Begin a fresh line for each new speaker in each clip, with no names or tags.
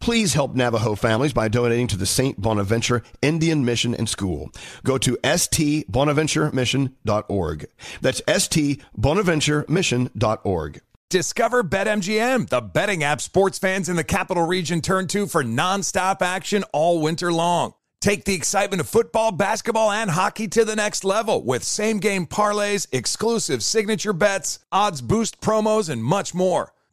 Please help Navajo families by donating to the St. Bonaventure Indian Mission and School. Go to stbonaventuremission.org. That's stbonaventuremission.org.
Discover BetMGM, the betting app sports fans in the capital region turn to for nonstop action all winter long. Take the excitement of football, basketball, and hockey to the next level with same game parlays, exclusive signature bets, odds boost promos, and much more.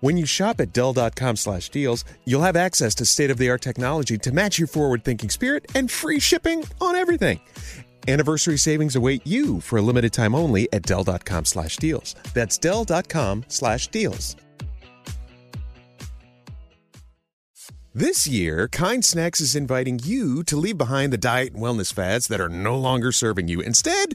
When you shop at Dell.com slash deals, you'll have access to state of the art technology to match your forward thinking spirit and free shipping on everything. Anniversary savings await you for a limited time only at Dell.com slash deals. That's Dell.com slash deals. This year, Kind Snacks is inviting you to leave behind the diet and wellness fads that are no longer serving you. Instead,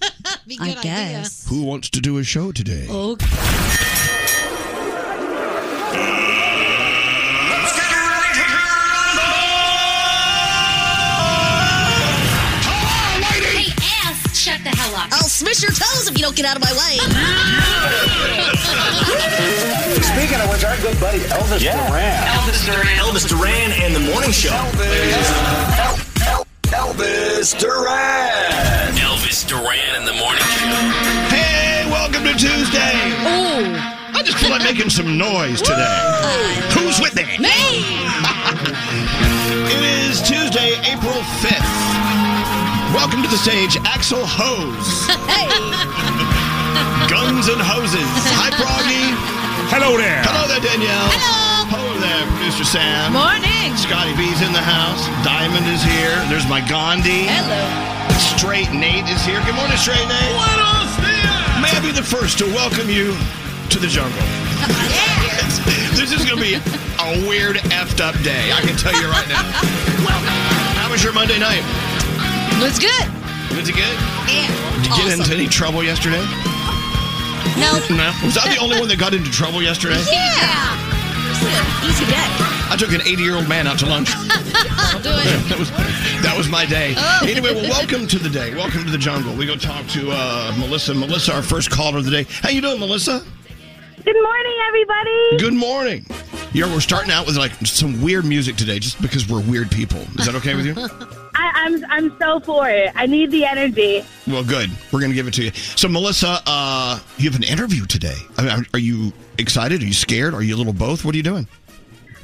Be good idea.
guess.
Who wants to do a show today?
Hey, ass, shut the hell up.
I'll smash your toes if you don't get out of my way.
Speaking of which, our good buddy Elvis Duran. Elvis Duran. Elvis Duran and the Morning Show. Elvis. Elvis Duran. Elvis Duran and the Morning Show.
Hey, welcome to Tuesday.
Oh,
I just feel like making some noise today. Who's with me?
me!
It is Tuesday, April 5th. Welcome to the stage, Axel Hose. Guns and hoses. Hi, Froggy.
Hello there.
Hello there, Danielle. Hello. Hello there, producer Sam.
Morning!
Scotty B's in the house. Diamond is here. There's my Gandhi.
Hello.
Straight Nate is here. Good morning, Straight Nate. May I be the first to welcome you to the jungle? this is going to be a weird, effed up day. I can tell you right now. welcome. How was your Monday night?
Looks good.
Was it good?
Yeah.
Did you get into any trouble yesterday?
No.
No. Was I the only one that got into trouble yesterday?
Yeah. Easy day.
I took an 80 year old man out to lunch.
I'll do it.
That was that was my day. Anyway, well, welcome to the day. Welcome to the jungle. We go talk to uh, Melissa. Melissa, our first caller of the day. How you doing, Melissa?
Good morning, everybody.
Good morning. You're, we're starting out with like some weird music today, just because we're weird people. Is that okay with you?
I, I'm I'm so for it. I need the energy.
Well, good. We're gonna give it to you. So, Melissa, uh, you have an interview today. I mean, are- are you excited? Are you scared? Are you a little both? What are you doing?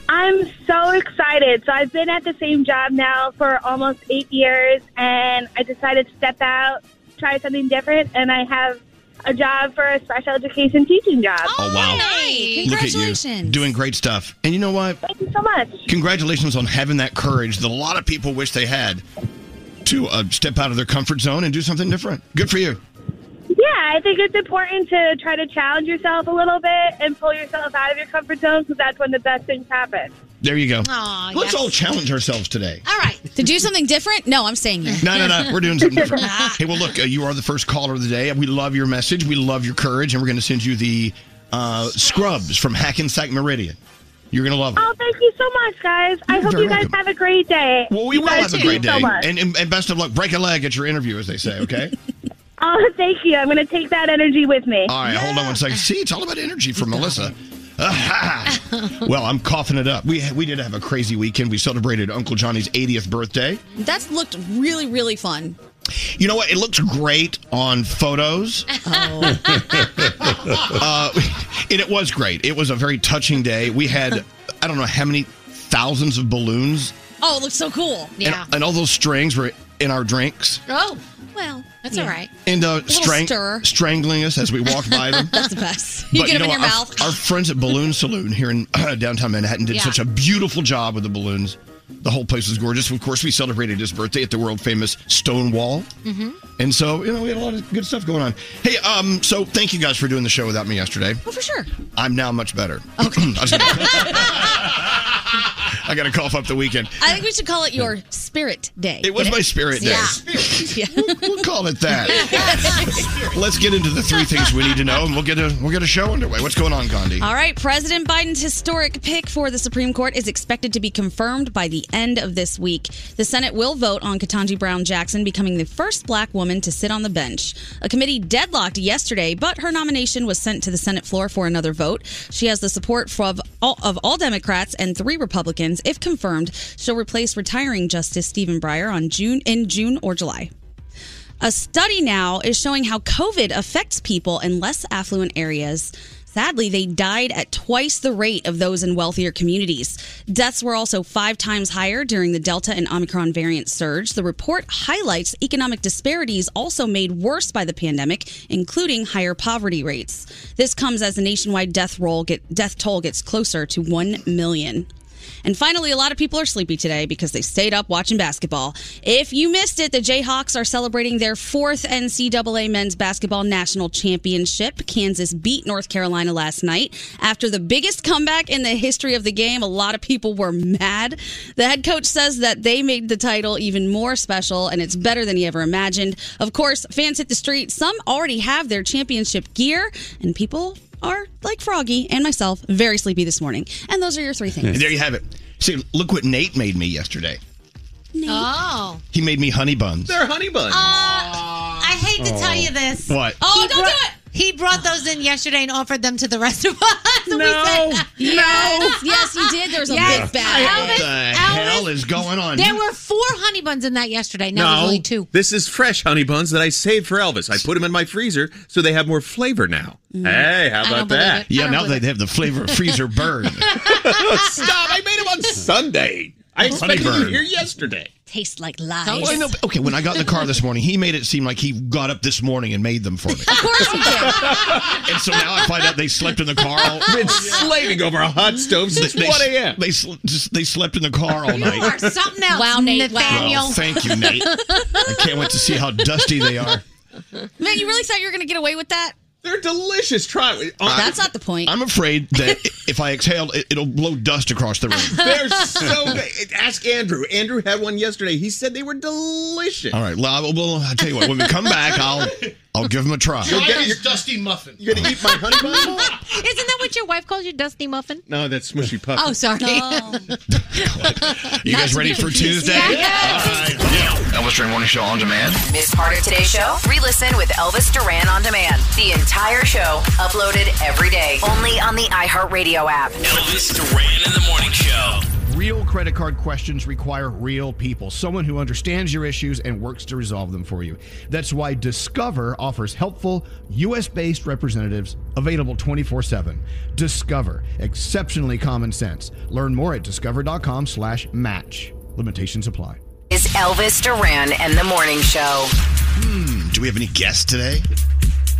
I'm so excited. So I've been at the same job now for almost eight years, and I decided to step out, try something different, and I have a job for a special education teaching job.
Oh, wow! Look at you doing great stuff. And you know what?
Thank you so much.
Congratulations on having that courage that a lot of people wish they had to uh, step out of their comfort zone and do something different. Good for you.
Yeah, I think it's important to try to challenge yourself a little bit and pull yourself out of your comfort zone because that's when the best things happen.
There you go.
Aw,
Let's
yes.
all challenge ourselves today.
All right. To do something different? No, I'm staying here.
No, no, no. We're doing something different. hey, well, look, uh, you are the first caller of the day. We love your message. We love your courage, and we're going to send you the uh, scrubs from Hackensack Meridian. You're going to love them.
Oh, thank you so much, guys. I hope you guys have a great day.
Well, we
You
will
guys
have a
do
great
so
day.
much.
and, and, and best of luck. Break a leg at your interview, as they say, okay?
Oh, thank you. I'm going to take that energy with me.
all right, hold on one second. See, it's all about energy for Melissa. Aha! well, I'm coughing it up. We, we did have a crazy weekend. We celebrated Uncle Johnny's 80th birthday.
That's looked really, really fun.
You know what? It looked great on photos.
Oh.
uh, and it was great. It was a very touching day. We had, I don't know how many thousands of balloons.
Oh, it looks so cool.
and- And, all those strings were in our drinks
oh, well, that's all right.
and
A
uh,
little
strang-
stir.
strangling us as we walked by them.
That's the best. You
But
get them in
know
your
what? our,
mouth.
Our friends at Balloon Saloon here in uh, downtown Manhattan did
Yeah.
such a beautiful job with the balloons. The whole place was gorgeous. Of course, we celebrated his birthday at the world famous Stonewall.
Mm-hmm.
And so, you know, we had a lot of good stuff going on. Hey, um, so thank you guys for doing the show without me yesterday.
Oh, for sure.
I'm now much better. Okay. I, was gonna- I gotta cough up the weekend.
I think we should call it your spirit day.
It was my spirit day.
Yeah.
We'll call it that. Let's get into the three things we need to know, and we'll get a we'll get a show underway. What's going on, Gandhi?
All right, President Biden's historic pick for the Supreme Court is expected to be confirmed by the end of this week. The Senate will vote on Katanji Brown Jackson becoming the first black woman to sit on the bench. A committee deadlocked yesterday, but her nomination was sent to the Senate floor for another vote. She has the support from all, of all Democrats and three Republicans. If confirmed, she'll replace retiring Justice Stephen Breyer on June in June or July. A study now is showing how COVID affects people in less affluent areas. Sadly, they died at twice the rate of those in wealthier communities. Deaths were also five times higher during the Delta and Omicron variant surge. The report highlights economic disparities also made worse by the pandemic, including higher poverty rates. This comes as the nationwide death, roll get, death toll gets closer to 1 million. And finally, a lot of people are sleepy today because they stayed up watching basketball. If you missed it, the Jayhawks are celebrating their fourth NCAA men's basketball national championship. Kansas beat North Carolina last night. After the biggest comeback in the history of the game, a lot of people were mad. The head coach says that they made the title even more special and it's better than he ever imagined. Of course, fans hit the street. Some already have their championship gear, and people are like Froggy and myself, very sleepy this morning. And those are your three things.
There you have it. See, look what Nate made me yesterday.
Oh.
He made me honey buns.
They're honey buns.
Oh,
Uh, I hate to tell you this.
What?
Oh, don't do it. He brought those in yesterday and offered them to the rest of us. No.
Yes. Yes, you did. There was a big bag.
Elvis,
What the hell is going on?
There
You-
were four honey buns in that yesterday. Now there's only two.
This is fresh honey buns that I saved for Elvis. I put them in my freezer so they have more flavor now.
Mm.
Hey, how
I don't
about
believe
that?
it. I Yeah, don't now believe
they have the flavor of freezer burn.
Stop! I made them on Sunday. I
Honey
expected you
burn.
here yesterday.
Tastes like lies.
Oh, I know. but- Okay, when I got in the car this morning, he made it seem like he got up this morning and made them for me.
Of course he did.
and so now I find out they slept in the car. All,
Been slaving over a hot stove since
They- they-
1 a.m.
They sl- just, they slept in the car all night.
something else.
Wow, Nate.
Nathaniel.
Well, thank you, Nate. I can't wait to see how dusty they are.
Man, you really thought you were going to get away with that?
They're delicious. Try.
That's not the point.
I'm afraid that if I exhale, it, it'll blow dust across the room.
They're so good. Ask Andrew. Andrew had one yesterday. He said they were delicious.
All right. Well, I- well, I'll tell you what. When we come back, I'll I'll give them a try.
You'll get your
dusty muffin.
You're gonna eat my honey bun?
Isn't that what your wife calls you, Dusty Muffin?
No, that's smushy puff.
Oh, sorry.
You guys ready for Tuesday?
Yeah.
All right. Elvis Duran Morning Show on demand.
Miss part of today's show? Re-listen with Elvis Duran on demand. The entire show uploaded every day, only on the iHeartRadio app.
Elvis Duran in the morning show.
Real credit card questions require real people, someone who understands your issues and works to resolve them for you. That's why Discover offers helpful, U.S. based representatives available 24 7. Discover, exceptionally common sense. Learn more at discover.com slash match. Limitations apply.
Is Elvis Duran and the Morning Show.
Hmm, do we have any guests today?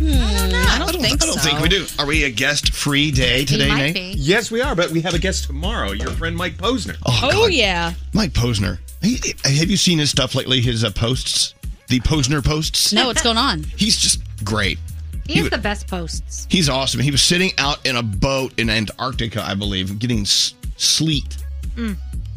I don't know. I don't, think
I don't
so.
think we do. Are we a guest free day today,
might
Nate?
be.
Yes, we are, but we have a guest tomorrow. Your friend Mike Posner.
Oh, yeah.
Mike Posner. He, have you seen his stuff lately? His uh, posts, the Posner posts.
No, what's going on?
He's just great.
He
wa-
has the best posts.
He's awesome. He was sitting out in a boat in Antarctica, I believe, getting s- sleet.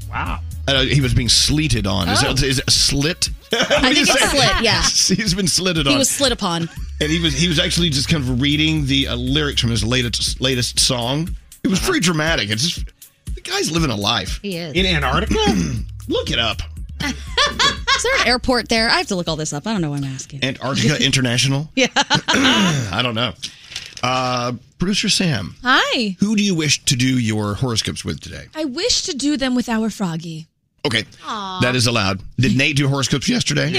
Wow.
Uh, he was being sleeted on. Is,
Oh.
that, is it slit?
I think it's slit, yeah.
He's been slitted on.
He was slid upon.
and he was he was actually just kind of reading the uh, lyrics from his latest latest song. It was
Uh-huh.
pretty dramatic. It's just the guy's living a life.
He is.
In Antarctica?
Look it up.
Is there an airport there? I have to look all this up. I don't know why I'm asking.
Antarctica International. Yeah. I don't know. Uh, Producer Sam,
Hi.
who do you wish to do your horoscopes with today?
I wish to do them with our froggy.
Okay, that is allowed. Did Nate do horoscopes yesterday?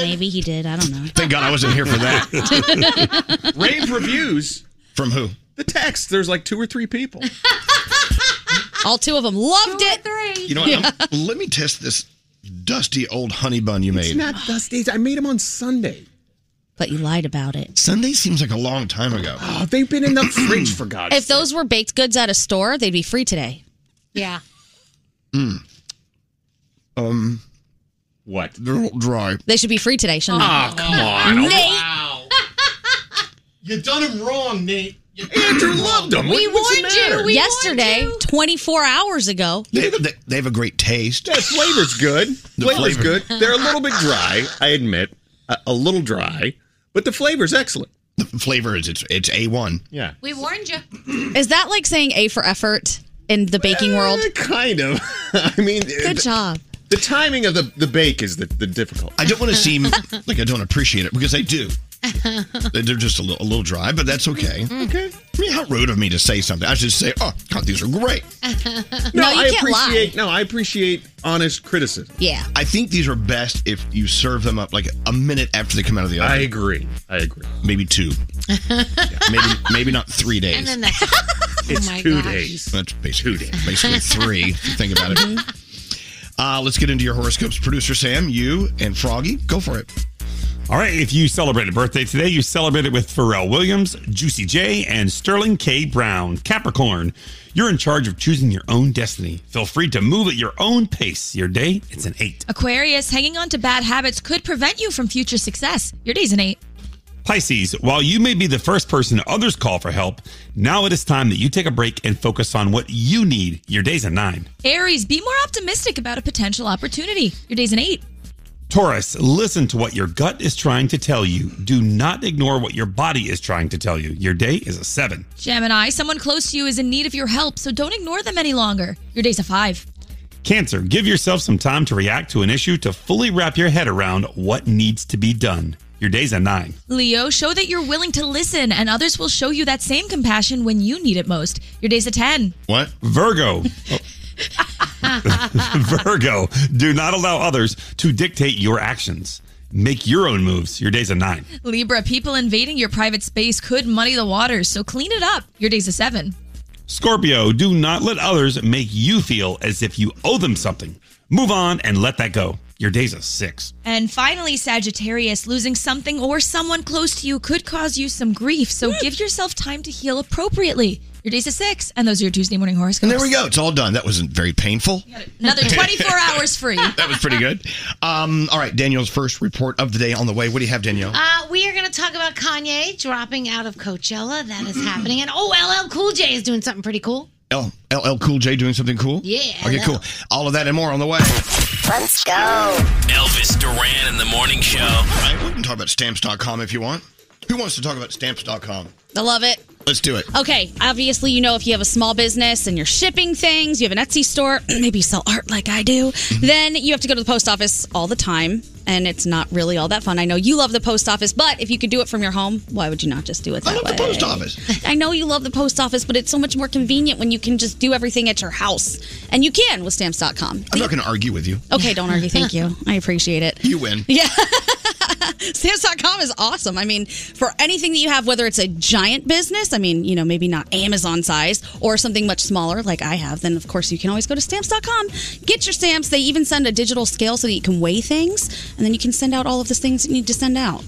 Maybe he did. I don't know.
Thank God I wasn't here for that.
Rave reviews.
From who?
The text. There's like two or three people.
All two of them loved it.
You know what? I'm- Let me test this dusty old honey bun you
It's
made.
not Dusty's. I made them on Sunday.
But you lied about it.
Sunday seems like a long time ago.
Oh, they've been in the fridge for God's
If those were baked goods at a store, they'd be free today.
Yeah.
Hmm. Um,
What?
they're all dry.
They should be free today,
Ah,
shouldn't
Oh, come on.
they? Nate,
You done him wrong, Nate. You
Andrew loved them.
We
What's the
warned you.
matter?
We
yesterday, 24 hours ago,
They, they, they have a great taste.
Yeah, flavor's good.
The
flavor's
flavor.
good. They're a little bit dry, I admit. A, a little dry, but the flavor's excellent.
The flavor is it's it's a one.
Yeah.
We warned you.
is that like saying A for effort in the baking world?
Eh, kind of. I mean,
Good
the,
job.
the timing of the, the bake is the, the difficult.
I don't want to seem like I don't appreciate it because I do. They're just a little, a little dry, but that's okay.
Mm-hmm.
Okay. I mean, how rude of me to say something. I should say, oh, God, these are great.
No, you
I
can't
appreciate
lie.
no, I appreciate honest criticism.
Yeah.
I think these are best if you serve them up like a minute after they come out of the oven.
I agree. I agree.
maybe two. Yeah, maybe maybe not three days.
And then that's Oh
It's
my
two
gosh.
days.
That's basically, basically three. if you think about
Mm-hmm.
it. Uh, let's get into your horoscopes. Producer Sam, you and Froggy, go for it.
All right, if you celebrate a birthday today, you celebrate it with Pharrell Williams, Juicy J, and Sterling K. Brown. Capricorn, you're in charge of choosing your own destiny. Feel free to move at your own pace. Your day, it's an eight.
Aquarius, hanging on to bad habits could prevent you from future success. Your day's an eight.
Pisces, while you may be the first person others call for help, now it is time that you take a break and focus on what you need. Your day's a nine.
Aries, be more optimistic about a potential opportunity. Your day's an eight.
Taurus, listen to what your gut is trying to tell you. Do not ignore what your body is trying to tell you. Your day is a seven.
Gemini, someone close to you is in need of your help, so don't ignore them any longer. Your day's a five.
Cancer, give yourself some time to react to an issue to fully wrap your head around what needs to be done. Your day's a nine.
Leo, show that you're willing to listen, and others will show you that same compassion when you need it most. Your day's a 10.
What?
Virgo. Virgo, do not allow others to dictate your actions. Make your own moves. Your day's a nine.
Libra, people invading your private space could muddy the waters, so clean it up. Your day's a 7.
Scorpio, do not let others make you feel as if you owe them something. Move on and let that go. Your day's a six.
And finally, Sagittarius, losing something or someone close to you could cause you some grief, so give yourself time to heal appropriately. Your day's a 6, and those are your Tuesday morning horoscopes.
And there we go. It's all done. That wasn't very painful.
Another 24 hours free.
That was pretty good. Um, all right, Daniel's first report of the day on the way. What do you have, Danielle?
Uh, we are going to talk about Kanye dropping out of Coachella. That is happening. And oh, LL Cool J is doing something pretty cool.
L- LL Cool J doing something cool?
Yeah,
Okay,
LL.
cool. All of that and more on the way.
Let's go.
Elvis Duran in the morning show.
All right, we can talk about stamps.com if you want. Who wants to talk about stamps.com?
I love it.
Let's do it.
Okay, obviously, you know if you have a small business and you're shipping things, you have an Etsy store, maybe you sell art like I do,
Mm-hmm.
then you have to go to the post office all the time, and it's not really all that fun. I know you love the post office, but if you could do it from your home, why would you not just do it that way?
The post office.
I know you love the post office, but it's so much more convenient when you can just do everything at your house, and you can with stamps.com.
I'm not going to argue with you.
Okay, don't argue. Thank you. I appreciate it.
You win.
Yeah. Stamps.com is awesome. I mean, for anything that you have, whether it's a giant business, I mean, you know, maybe not Amazon size or something much smaller like I have, then of course you can always go to stamps.com, get your stamps. They even send a digital scale so that you can weigh things and then you can send out all of the things that you need to send out.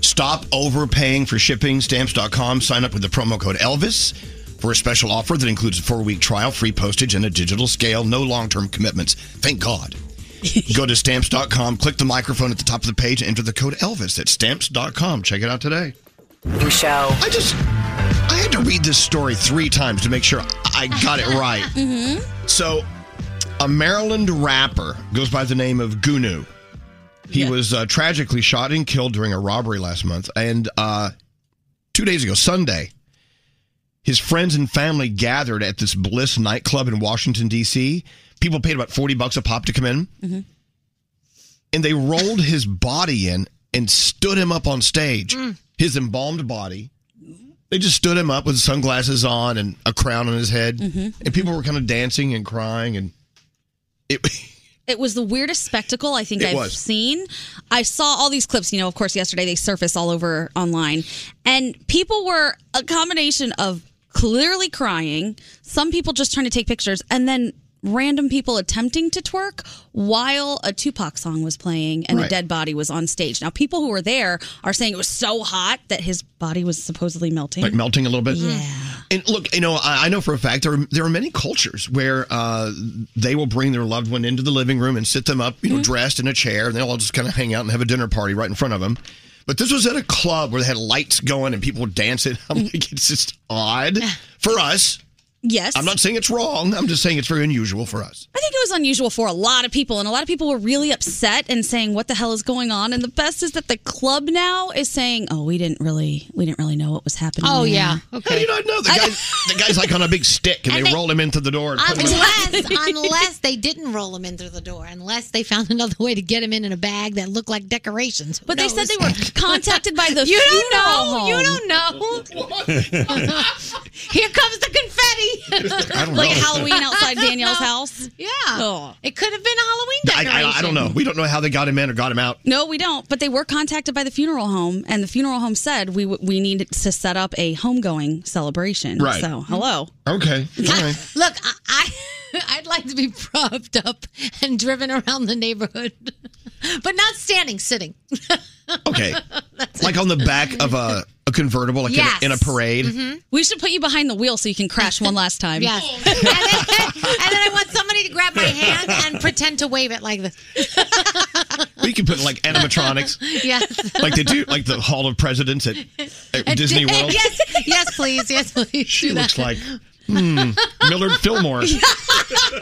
Stop overpaying for shipping. Stamps.com. Sign up with the promo code Elvis for a special offer that includes a four week trial, free postage, and a digital scale. No long term commitments. Thank God. Go to stamps.com, click the microphone at the top of the page, and enter the code Elvis at stamps.com. Check it out today.
You shall.
I just, I had to read this story three times to make sure I got it right.
Mm-hmm.
So, a Maryland rapper goes by the name of Gunu. He was uh, tragically shot and killed during a robbery last month. And uh, two days ago, Sunday, his friends and family gathered at this Bliss nightclub in Washington, D.C. People paid about 40 bucks a pop to come in.
Mhm.
And they rolled his body in and stood him up on stage, his embalmed body. They just stood him up with sunglasses on and a crown on his head. And people were kind of dancing and crying. And it,
It was the weirdest spectacle I think
It
I've
was.
seen. I saw all these clips, you know, of course, yesterday they surface all over online. And people were a combination of clearly crying, some people just trying to take pictures, and then random people attempting to twerk while a Tupac song was playing and a
Right.
dead body was on stage. Now, people who were there are saying it was so hot that his body was supposedly melting.
like melting a little bit.
Yeah.
And look, you know, I, I know for a fact there are, there are many cultures where uh, they will bring their loved one into the living room and sit them up,
Mm-hmm.
you know, dressed in a chair, and they'll all just kind of hang out and have a dinner party right in front of them. But this was at a club where they had lights going and people were dancing. I'm
Mm.
like, it's just odd for us.
Yes.
I'm not saying it's wrong. I'm just saying it's very unusual for us.
I think it was unusual for a lot of people, and a lot of people were really upset and saying, "What the hell is going on?" And the best is that the club now is saying, "Oh, we didn't really, we didn't really know what was happening."
Oh,
there."
yeah.
How do you not know? The, guy, the guy's like on a big stick, and, they, roll him in through the
Oh,
door. And put him in-
Unless, unless they didn't roll him in through the door, unless they found another way to get him in in a bag that looked like decorations.
But they said they were contacted by the
you don't know.
funeral
You
home.
don't know. Here comes the confetti.
I don't
like
know.
Halloween outside
I don't
Danielle's
know.
house.
Yeah,
Oh.
it could have been a Halloween
I,
decoration.
I, I don't know. We don't know how they got him in or got him out.
No, we don't. But they were contacted by the funeral home, and the funeral home said we w- we need to set up a homegoing celebration.
Right.
So hello.
Okay. All right.
Look, I, I I'd like to be propped up and driven around the neighborhood, but not standing, sitting.
Okay. like on the back of a, a convertible, like in a-
Yes. Mm-hmm.
in, a, parade.
We should put you behind the wheel so you can crash one last
Mm-hmm.
time.
Yes. and, then, and then I want somebody to grab my hand and pretend to wave it like this.
We could put like animatronics,
Yes.
like they do, like the Hall of Presidents at, at Disney World.
Yes, yes, please, yes, please.
She looks like hmm, Millard Fillmore.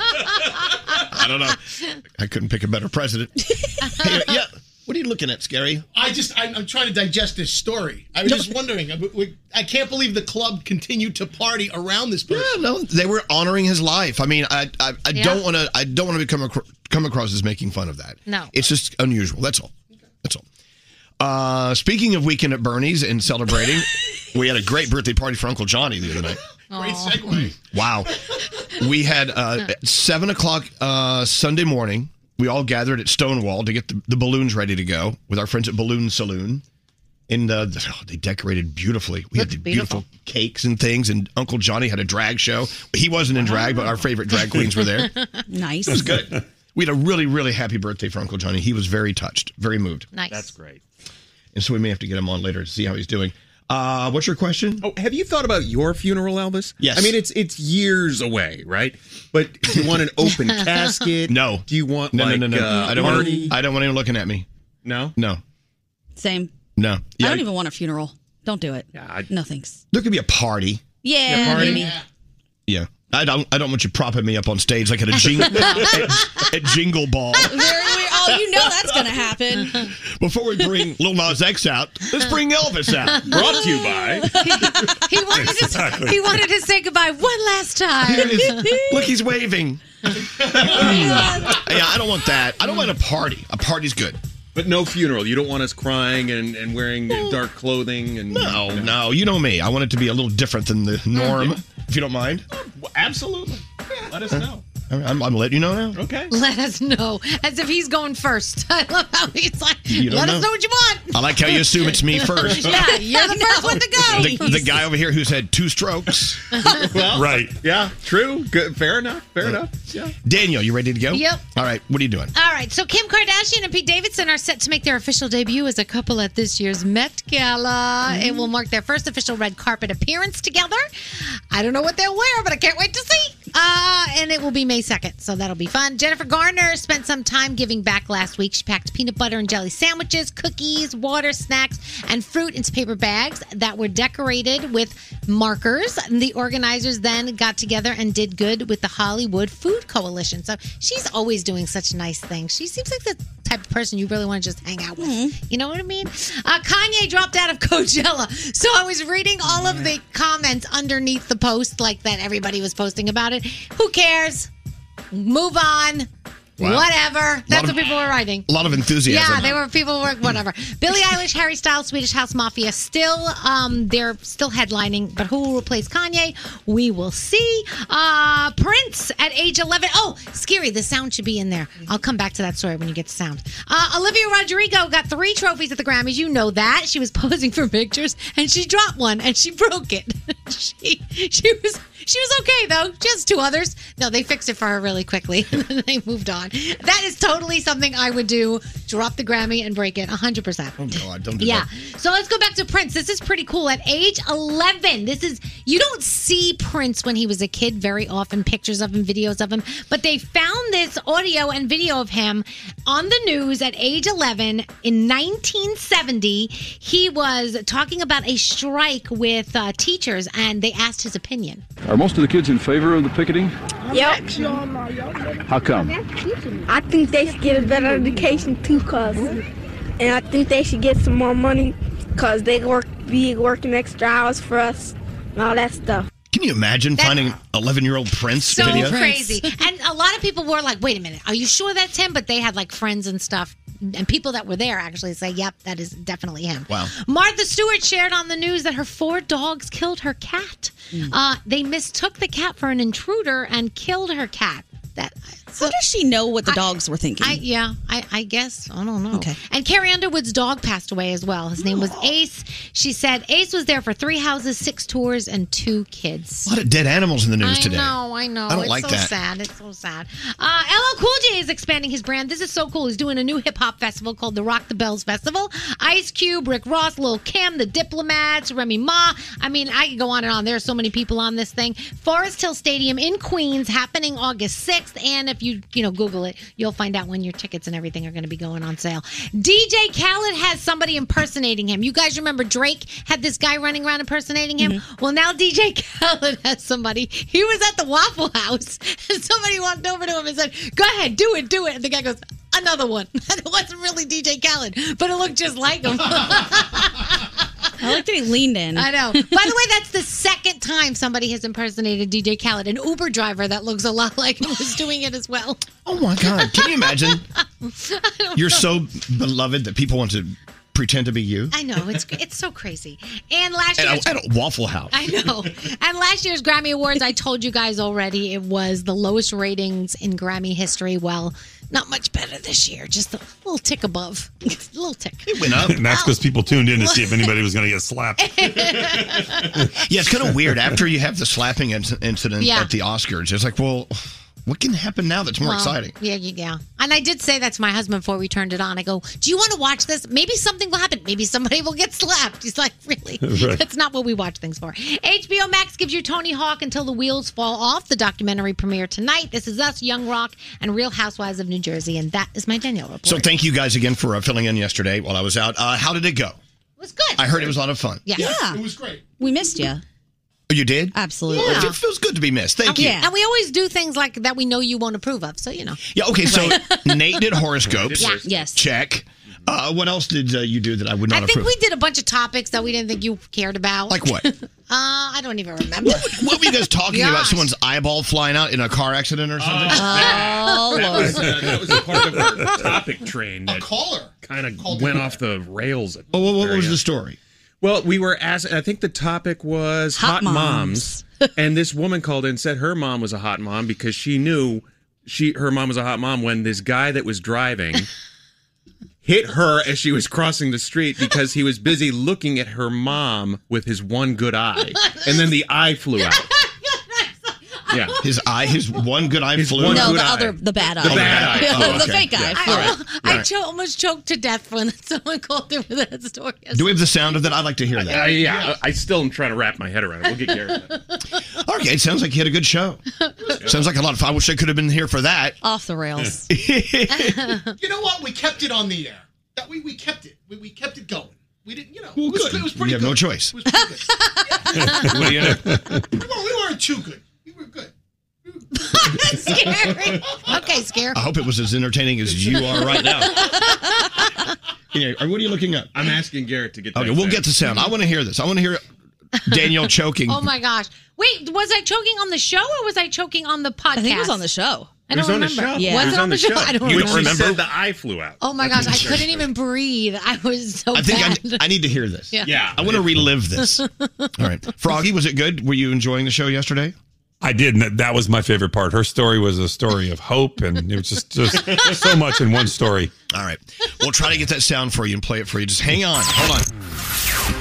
I don't know. I couldn't pick a better president. Hey, uh, yeah. What are you looking at, Scary?
I just I'm, I'm trying to digest this story. I was just wondering. I, we- I can't believe the club continued to party around this person.
Yeah, no, they were honoring his life. I mean, I I, I
Yeah.
don't want to I don't want to become acro- come across as making fun of that.
No.
it's just unusual. That's all. That's all. Uh, speaking of weekend at Bernie's and celebrating, we had a great birthday party for Uncle Johnny the other night.
Great segue.
Wow, we had uh, at seven o'clock uh, Sunday morning. We all gathered at Stonewall to get the, the balloons ready to go with our friends at Balloon Saloon, and uh, they decorated beautifully. We had the beautiful. cakes and things, and Uncle Johnny had a drag show. He wasn't in drag, but our favorite drag queens were there.
nice.
It was good. We had a really, really happy birthday for Uncle Johnny. He was very touched, very moved.
Nice.
That's great.
And so we may have to get him on later to see how he's doing. Uh, what's your question?
Oh, have you thought about your funeral, Elvis?
Yes.
I mean, it's it's years away, right? But do you want an open casket?
No.
Do you want
No,
like
no, no, no.
Uh,
I don't want.
Arnie?
I don't want him looking at me.
No.
No.
Same.
No.
I don't even want a funeral. Don't do it. no thanks.
There could be a party.
Yeah,
Yeah, party.
maybe.
Yeah. I don't. I don't want you propping me up on stage like at a jingle at, at jingle ball.
Very weird. Oh, Well, you know that's going to happen.
Before we bring Lil Nas X out, let's bring Elvis out. Brought to you by.
He wanted to. He wanted to say goodbye one last time.
Look, he's waving. yeah, I don't want that. I don't want a party. A party's good.
But no funeral. You don't want us crying and, and wearing dark clothing and
No, no, you know me. I want it to be a little different than the norm, if you don't mind.
absolutely. Let us know.
I'm, I'm letting you know now.
Okay.
Let us know, as if he's going first. I love how he's like,
You don't
"Let
know.
us know what you want."
I like how you assume it's me first.
yeah, you're the first one to go.
The, the guy over here who's had two strokes.
Well,
right. Uh,
Yeah, true. Good. Fair enough. Fair enough. Yeah.
Daniel, you ready to go?
Yep.
All right, what are you doing?
All right, so Kim Kardashian and Pete Davidson are set to make their official debut as a couple at this year's Met Gala. It will mark their first official red carpet appearance together. I don't know what they'll wear, but I can't wait to see. Uh, and it will be May 2nd, so that'll be fun. Jennifer Garner spent some time giving back last week. She packed peanut butter and jelly sandwiches, cookies, water, snacks, and fruit into paper bags that were decorated with markers. And the organizers then got together and did good with the Hollywood Food Coalition. So she's always doing such nice things. She seems like the type of person you really want to just hang out with. You know what I mean? Uh, Kanye dropped out of Coachella. So I was reading all of the comments underneath the post, like that everybody was posting about it. Who cares? Move on.
Wow.
Whatever.
Lot
That's
of-
what people were writing.
A lot of enthusiasm.
Yeah, they were people were whatever. Billie Eilish, Harry Styles, Swedish House Mafia, still um, they're still headlining, but who will replace Kanye? We will see. Uh, Prince at age eleven. Oh, scary! The sound should be in there. I'll come back to that story when you get the sound. Uh, Olivia Rodrigo got three trophies at the Grammys. You know that she was posing for pictures and she dropped one and she broke it. she she was. She was okay though. Just two others. No, they fixed it for her really quickly. and then they moved on. That is totally something I would do. Drop the Grammy and break it 100%.
Oh, God, don't do
yeah.
that.
So let's go back to Prince. This is pretty cool. At age 11, this is, you don't see Prince when he was a kid very often, pictures of him, videos of him, but they found this audio and video of him on the news at age 11 in 1970. He was talking about a strike with uh, teachers and they asked his opinion.
Are most of the kids in favor of the picketing?
Yep.
How come?
I think they should get a better education too, cause, and I think they should get some more money, cause they work be working extra hours for us and all that stuff.
Can you imagine
That's-
finding 11 year old Prince
so
video?
crazy. And a lot of people were like, "Wait a minute, are you sure that's him?" But they had like friends and stuff, and people that were there actually say, "Yep, that is definitely him."
Wow.
Martha Stewart shared on the news that her four dogs killed her cat. Uh, they mistook the cat for an intruder and killed her cat. That. How does she know what the dogs were thinking? I, yeah, I, I guess I don't know. Okay. And Carrie Underwood's dog passed away as well. His name was Ace. She said Ace was there for three houses, six tours, and two kids.
A lot of dead animals in the news
I
today.
know, I know.
I don't
it's
like
so
that.
sad. It's so sad. Uh, LL Cool J is expanding his brand. This is so cool. He's doing a new hip hop festival called the Rock the Bells Festival. Ice Cube, Rick Ross, Lil Kim, The Diplomats, Remy Ma. I mean, I could go on and on. There are so many people on this thing. Forest Hill Stadium in Queens, happening August 6th. And if you you know Google it, you'll find out when your tickets and everything are going to be going on sale. DJ Khaled has somebody impersonating him. You guys remember Drake had this guy running around impersonating him?
Mm-hmm.
Well, now DJ Khaled has somebody. He was at the Waffle House and somebody walked over to him and said, Go ahead, do it, do it. And the guy goes, Another one. And it wasn't really DJ Khaled, but it looked just like him.
I like that he leaned in.
I know. By the way, that's the second time somebody has impersonated DJ Khaled. An Uber driver that looks a lot like him was doing it as well.
Oh my God. Can you imagine?
I don't
You're
know.
so beloved that people want to pretend to be you.
I know it's it's so crazy. And last
At
year,
a, at a Waffle House.
I know. And last year's Grammy Awards, I told you guys already, it was the lowest ratings in Grammy history. Well, not much better this year. Just a little tick above. a little tick. It
went up.
And that's because people tuned in to see if anybody was going to get slapped.
yeah, it's kind of weird. After you have the slapping inc- incident
Yeah.
at the Oscars, it's like, well, what can happen now that's more
Well,
exciting?
Yeah, yeah, yeah. And I did say that to my husband before we turned it on. I go, "Do you want to watch this? Maybe something will happen. Maybe somebody will get slapped." He's like, "Really?
Right.
That's not what we watch things for." HBO Max gives you Tony Hawk until the wheels fall off. The documentary premiere tonight. This is Us, Young Rock, and Real Housewives of New Jersey, and that is my Danielle report.
So thank you guys again for uh, filling in yesterday while I was out. Uh, how did it go? It was
good.
I heard it was a lot of fun.
Yeah.
It was great. We missed you.
Oh, you did?
Absolutely.
Well, It feels good to be missed. Thank you.
And we always do things like that we know you won't approve of. So, you know.
Yeah, okay, so Nate did horoscopes.
Yeah, yes.
Check. Uh, what else did uh, you do that I would not
I think
approve?
we did a bunch of topics that we didn't think you cared about.
Like what?
uh, I don't even remember.
what were you guys talking about?
Gosh.
Someone's eyeball flying out in a car accident or something?
Oh,
that, was,
Lord.
uh, that was a part of our topic train that
caller
kind of went off the rails. At
Oh, what, what
very
was
end.
the story?
Well, we were asked. I think the topic was hot,
Hot
moms, and this woman called in and said her mom was a hot mom because she knew she her mom was a hot mom when this guy that was driving hit her as she was crossing the street because he was busy looking at her mom with his one good eye, and then the eye flew out. Yeah,
his eye, his one good eye flew.
One
no,
good
the
eye.
other, the bad eye.
The bad eye. Oh,
the
okay.
fake eye.
Yeah.
All right.
I
Right.
cho- almost choked to death when someone called in with that story.
Do we have the sound of that? I'd like to hear that.
I, yeah, I I still am trying to wrap my head around it. We'll get Garrett.
Okay, it sounds like you had a good show. sounds like a lot of fun. I wish I could have been here for that.
Off the rails.
you know what? We kept it on the air. That we we kept it. We, we kept it going. We didn't. You know, it, was, it was pretty
You have
good.
no
It
choice.
was pretty good.
What do you know?
we,
Oh,
weren't, we weren't too good.
Scary. Okay, scare.
I hope it was as entertaining as you are right now. Anyway, what are you looking up?
I'm asking Garrett to get.
Okay,
that
we'll
sound.
get the sound. I want to hear this. I want to hear Daniel choking.
Oh my gosh! Wait, was I choking on the show or was I choking on the podcast? I
think it was on the show.
I
It was
don't
on the
remember.
show.
Was it on the show? I don't
You
remember.
She said the eye flew out.
Oh my gosh! I couldn't even breathe. I was so
I think
bad.
I, I need to hear this.
Yeah.
I want to relive this. All right. Froggy, was it good? Were you enjoying the show yesterday?
I did. And that- that was my favorite part. Her story was a story of hope, and it was just, just so much in one story.
All right. We'll try to get that sound for you and play it for you. Just hang on. Hold on.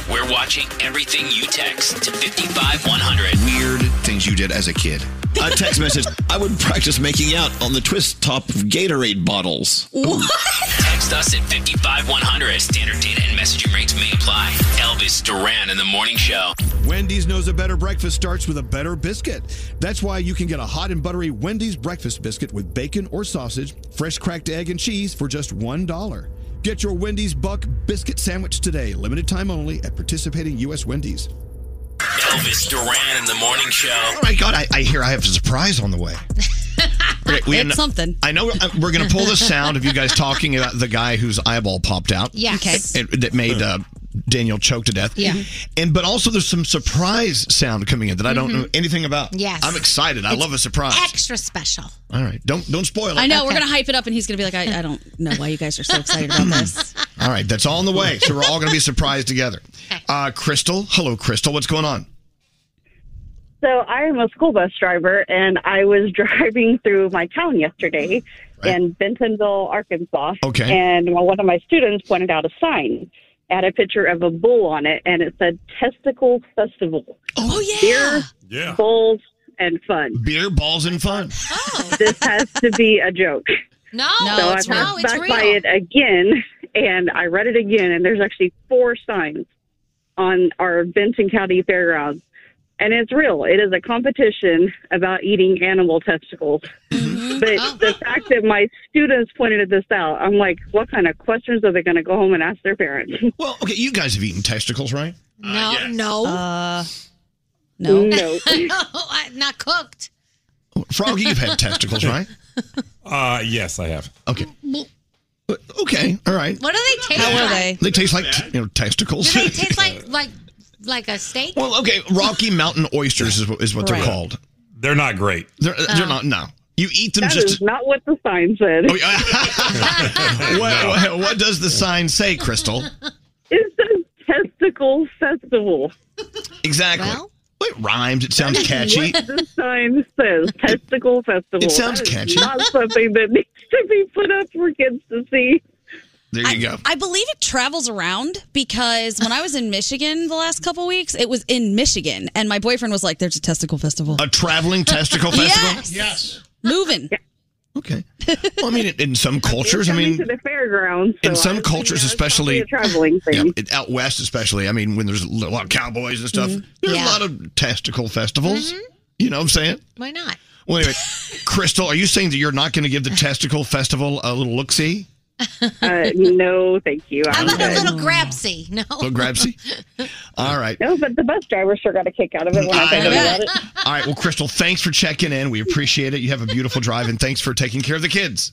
We're watching everything you text to 55100.
Weird things you did as a kid.
A text message.
I would practice making out on the twist top of Gatorade bottles.
Text us at 55100. Standard data and messaging rates may apply. Elvis Duran in the morning show.
Wendy's knows a better breakfast starts with a better biscuit. That's why you can get a hot and buttery Wendy's breakfast biscuit with bacon or sausage, fresh cracked egg and cheese for just $1. Get your Wendy's Buck biscuit sandwich today, limited time only at participating U.S. Wendy's.
Elvis Duran in the morning show.
Oh my God, I, I hear I have a surprise on the way. Okay,
It's
something.
I know uh, we're going to pull the sound of you guys talking about the guy whose eyeball popped out.
Yes. Okay.
It- that made uh, Daniel choke to death. Mm-hmm.
Yeah.
And but also there's some surprise sound coming in that I don't
Mm-hmm.
Mhm.
know anything about.
Yes.
I'm excited. I
It's
love a surprise.
Extra special.
All right. Don't don't spoil it.
I know. We're going to hype it up, and he's going to be like, I, I don't know why you guys are so excited about this.
All right, that's all on the way. So we're all going to be surprised together. Uh, Crystal, hello, Crystal. What's going on?
So I am a school bus driver, and I was driving through my town yesterday in Bentonville, Arkansas.
Okay.
And one of my students pointed out a sign, had a picture of a bull on it, and it said "Testicle Festival."
Oh yeah.
Beer,
Yeah.
bulls, and fun.
Beer, balls, and fun.
Oh.
This has to be a joke.
No,
so
it's,
I
no,
was
it's
back
real.
by it again, and I read it again, and there's actually four signs on our Benton County Fairgrounds, and it's real. It is a competition about eating animal testicles.
Mm-hmm.
But
Oh.
the fact that my students pointed this out, I'm like, what kind of questions are they going to go home and ask their parents?
Well, okay, you guys have eaten testicles, right?
No,
Ah,
no,
Uh,
no. no.
I- not cooked.
Froggy, you've had testicles, right?
Uh, yes, I have.
Okay. Okay. All right.
What do they taste like?
They taste like you know testicles.
Do they taste like like like a steak?
well, okay, Rocky Mountain oysters is what, is what
Right.
they're called.
They're not great.
They're, uh,
Oh.
they're not. No, you eat them
That
just.
is not what the sign said.
Oh, yeah. what, what does the sign say, Crystal?
It says testicle festival.
Exactly. it rhymes. It sounds catchy.
What this sign says testicle festival.
It sounds
That is
catchy.
Not something that needs to be put up for kids to see.
There you go.
I believe it travels around because when I was in Michigan the last couple weeks, it was in Michigan, and my boyfriend was like, "There's a testicle festival."
A traveling testicle festival.
Yes. Moving.
Well, I mean, in- in some cultures, I mean,
to the fairgrounds.
in some cultures, especially
traveling thing.
out west, especially. I mean, when there's a lot of cowboys and stuff,
Mm-hmm.
there's a lot of testicle festivals. You know what I'm saying?
Why not?
Well, anyway, Crystal, are you saying that you're not going to give the testicle festival a little look see?
Uh, no, thank you.
How
I'm
about a
good.
little grabsy? No.
Little grabsy. All right.
No, but the bus driver sure got a kick out of it when I
I
told
know.
him about it.
All right. Well, Crystal, thanks for checking in. We appreciate it. You have a beautiful drive, and thanks for taking care of the kids.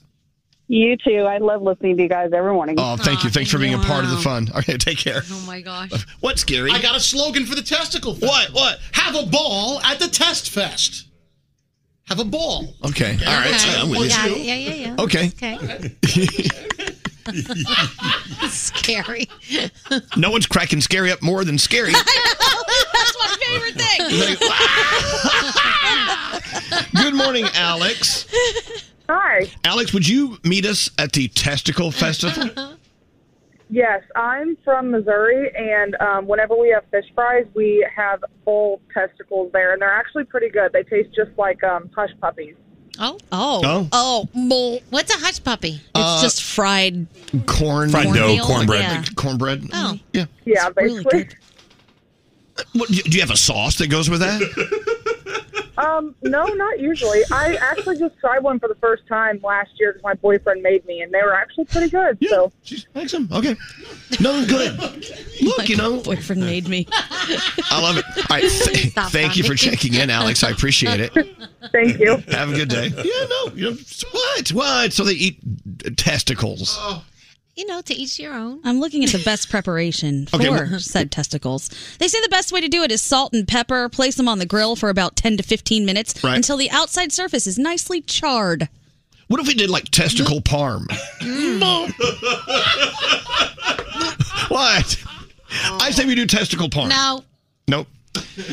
You too. I love listening to you guys every morning.
Oh, thank you. Thanks for being a part of the fun. All right. Take care.
Oh my gosh.
What's scary?
I got a slogan for the testicle fest.
What? What?
Have a ball at the test fest. Have a ball.
Okay. All right.
Okay.
I'm
Well,
with
got
you.
it.
Yeah, yeah, yeah.
Okay.
Scary.
no one's cracking scary up more than scary.
That's my favorite thing.
Good morning, Alex.
Hi.
Alex, would you meet us at the Testicle Festival?
Yes, I'm from Missouri, and um, whenever we have fish fries, we have full testicles there, and they're actually pretty good. They taste just like um, hush puppies.
Oh. Oh.
Oh.
well, What's a hush puppy? It's
Uh,
just
fried
corn,
Fried dough, Cornmeal? cornbread.
Like cornbread.
Oh.
Yeah.
Yeah, basically.
What, do you have a sauce that goes with that?
um, no, not usually. I actually just tried one for the first time last year because my boyfriend made me, and they were actually pretty good. so
excellent. Okay, no good. Look, you know,
boyfriend made me.
I love it. All right, th-
Stop
thank you for
laughing.
checking in, Alex. I appreciate it.
Thank you.
Have a good day. Yeah, no, you know, what? What? So they eat uh, testicles.
you know, to each your own.
I'm looking at the best preparation for
Okay, well-
said testicles. They say the best way to do it is salt and pepper. Place them on the grill for about 10 to 15 minutes
Right.
until the outside surface is nicely charred.
What if we did like testicle parm?
Mm.
Mmm. What? I say we do testicle parm.
No.
Nope.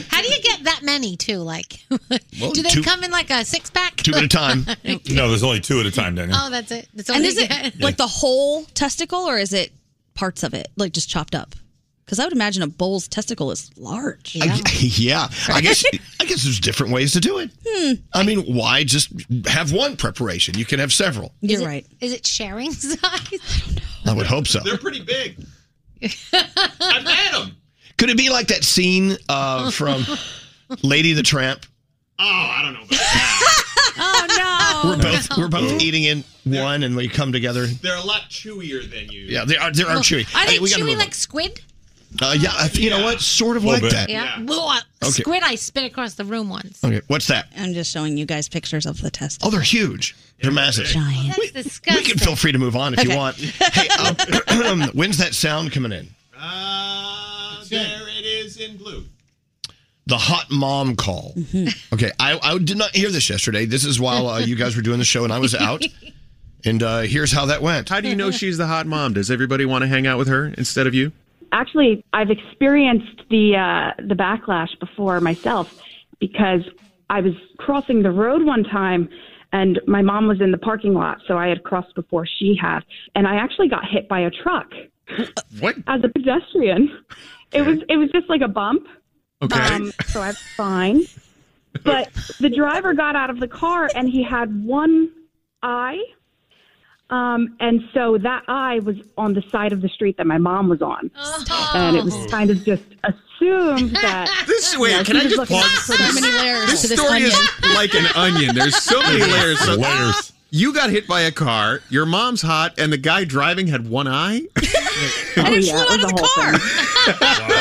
How do you get that many too? Like,
Well,
do they
two-
come in like a six pack?
No, there's only two at a time, Daniel.
oh, that's it. That's all
And
you
is it
get.
like the whole testicle or is it parts of it, like just chopped up? Because I would imagine a bull's testicle is large.
I, yeah, I guess I guess there's different ways to do it.
Hmm.
I mean, why just have one preparation? You can have several.
You're right.
Is it sharing size?
I would hope so.
They're pretty big.
I've
had them.
Could it be like that scene uh, from Lady the Tramp?
Oh, I don't know. About
oh
we're both we're both eating in one, and we come together.
They're a lot chewier than you.
Yeah, they are they are chewy.
Oh, Are they
Hey, we gotta
chewy
move
like squid?
on. Uh, yeah, I- you know what? Sort of like
Little
that.
Yeah. Well, uh,
Okay.
Squid I spit across the room once.
Okay, what's that?
I'm just showing you guys pictures of the testicle.
Oh, they're huge. They're massive.
Giant.
That's
We
disgusting.
can feel free to move on if you
Okay.
want. Hey, um, when's that sound coming in?
there it is in blue.
The hot mom call.
Mm-hmm.
Okay, I, I did not hear this yesterday. This is while uh, you guys were doing the show and I was out. And uh, here's how that went.
How do you know she's the hot mom? Um, Does everybody want to hang out with her instead of you?
actually I've experienced the uh, the backlash before myself because I was crossing the road one time and my mom was in the parking lot, so I had crossed before she had, and I actually got hit by a truck.
What?
As a pedestrian, it was it was just like a bump.
Okay.
Um, so I was fine, but the driver got out of the car and he had one eye. Um, and so that eye was on the side of the street that my mom was on.
Oh.
And it was kind of just assumed that.
This wait,
you
can I
she was
just
looking
pause?
for so many layers
This
to this
story
onion.
is like an onion. There's so many layers. So
layers.
You got hit by a car. Your mom's hot, and the guy driving had one eye.
Oh, yeah, it was a whole thing.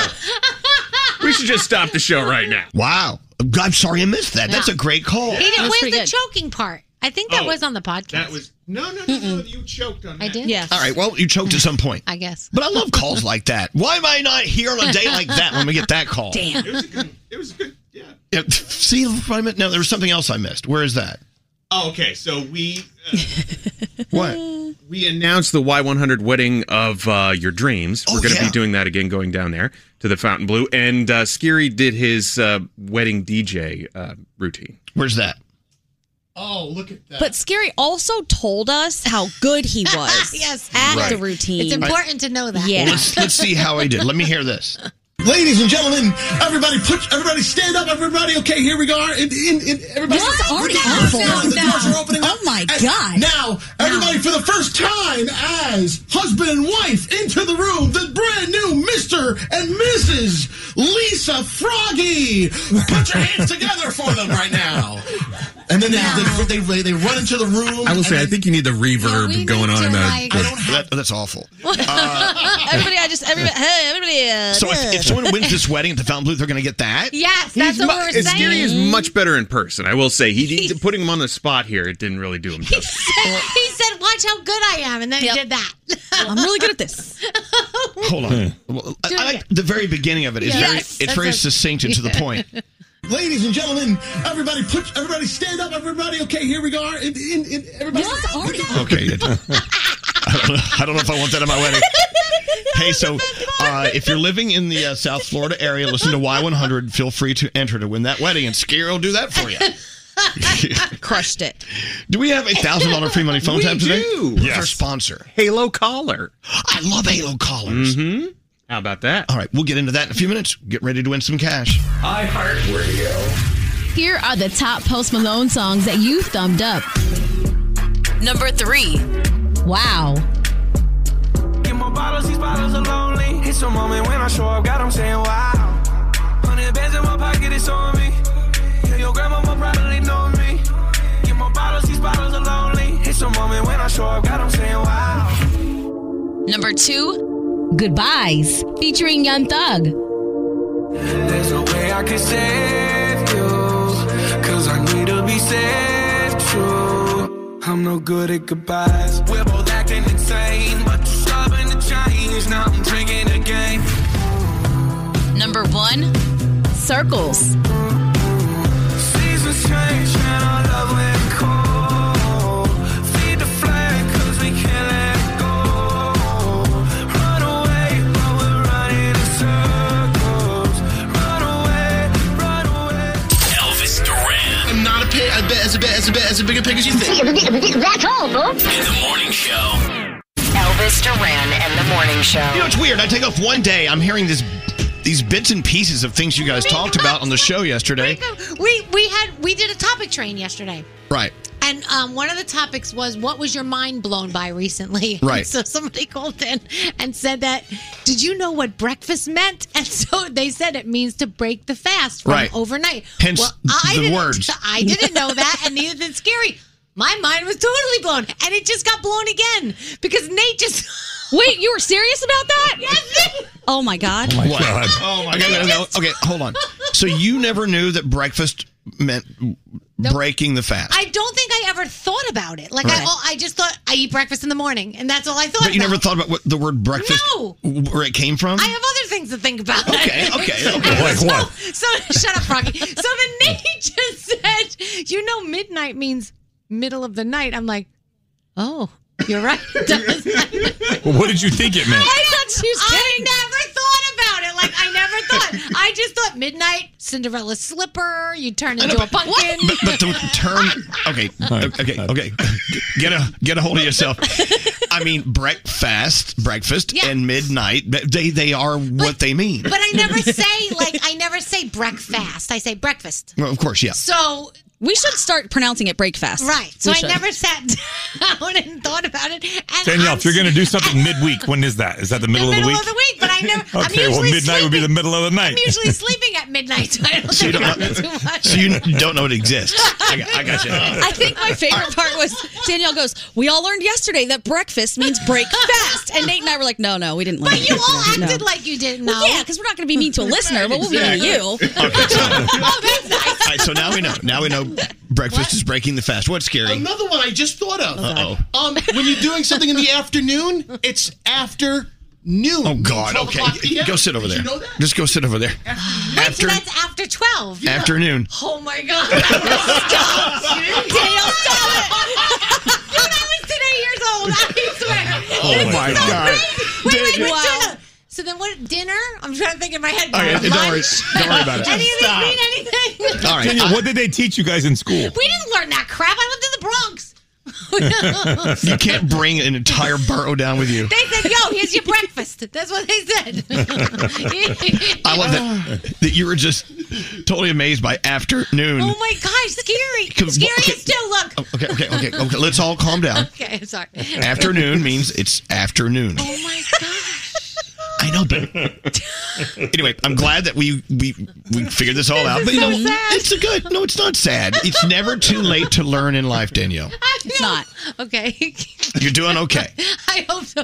We should just stop the show right now.
Wow. I'm sorry I missed that. That's
Yeah.
a great call.
He didn't, where's the choking part? I think that
Oh,
was on the podcast.
that was-
No, no, no, no. You choked on that.
I did. Yes.
All right, well, you choked at some point.
I guess.
But I love calls like that. Why am I not here on a day like that when we get that call?
It was a good. It was a good.
Yeah, See what I missed? No, there was something else I missed. Where is that?
Oh, okay. So we uh,
What?
We announced the Y100 wedding of uh, your dreams. We're going to
Oh, yeah.
be doing that again, going down there to the Fountain Blue. And uh, Skiri did his uh, wedding DJ uh, routine.
Where's that?
Oh, look at that.
But Scary also told us how good he was
yes.
at
Right.
the routine.
It's important to know that.
Yeah.
Well, let's, let's see how I did. Let me hear this.
Ladies and gentlemen, everybody, put everybody stand up, everybody. Okay, here we are. And, and, and everybody,
This is already
We're
awful.
Now, the doors are opening
Oh
up.
my
And
God.
Now,
Now
everybody, for the first time as husband and wife, into the room, the brand new Mr. and Mrs. Lisa Froggy. Put your hands together for them right now. And then they, they, they, they run into the room.
I will say, I think you need the reverb going on in that.
That- that's awful.
everybody, I just everybody. Hey, everybody. Uh,
So if, if someone wins this wedding at the Fountain Blue, they're going to get that.
Yes,
that's what we're saying.
Gary is much better in person. I will say, he, he putting him on the spot here, it didn't really do him justice.
he said, "Watch how good I am," and then he did that. I'm
really good at this.
Hold on.
Hmm.
Well, I, I like the very beginning of it. It's very,
Yes.
it's very
That's a-
succinct and to the
Yeah.
point.
Ladies and gentlemen, everybody, put everybody stand up. Everybody, okay, here we are. In, in, in, everybody,
Okay. I don't, know, I don't know if I want that at my wedding. Hey, so uh, if you're living in the uh, South Florida area, listen to Y100. Feel free to enter to win that wedding, and Scary will do that for you.
Crushed it.
Do we have a thousand dollar free money phone
We
tab today?
do.
Who's
Yes.
Our sponsor,
Halo Collar.
I love Halo Collars. Mm-hmm.
How about that?
All right, we'll get into that in a few minutes. Get ready to win some cash.
I Heart Radio.
Here are the top Post Malone songs that you thumbed up.
Number three.
Wow.
Get my bottles, these bottles are lonely. It's a moment when I show up, God, I'm saying wow. Hundred bands in my pocket, it's on me. Yeah, your grandmama probably know me. Get my bottles, these bottles are lonely. It's a moment when I show up, God, I'm saying wow.
Number two, Goodbyes, featuring Young Thug.
There's no way I can save you. Cause I need to be saved true. I'm no good at goodbyes. We're both acting insane, but you're stubborn to change. Now I'm drinking again.
Number one, Circles.
Seasons change and our love went cold. Feed the flame 'cause we can't let go. Run away, but we're running in circles. Run away, run away. Elvis Duran.
I'm not a pig. I bet as a bit as a bit as a bigger pig as you think.
That's all, bro.
In the morning show.
Elvis Duran and the Morning Show.
You know, it's weird. I take off one day, I'm hearing this, these bits and pieces of things you guys talked about on the show yesterday.
We we had we did a topic train yesterday.
Right.
And um, one of the topics was what was your mind blown by recently?
Right.
So somebody called in and said that did you know what breakfast meant? And so they said it means to break the fast from
Right.
overnight.
Hence
well,
th-
I
the
didn't,
words.
I didn't know that, and neither did Scary. My mind was totally blown, and it just got blown again because Nate just.
Wait, you were serious about that?
yes.
Oh my God.
What? okay, no, no, okay, hold on. So you never knew that breakfast meant breaking the fast,
I don't think I ever thought about it. Like
Right.
I, all, I just thought I eat breakfast in the morning, and that's all I thought.
but you
about.
never thought about what the word breakfast
No.
where it came from.
I have other things to think about.
Okay, okay, okay. Like what?
So shut up, Rocky. So the Nate just said, "You know, midnight means middle of the night." I'm like, "Oh, you're right." it does."
Well, what did you think it meant?
I never thought about it. Like I never thought. I just thought midnight Cinderella slipper. You turn
I
into
know,
a pumpkin.
But, but the term, okay, okay, okay, get a get a hold of yourself. I mean, breakfast, breakfast, and midnight. th- They they are what they mean.
But I never say like I never say breakfast. I say breakfast.
Well, of course, yeah.
So
we should start pronouncing it breakfast.
Right. So
We
I
should.
never sat down and thought about it. And
Danielle, if you're going to do something midweek, when is that? Is that the middle,
middle
of the week?
of the week, but I never. I'm
Okay,
usually
well, midnight would be
sleeping.
the middle of the night.
I'm usually sleeping at midnight, so I don't
So you
think
don't-
about it too much.
So you don't know it exists. I got, I got you.
I think my favorite part was Danielle goes, We all learned yesterday that breakfast means break fast. And Nate and I were like, No, no, we didn't learn.
But you all
yesterday. No.
acted like you didn't know.
Well, yeah, because we're not going to be mean to a listener, but we'll be mean to you.
All right, so now we know. Now we know breakfast is breaking the fast. What's scary?
Another one I just thought of.
Uh-oh.
Um, when you're doing something in the afternoon, it's after noon.
Oh God!
12
Okay,
o'clock PM.
go sit over
Did
there.
you know that?
Just go sit over there.
Wait, so
After
that's after twelve.
Yeah. Afternoon.
Oh my god! stop! Dale, stop it! Dude, I was today years old. I swear.
Oh,
This
my
is so
God.
crazy. Wait, wait, wait,
Wow.
shut up. So then, what dinner? I'm trying to think in my head.
Okay, don't worry-
Lunch?
don't worry about it.
Any of these
Stop.
mean anything?
Danielle, what did they teach you guys in school?
We didn't learn that crap. I lived in the Bronx.
you can't bring an entire burrow down with you.
They said, "Yo, here's your breakfast." That's what they said.
I love that that you were just totally amazed by afternoon.
Oh my gosh, scary!
Come-
Scary
okay.
as still. Look.
Okay, okay, okay, okay. Let's all calm down.
Okay, I'm sorry.
Afternoon means it's afternoon.
Oh my gosh.
I know, but anyway, I'm glad that we we we figured this all out.
is
But you
so
know,
sad.
it's a good. No, it's not sad. It's never too late to learn in life, Danielle.
It's not okay.
You're doing okay.
I hope so.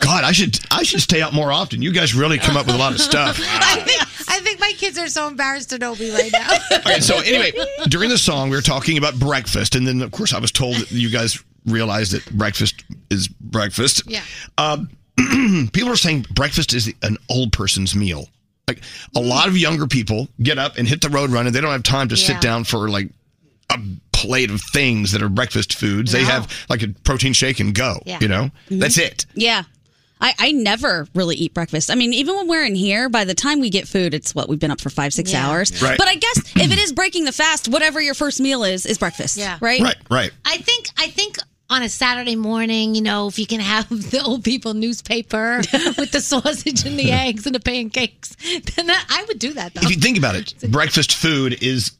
God, I should I should stay out more often. You guys really come up with a lot of stuff.
I think I think my kids are so embarrassed to know me right now.
Okay, so anyway, during the song, we were talking about breakfast, and then of course I was told that you guys realized that breakfast is breakfast.
Yeah.
Um, people are saying breakfast is an old person's meal. Like a lot of younger people get up and hit the road running. They don't have time to
Yeah.
sit down for like a plate of things that are breakfast foods. They
No.
have like a protein shake and go.
Yeah.
You know,
Mhm.
that's it.
Yeah. I, I never really eat breakfast. I mean, even when we're in here, by the time we get food, it's what we've been up for five, six
Yeah.
hours.
Right.
But I guess if it is breaking the fast, whatever your first meal is, is breakfast. Yeah. Right?
Right. Right.
I think I think on a Saturday morning, you know, if you can have the old people newspaper with the sausage and the eggs and the pancakes, then that, I would do that though.
If you think about it, breakfast food is.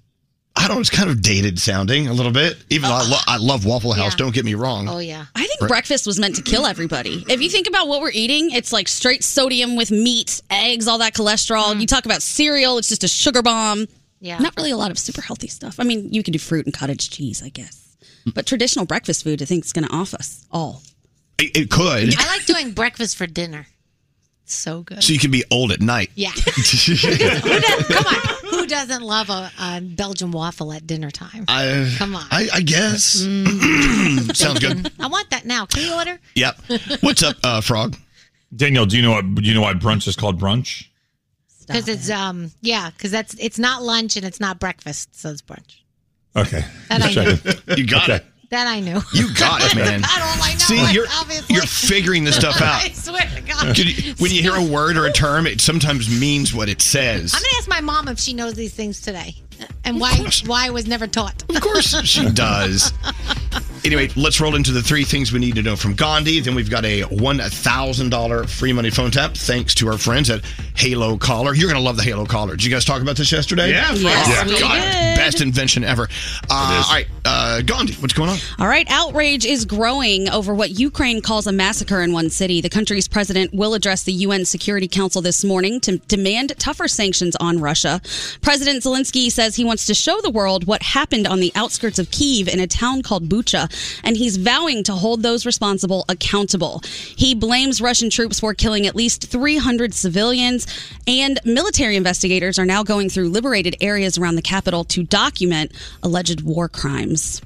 I don't know, it's kind of dated sounding a little bit. Even though I, lo- I love Waffle House,
Yeah. Oh,
don't get me wrong.
Oh, yeah.
I think
Right.
breakfast was meant to kill everybody. If you think about what we're eating, it's like straight sodium with meat, eggs, all that cholesterol. You talk about cereal, it's just a sugar bomb.
Mm. Yeah.
Not really a lot of super healthy stuff. I mean, you could do fruit and cottage cheese, I guess. But traditional breakfast food, I think, is going to off us all.
It, it could.
I like doing breakfast for dinner. So good.
So you can be old at night.
yeah. Who doesn't love a, a Belgian waffle at dinner time?
I,
Come on. Mm-hmm.
I, I guess. Sounds good.
I want that now. Can you order?
Yep. What's up, uh, Frog?
Danielle, do you know what? Do you know why brunch is called brunch?
Because it's um yeah, because that's it's not lunch and it's not breakfast, so it's brunch.
Okay.
That I
Just
knew.
checking.
You got
Okay.
That I knew.
You got it, man.
I don't like
See,
it,
you're-
obviously.
you're figuring this stuff out.
I swear to God.
Did you- when you hear a word or a term, it sometimes means what it says.
I'm gonna ask my mom if she knows these things today, and why why I was never taught.
Of course, she does. Anyway, let's roll into the three things we need to know from Gandhi. Then we've got a $1,000 free money phone tap thanks to our friends at Halo Caller. You're going to love the Halo Caller. Did you guys talk about this yesterday? Oh,
Yeah, Yes, yeah. we
God,
did.
Best invention ever. Uh, all right, uh, Gandhi, what's going on?
All right, outrage is growing over what Ukraine calls a massacre in one city. The country's president will address the UN Security Council this morning to demand tougher sanctions on Russia. President Zelensky says he wants to show the world what happened on the outskirts of Kiev in a town called Bucha, and he's vowing to hold those responsible accountable. He blames Russian troops for killing at least 300 civilians, and military investigators are now going through liberated areas around the capital to document alleged war crimes.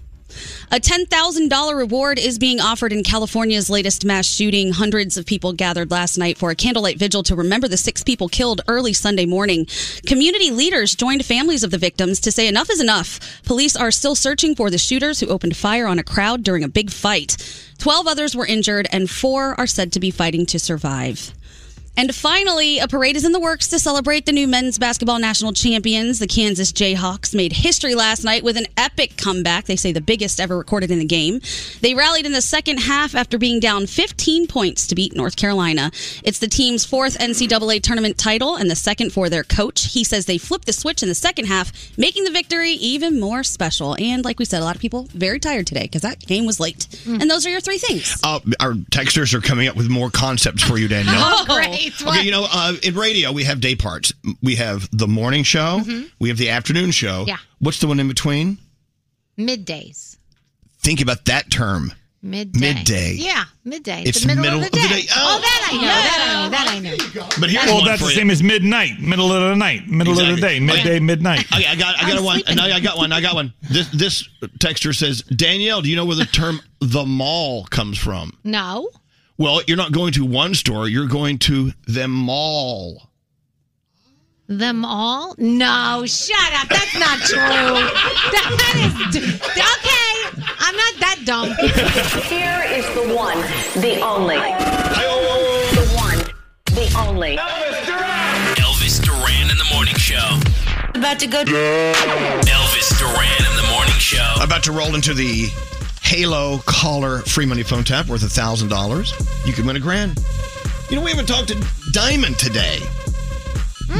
A $10,000 reward is being offered in California's latest mass shooting. Hundreds of people gathered last night for a candlelight vigil to remember the six people killed early Sunday morning. Community leaders joined families of the victims to say enough is enough. Police are still searching for the shooters who opened fire on a crowd during a big fight. Twelve others were injured, and four are said to be fighting to survive. And finally, a parade is in the works to celebrate the new men's basketball national champions. The Kansas Jayhawks made history last night with an epic comeback. They say the biggest ever recorded in the game. They rallied in the second half after being down 15 points to beat North Carolina. It's the team's fourth NCAA tournament title and the second for their coach. He says they flipped the switch in the second half, making the victory even more special. And like we said, a lot of people very tired today because that game was late. And those are your three things.
Uh, our texters are coming up with more concepts for you, Danielle.
Oh,
Oh,
great.
Okay, you know, uh, in radio, we have day parts. We have the morning show,
Mm-hmm.
Mhm.
we have the afternoon show.
Yeah.
What's the one in between?
Middays,
Think about that term.
midday,
Midday.
Yeah, midday.
It's
the middle,
middle
of the day. Oh, that I know.
yeah.
That I know. That I know.
But here's
well,
one
that's
for
the
you.
same as midnight, middle of the night, middle of the day,
Exactly.
midday,
Okay.
midnight.
Okay, I got, I got one. No, I got one. I got one. This, this texter says, Danielle, do you know where the term the mall comes from?
No.
Well, you're not going to one store. You're going to the mall.
Them all? No, shut up. That's not true. that is. Okay. I'm not that dumb.
Here is the one, the only. The one, the only. Elvis Duran. Elvis Duran in the morning show.
About to go.
Elvis Duran in the morning show.
About to roll into the Halo Caller free money phone tap worth $1,000. You can win a grand. You know, we haven't talked to Diamond today.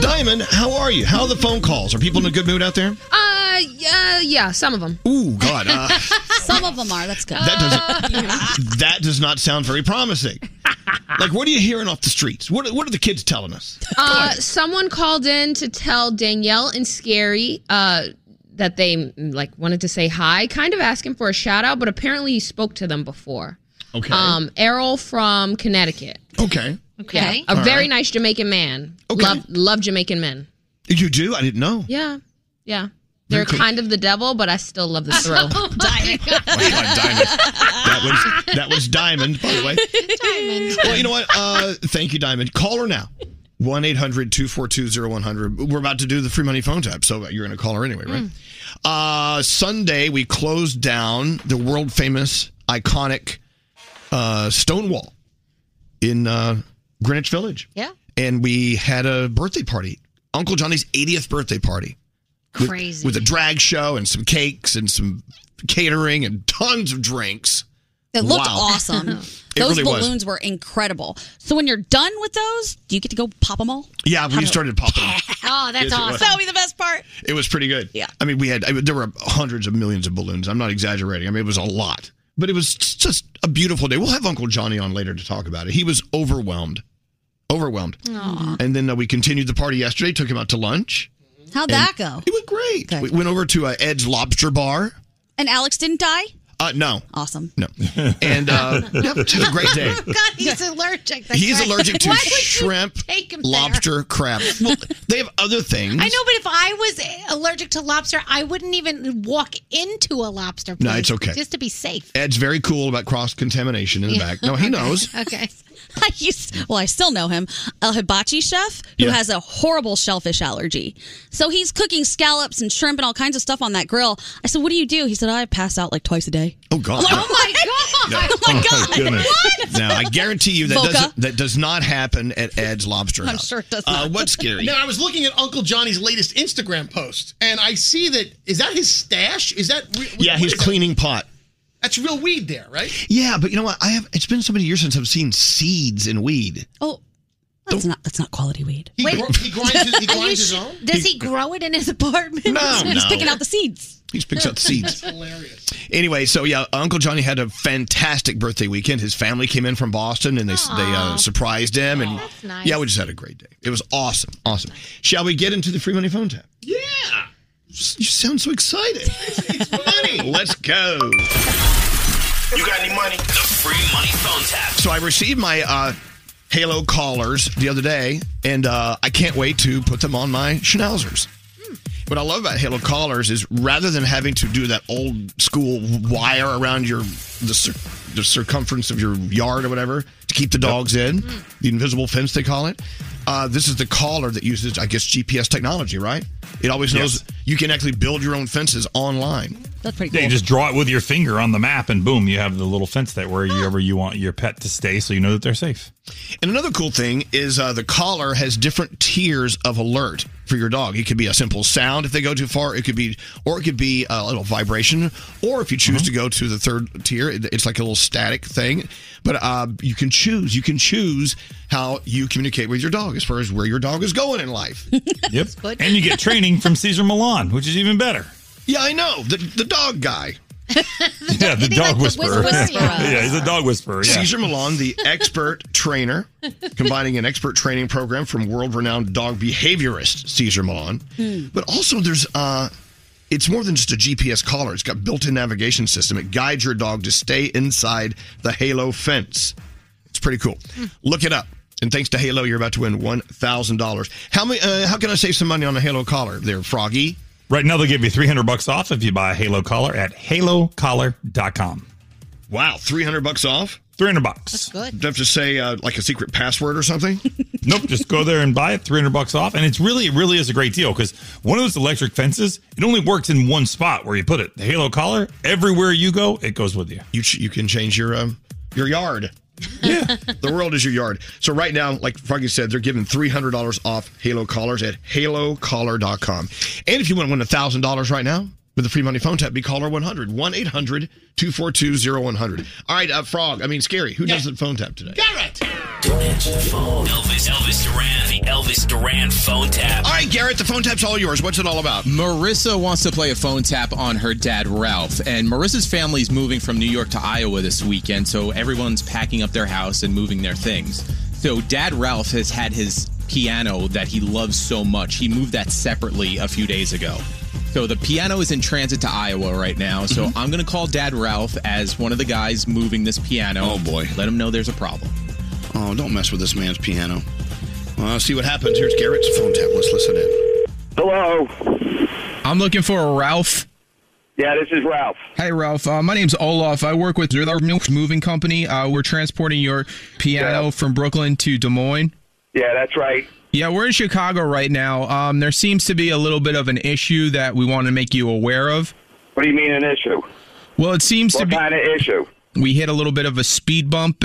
Diamond, how are you? How are the phone calls? Are people in a good mood out there?
Uh, yeah, yeah, some of them.
Ooh, God. Uh,
some of them are. That's good.
That doesn't. that does not sound very promising. Like, what are you hearing off the streets? What are, What are the kids telling us?
Uh, someone called in to tell Danielle and Scary uh, that they mm, like wanted to say hi, kind of asking for a shout out, but apparently you spoke to them before.
Okay.
Um, Errol from Connecticut.
Okay.
Okay.
All
a
right.
very nice Jamaican man.
Okay.
Love love Jamaican men.
You do? I didn't know.
Yeah. Yeah. They're
Okay.
kind of the devil, but I still love the thrill.
That was that was Diamond, by the way. Diamond. Well, you know what? Uh, thank you, Diamond. Call her now. 1 800 242 0100. We're about to do the free money phone tap, so you're going to call her anyway, right? Uh, Sunday, we closed down the world famous, iconic uh, Stonewall in uh, Greenwich Village.
Yeah.
And we had a birthday party, Uncle Johnny's 80th birthday party. With-
Crazy.
With, a drag show and some cakes and some catering and tons of drinks.
It looked
Wow.
awesome.
It
those
really was.
balloons were incredible. So when you're done with those, do you get to go pop them all?
Yeah, we started popping.
Oh,
that's Yes, it was. awesome.
That'll be the best part.
It was pretty good. Yeah. I mean, we had, I mean, there were hundreds of millions of balloons. I'm not exaggerating. I mean, it was a lot, but it was just a beautiful day. We'll have Uncle Johnny on later to talk about it. He was overwhelmed. Overwhelmed.
Aw.
Mm-hmm.
And then uh, we continued the party yesterday, took him out to lunch.
How'd that go?
It went great. We went over to uh, Ed's Lobster Bar.
And Alex didn't die?
Uh, no.
Awesome.
No. And uh, yeah, it was a great day.
God, he's allergic. That's
He's
right.
allergic to
Why would you
shrimp,
take him there?
lobster, crab. Well, they have other things.
I know, but if I was allergic to lobster, I wouldn't even walk into a lobster place.
No, it's okay.
Just to be safe.
Ed's very cool about cross contamination in the back. No, Oh, he knows.
Oh
Okay.
I used, well, I still know him, a hibachi chef who
Yeah.
has a horrible shellfish allergy. So he's cooking scallops and shrimp and all kinds of stuff on that grill. I said, "What do you do?" He said, "I pass out like twice a day."
Oh God!
Oh my god! Oh my god! What?
Now I guarantee you that
Vodka?
doesn't that does not happen at Ed's Lobster
I'm
House.
sure it does
Uh,
not.
what's scary?
Now I was looking at Uncle Johnny's latest Instagram post, and I see that is that his stash? Is that re-
yeah,
what
he's
is that?
cleaning pot.
That's real weed there, right?
Yeah, but you know what? I have. It's been so many years since I've seen seeds in weed.
Oh, that's not that's not quality weed.
He,
Wait.
gr- he grinds his, he
Are you
grinds his
sh-
own.
Does he grow it in his apartment?
No, He's no. picking out
the seeds.
He just picks out seeds.
hilarious.
Anyway, so yeah, Uncle Johnny had a fantastic birthday weekend. His family came in from Boston and they they uh, surprised him.
Oh,
And
nice.
yeah, we just had a great day. It was awesome, awesome. Shall we get into the free money phone tap?
Yeah.
You sound so excited. Let's go.
You got any money? The free money phone tap.
So I received my uh, Halo collars the other day, and uh, I can't wait to put them on my schnauzers. What I love about Halo collars is rather than having to do that old school wire around your the, cir- the circumference of your yard or whatever to keep the dogs in, the invisible fence they call it. Uh, this is the collar that uses, I guess, GPS technology, right? It always knows you can actually build your own fences online.
That's pretty
Yeah, you just draw it with your finger on the map, and boom, you have the little fence that wherever you want your pet to stay, so you know that they're safe.
And another cool thing is uh, the collar has different tiers of alert for your dog. It could be a simple sound if they go too far. It could be, or it could be a little vibration. Or if you choose to go to the third tier, it- it's like a little static thing. But uh, you can choose. You can choose how you communicate with your dog as far as where your dog is going in life.
Yep. And you get training from Caesar Milan, which is even better.
Yeah, I know the the dog guy.
yeah, the dog whisperer.
whisperer.
yeah, he's a dog whisperer. Yeah.
Caesar Milan, the expert trainer, combining an expert training program from world-renowned dog behaviorist Caesar Milan. But also, there's uh, it's more than just a GPS collar. It's got built-in navigation system. It guides your dog to stay inside the Halo fence. It's pretty cool. Look it up. And thanks to Halo, you're about to win one thousand dollars. How many? Uh, how can I save some money on a Halo collar? There, Froggy.
Right now, they'll give you 300 bucks off if you buy a Halo collar at halocollar.com.
Wow, three hundred bucks off.
Three hundred bucks. That's
good.
Do I have to say uh, like a secret password or something?
nope, just go there and buy it, 300 bucks off. And it's really, it really is a great deal because one of those electric fences, it only works in one spot where you put it. The Halo collar, everywhere you go, it goes with you.
You, ch- you can change your um, your yard. Yeah. the world is your yard. So right now, like Froggy said, they're giving $300 off Halo collars at halocollar.com. And if you want to win $1,000 right now,
with the free money phone tap. Be caller 100 1 800 242 0100. All right, uh, Frog, I mean, Scary, who does the phone tap today?
Garrett! Don't answer the phone. Elvis, Elvis Duran, the Elvis Duran phone tap.
All right, Garrett, the phone tap's all yours. What's it all about?
Marissa wants to play a phone tap on her dad, Ralph. And Marissa's family's moving from New York to Iowa this weekend, so everyone's packing up their house and moving their things. So, dad, Ralph, has had his piano that he loves so much. He moved that separately a few days ago. So, the piano is in transit to Iowa right now. So,
Mm-hmm.
I'm going to call dad, Ralph, as one of the guys moving this piano. Oh, boy. Let him know there's a problem.
Oh, don't mess with this man's piano. Well, let's see what happens. Here's Garrett's phone tap. Let's listen in.
Hello.
I'm looking for a Ralph.
Yeah, this is Ralph.
Hey, Ralph. Uh, my name's Olaf. I work with our Milk Moving Company. Uh, we're transporting your piano from Brooklyn to Des Moines.
Yeah, that's right.
Yeah, we're in Chicago right now. Um, there seems to be a little bit of an issue that we want to make you aware of.
What do you mean an issue?
Well, it seems to
What
be.
kind of issue?
we hit a little bit of a speed bump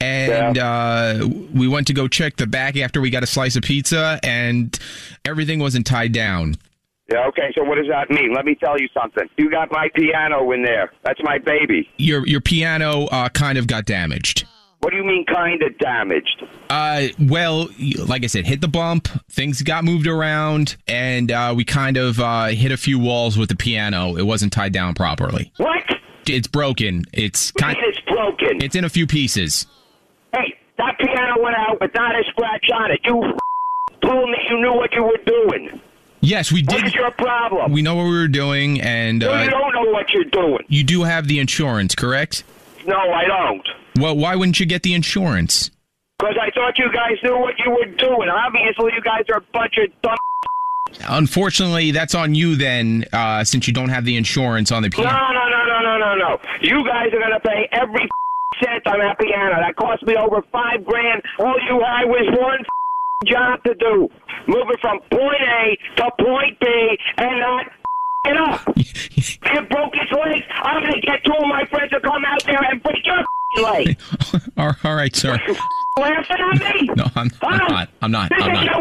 and uh, we went to go check the back after we got a slice of pizza and everything wasn't tied down
Yeah, okay, so what does that mean? Let me tell you something. You got my piano in there. That's my baby.
your your piano uh, kind of got damaged
What do you mean kind of damaged?
uh, well y- like i said hit the bump things got moved around and uh, we kind of uh, hit a few walls with the piano it wasn't tied down properly
what
it's broken it's kind
it's broken
it's in a few pieces
Hey, that piano went out with not a scratch on it. You told me you knew what you were doing.
yes we did
What's your problem?
we know what we were doing and
No,
uh,
you don't know what you're doing.
You do have the insurance, correct?
No, I don't.
Well, why wouldn't you get the insurance?
Because I thought you guys knew what you were doing. Obviously, you guys are a bunch of dumb.
Unfortunately, that's on you then, uh, since you don't have the insurance on the
No,
piano.
no, no, no, no, no, no. You guys are going to pay every cent on that piano. That cost me over five grand. All you had was one job to do. Moving from point A to point B and not it up. you broke his legs. I'm going to get two of my friends to come out there and break your leg.
All- all right, sir.
Laughing at me?
No, I'm, I'm not. I'm not.
This
I'm
is no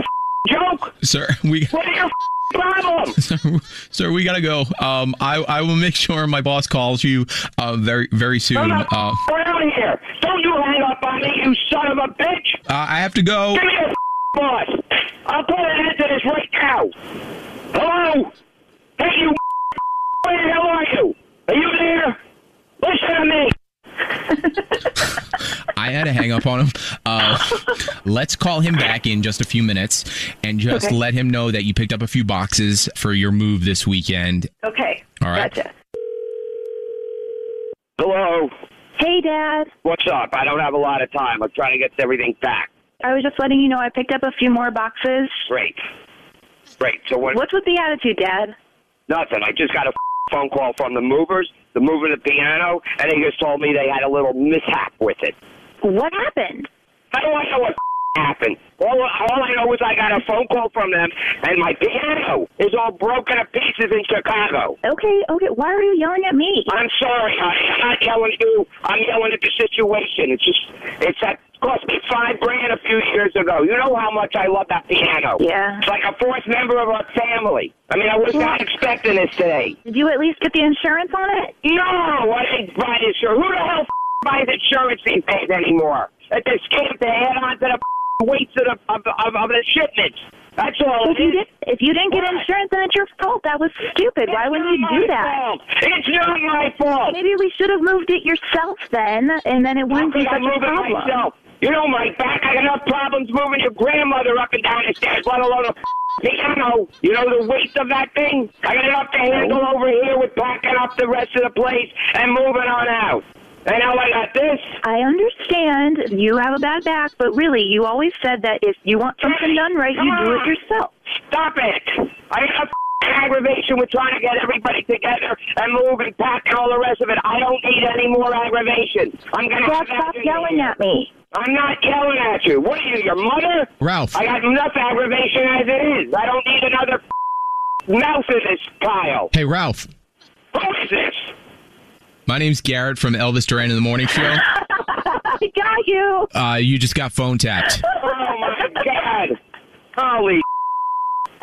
not.
joke.
Sir, we
What is your problem?
sir, sir, we gotta go. Um, I I will make sure my boss calls you uh, very very soon. Uh, uh,
We're out of here. Don't you hang up on me, you son of a bitch.
I have to go.
Give me a boss. I'll put an end to this right now. Hello? Hey, you. Where the hell are you? Are you there? Listen to me.
I had to hang up on him. Uh, let's call him back in just a few minutes and just
Okay.
let him know that you picked up a few boxes for your move this weekend.
Okay.
All right.
Gotcha.
Hello.
Hey, Dad.
What's up? I don't have a lot of time. I'm trying to get everything back.
I was just letting you know I picked up a few more boxes.
Great. Great. So what?
What's with the attitude, Dad?
Nothing. I just got a phone call from the movers, the mover of the piano, and they just told me they had a little mishap with it.
What happened?
I don't know what happened. All, all I know is I got a phone call from them, and my piano is all broken to pieces in Chicago.
Okay, okay. Why are you yelling at me?
I'm sorry, honey. I'm not yelling at you. I'm yelling at the situation. It's just, it's that cost me five grand a few years ago. You know how much I love that piano.
Yeah.
It's like a fourth member of our family. I mean, I was not expecting this today.
Did you at least get the insurance on it?
No, I didn't buy insurance. Who the hell buys insurance these days anymore? It's a scam to add on to the weights of the, of, of, of the shipments. That's all
If
it
you,
is.
did, if you didn't get insurance, then it's your fault. That was stupid. Why wouldn't you
not my
do that?
fault. It's not my fault.
Maybe we should have moved it yourself then, and then it wouldn't be
Because I
such a
move it
problem.
myself. You know my back. I got enough problems moving your grandmother up and down the stairs, let alone a piano. You know the weight of that thing? I got enough to handle over here with backing up the rest of the place and moving on out. And now I got this.
I understand you have a bad back, but really, you always said that if you want something done right, you do it yourself.
Stop it. I have aggravation with trying to get everybody together and move and pack and all the rest of it. I don't need any more aggravation. I'm going to
Dad, stop yelling at me.
I'm not yelling at you. What are you, your mother?
Ralph.
I got enough aggravation as it is. I don't need another mouth in this pile.
Hey, Ralph.
Who is this?
My name's Garrett from Elvis Duran in the Morning Show.
I got you.
Uh, you just got phone tapped.
Oh my God! Holy!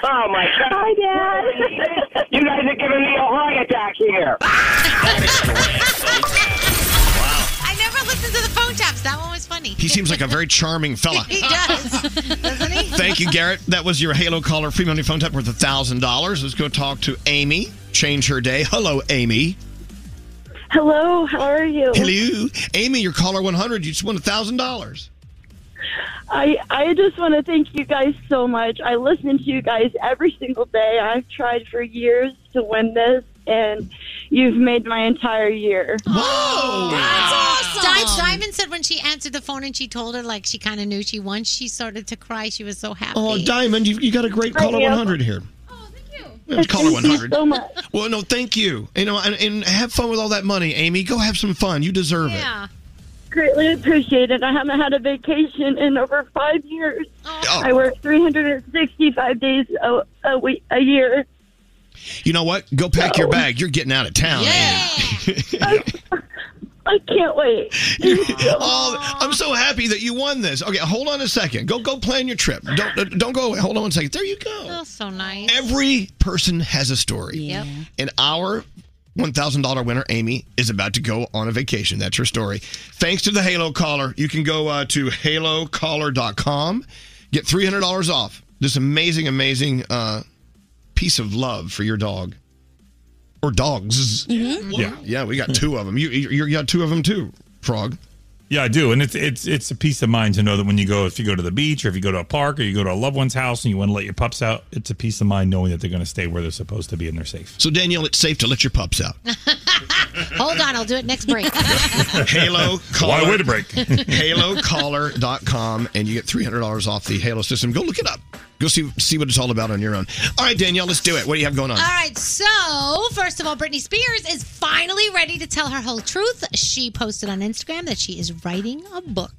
Oh my god. Hi, Dad. you guys are giving me a heart attack here.
I never listened to the phone taps. That one was funny.
He seems like a very charming fella.
He does, doesn't he?
Thank you, Garrett. That was your Halo caller free money phone tap worth $1,000. Let's go talk to Amy. Change her day. Hello, Amy.
Hello, how are you?
Hello. Amy, your caller 100. You just won $1,000.
I I just want to thank you guys so much. I listen to you guys every single day. I've tried for years to win this, and you've made my entire year.
Whoa! Simon said when she answered the phone and she told her like she kind of knew she won, she started to cry. She was so happy.
Oh, Diamond, you, you got a great
Hi,
caller
Diamond.
100 here. Yeah, caller
Thank Oh, you
100.
so much.
Well, no, thank you. You know, and, and have fun with all that money, Amy. Go have some fun. You deserve it.
Greatly appreciated. I haven't had a vacation in over five years.
Oh.
I work 365 days a, a week a year.
You know what? Go pack your bag. You're getting out of town. Yeah.
I can't wait.
oh, I'm so happy that you won this. Okay, hold on a second. Go go plan your trip. Don't uh, don't go away. Hold on one second. There you go.
Oh, so nice.
Every person has a story.
Yep.
And our $1,000 winner, Amy, is about to go on a vacation. That's her story. Thanks to the Halo Caller, you can go uh, to halocaller.com, get $300 off. This amazing, amazing uh, piece of love for your dog. Or dogs.
Mm-hmm.
Yeah, yeah, we got two of them. You, you you got two of them too, Frog.
Yeah, I do, and it's it's it's a peace of mind to know that when you go, if you go to the beach or if you go to a park or you go to a loved one's house and you want to let your pups out, it's a peace of mind knowing that they're going to stay where they're supposed to be and they're safe.
So Danielle, it's safe to let your pups out.
Hold on, I'll do it next break.
Halo Caller.
Why wait a break?
HaloCaller.com and you get $300 off the Halo system. Go look it up. Go see see what it's all about on your own. All right, Danielle, let's do it. What do you have going on?
All right, so first of all, Britney Spears is finally ready to tell her whole truth. She posted on Instagram that she is writing a book.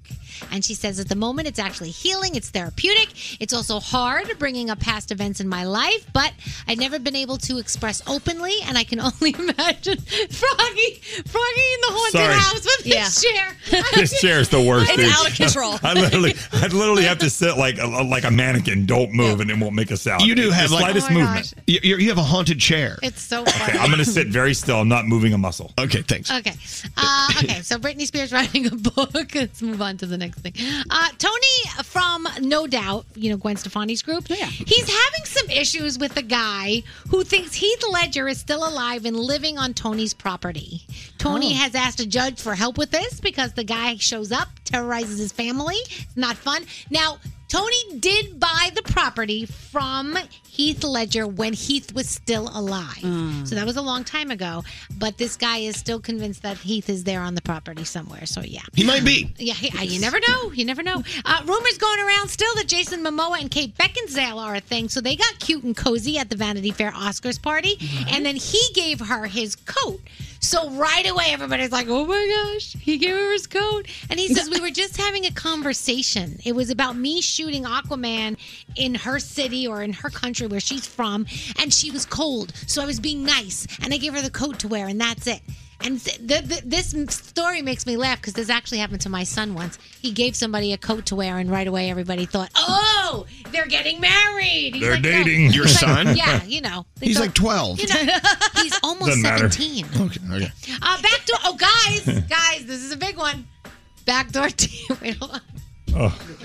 And she says at the moment it's actually healing, it's therapeutic, it's also hard bringing up past events in my life, but I've never been able to express openly, and I can only imagine Froggy, Froggy in the haunted
Sorry.
house with his chair.
This chair is the worst.
It's
dude.
out of control.
I literally, I literally have to sit like a, like a mannequin. Don't move, and it won't make a sound.
You do
The
have like
Oh
slightest movement.
You, you- you have a haunted chair.
It's so
Okay,
funny.
I'm going to sit very still. I'm not moving a muscle.
Okay, thanks.
Okay. Uh, okay. So Britney Spears writing a book. Let's move on to the next thing. Uh, Tony from No Doubt, you know Gwen Stefani's group. Yeah. He's having some issues with a guy who thinks Heath Ledger is still alive and living on Tony's property. Tony
Oh.
has asked a judge for help with this because the guy shows up, terrorizes his family. It's not fun. Now. Tony did buy the property from Heath Ledger when Heath was still alive.
Mm.
So that was a long time ago. But this guy is still convinced that Heath is there on the property somewhere. So yeah.
He might be.
Yeah, he- uh, you never know. You never know. Uh, rumors going around still that Jason Momoa and Kate Beckinsale are a thing. So they got cute and cozy at the Vanity Fair Oscars party, and then he gave her his coat. So right away, everybody's like, "Oh my gosh, he gave her his coat!" And he says, "We were just having a conversation. It was about me shooting Aquaman in her city or in her country where she's from, and she was cold. So I was being nice, and I gave her the coat to wear, and that's it." And th- th- th- this story makes me laugh because this actually happened to my son once. He gave somebody a coat to wear, and right away everybody thought, "Oh, they're getting married." He's
They're
like, "No."
dating.
He's
Your
like,
son?
Yeah, you know. They
He's
thought-
like 12.
You know, he's almost
Doesn't matter.
seventeen.
Okay, okay.
Uh, backdoor. Oh, guys, guys, this is a big one. Backdoor teen. Wait, hold on.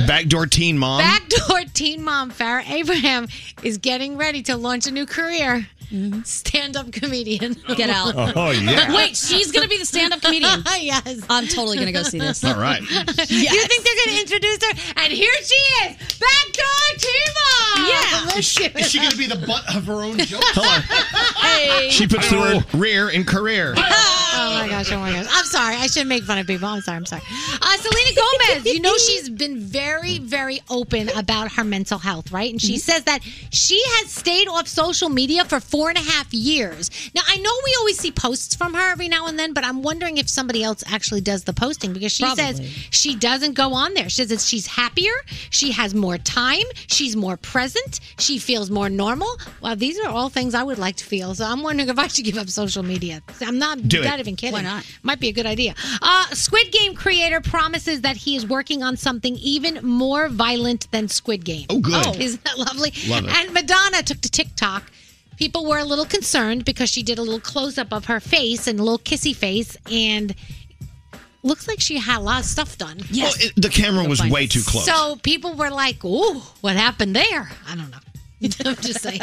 Backdoor teen mom.
Backdoor teen mom Farrah Abraham is getting ready to launch a new career. Stand-up comedian.
Get out.
Oh, yeah.
Wait, she's going to be the stand up comedian.
yes.
I'm totally going to go see this.
All right.
You think they're going to introduce her? And here she is, backdoor Tima. Yeah.
Is she, is she going to be the butt of her own joke?
Hey.
She puts the word rear in career.
Oh my gosh! Oh my gosh! I'm sorry. I shouldn't make fun of people. I'm sorry. I'm sorry. Uh, Selena Gomez. You know she's been very, very
Mm-hmm.
open about her mental health, right? And she says that she has stayed off social media for 14 four and a half years. Now, I know we always see posts from her every now and then, but I'm wondering if somebody else actually does the posting because she
Probably.
says she doesn't go on there. She says that she's happier, she has more time, she's more present, she feels more normal. Wow, these are all things I would like to feel. So I'm wondering if I should give up social media. I'm not,
Do it.
not even kidding.
Why not?
Might be a good idea. Uh, Squid Game creator promises that he is working on something even more violent than Squid Game. Oh,
good. Oh.
Isn't that lovely?
Love it.
And Madonna took to TikTok. People were a little concerned because she did a little close up of her face and a little kissy face, and looks like she had a lot of stuff done.
Well, it- the camera was way too close.
So people were like, "Ooh, what happened there?" I don't know. I'm just saying.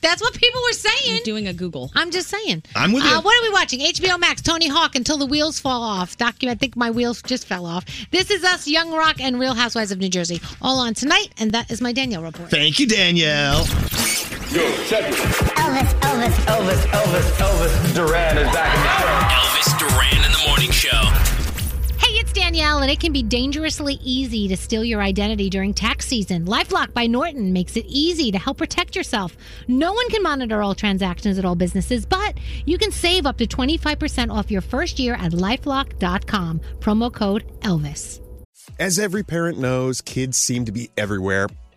That's what people were saying. doing a Google. I'm just saying.
I'm with you.
Uh, what are we watching? HBO Max, Tony Hawk, Until the Wheels Fall Off. Document. I think my wheels just fell off. This is Us, Young Rock, and Real Housewives of New Jersey. All on tonight, and that is my Danielle report.
Thank you, Danielle.
Elvis, Elvis, Elvis, Elvis, Elvis Duran is back in the show. Elvis Duran in the morning show.
Hey, it's Danielle, and it can be dangerously easy to steal your identity during tax season. Lifelock by Norton makes it easy to help protect yourself. No one can monitor all transactions at all businesses, but you can save up to 25% off your first year at lifelock.com. Promo code ELVIS.
As every parent knows, kids seem to be everywhere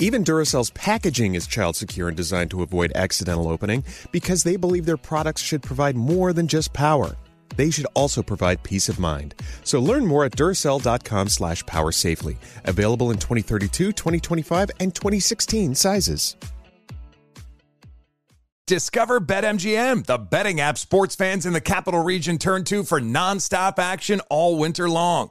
Even Duracell's packaging is child secure and designed to avoid accidental opening because they believe their products should provide more than just power. They should also provide peace of mind. So learn more at Duracell.com slash power safely. Available in 2032, 2025, and 2016 sizes.
Discover BetMGM, the betting app sports fans in the capital region turn to for nonstop action all winter long.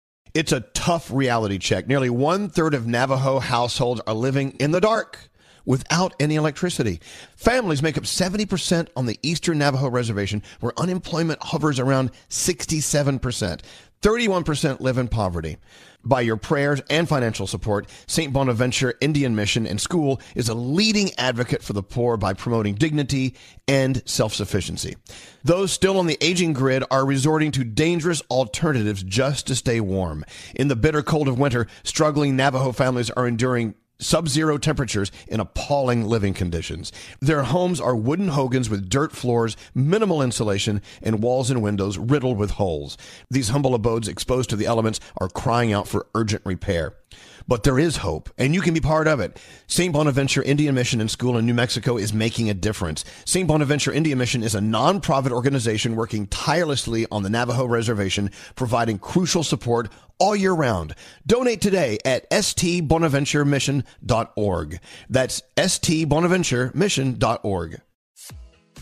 It's a tough reality check. Nearly one third of Navajo households are living in the dark without any electricity. Families make up 70% on the Eastern Navajo Reservation, where unemployment hovers around 67%. 31% live in poverty. By your prayers and financial support, St. Bonaventure Indian Mission and School is a leading advocate for the poor by promoting dignity and self sufficiency. Those still on the aging grid are resorting to dangerous alternatives just to stay warm. In the bitter cold of winter, struggling Navajo families are enduring sub zero temperatures in appalling living conditions. Their homes are wooden hogans with dirt floors, minimal insulation, and walls and windows riddled with holes. These humble abodes exposed to the elements are crying out for urgent repair. But there is hope, and you can be part of it. St. Bonaventure Indian Mission and School in New Mexico is making a difference. St. Bonaventure Indian Mission is a nonprofit organization working tirelessly on the Navajo Reservation, providing crucial support all year round. Donate today at stbonaventuremission.org. That's stbonaventuremission.org.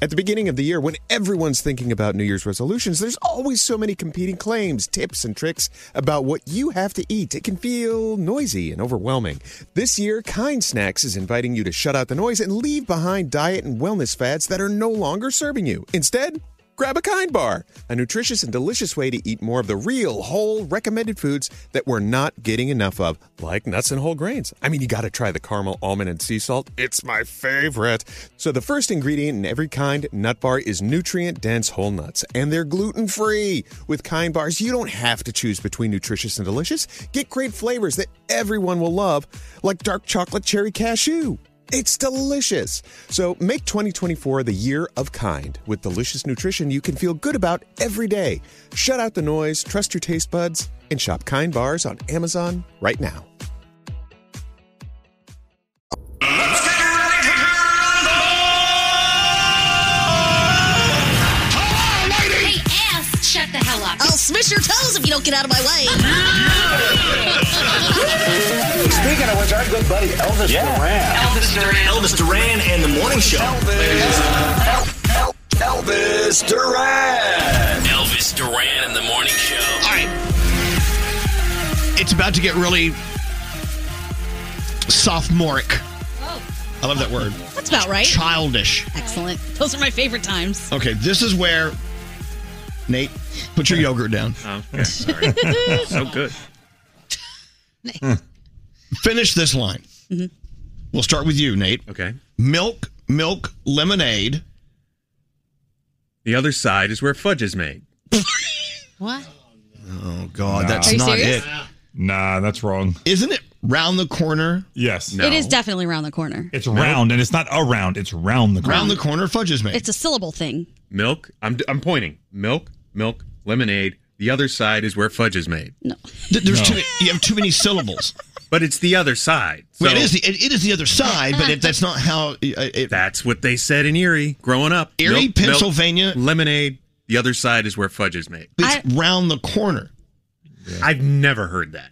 At the beginning of the year, when everyone's thinking about New Year's resolutions, there's always so many competing claims, tips, and tricks about what you have to eat. It can feel noisy and overwhelming. This year, Kind Snacks is inviting you to shut out the noise and leave behind diet and wellness fads that are no longer serving you. Instead,
grab a Kind Bar, a nutritious and delicious way to eat more of the real, whole, recommended foods that we're not getting enough of, like nuts and whole grains. I mean, you got to try the caramel almond and sea salt. It's my favorite. So, the first ingredient in every Kind nut bar is nutrient dense whole nuts, and they're gluten free. With Kind Bars, you don't have to choose between nutritious and delicious. Get great flavors that everyone will love, like dark chocolate cherry cashew. It's delicious. So make 2024 the year of kind with delicious nutrition you can feel good about every day. Shut out the noise, trust your taste buds, and shop Kind Bars on Amazon right now.
Hey, ass, shut the hell up.
I'll smash Oh, your toes if you don't get out of my way.
Speaking of which, our good buddy Elvis Duran. Elvis Duran. Elvis Duran and the morning show. Elvis. El- El- Elvis Duran. Elvis Duran and the morning show. All right.
It's about to get really sophomoric. I love that word.
That's about right.
Childish.
Excellent. Those are my favorite times.
Okay, this is where Nate, put your yogurt down. Oh, okay.
sorry. So
good. Hmm. Finish this line.
Mhm.
We'll start with you, Nate. Mm-hmm. Okay. Milk, milk, lemonade.
The other side is where fudge is made.
What?
Oh God,
Nah.
that's
Are you
not
serious?
it.
Nah, that's wrong.
Isn't it round the corner?
Yes.
It is definitely around the corner.
It's round, and it's not around. It's round the corner.
Round the corner fudge is
It's a syllable thing.
Milk. I'm I'm pointing. Milk, milk, lemonade. The other side is where fudge is made.
No.
There's too you have too many syllables.
But it's the other side.
Well, it is the it, it is the other side, but it, that's not how. uh,
that's what they said in Erie growing up.
Erie,
Milk, milk,
Pennsylvania.
lemonade. The other side is where fudge is made.
It's round the corner.
I've never heard that.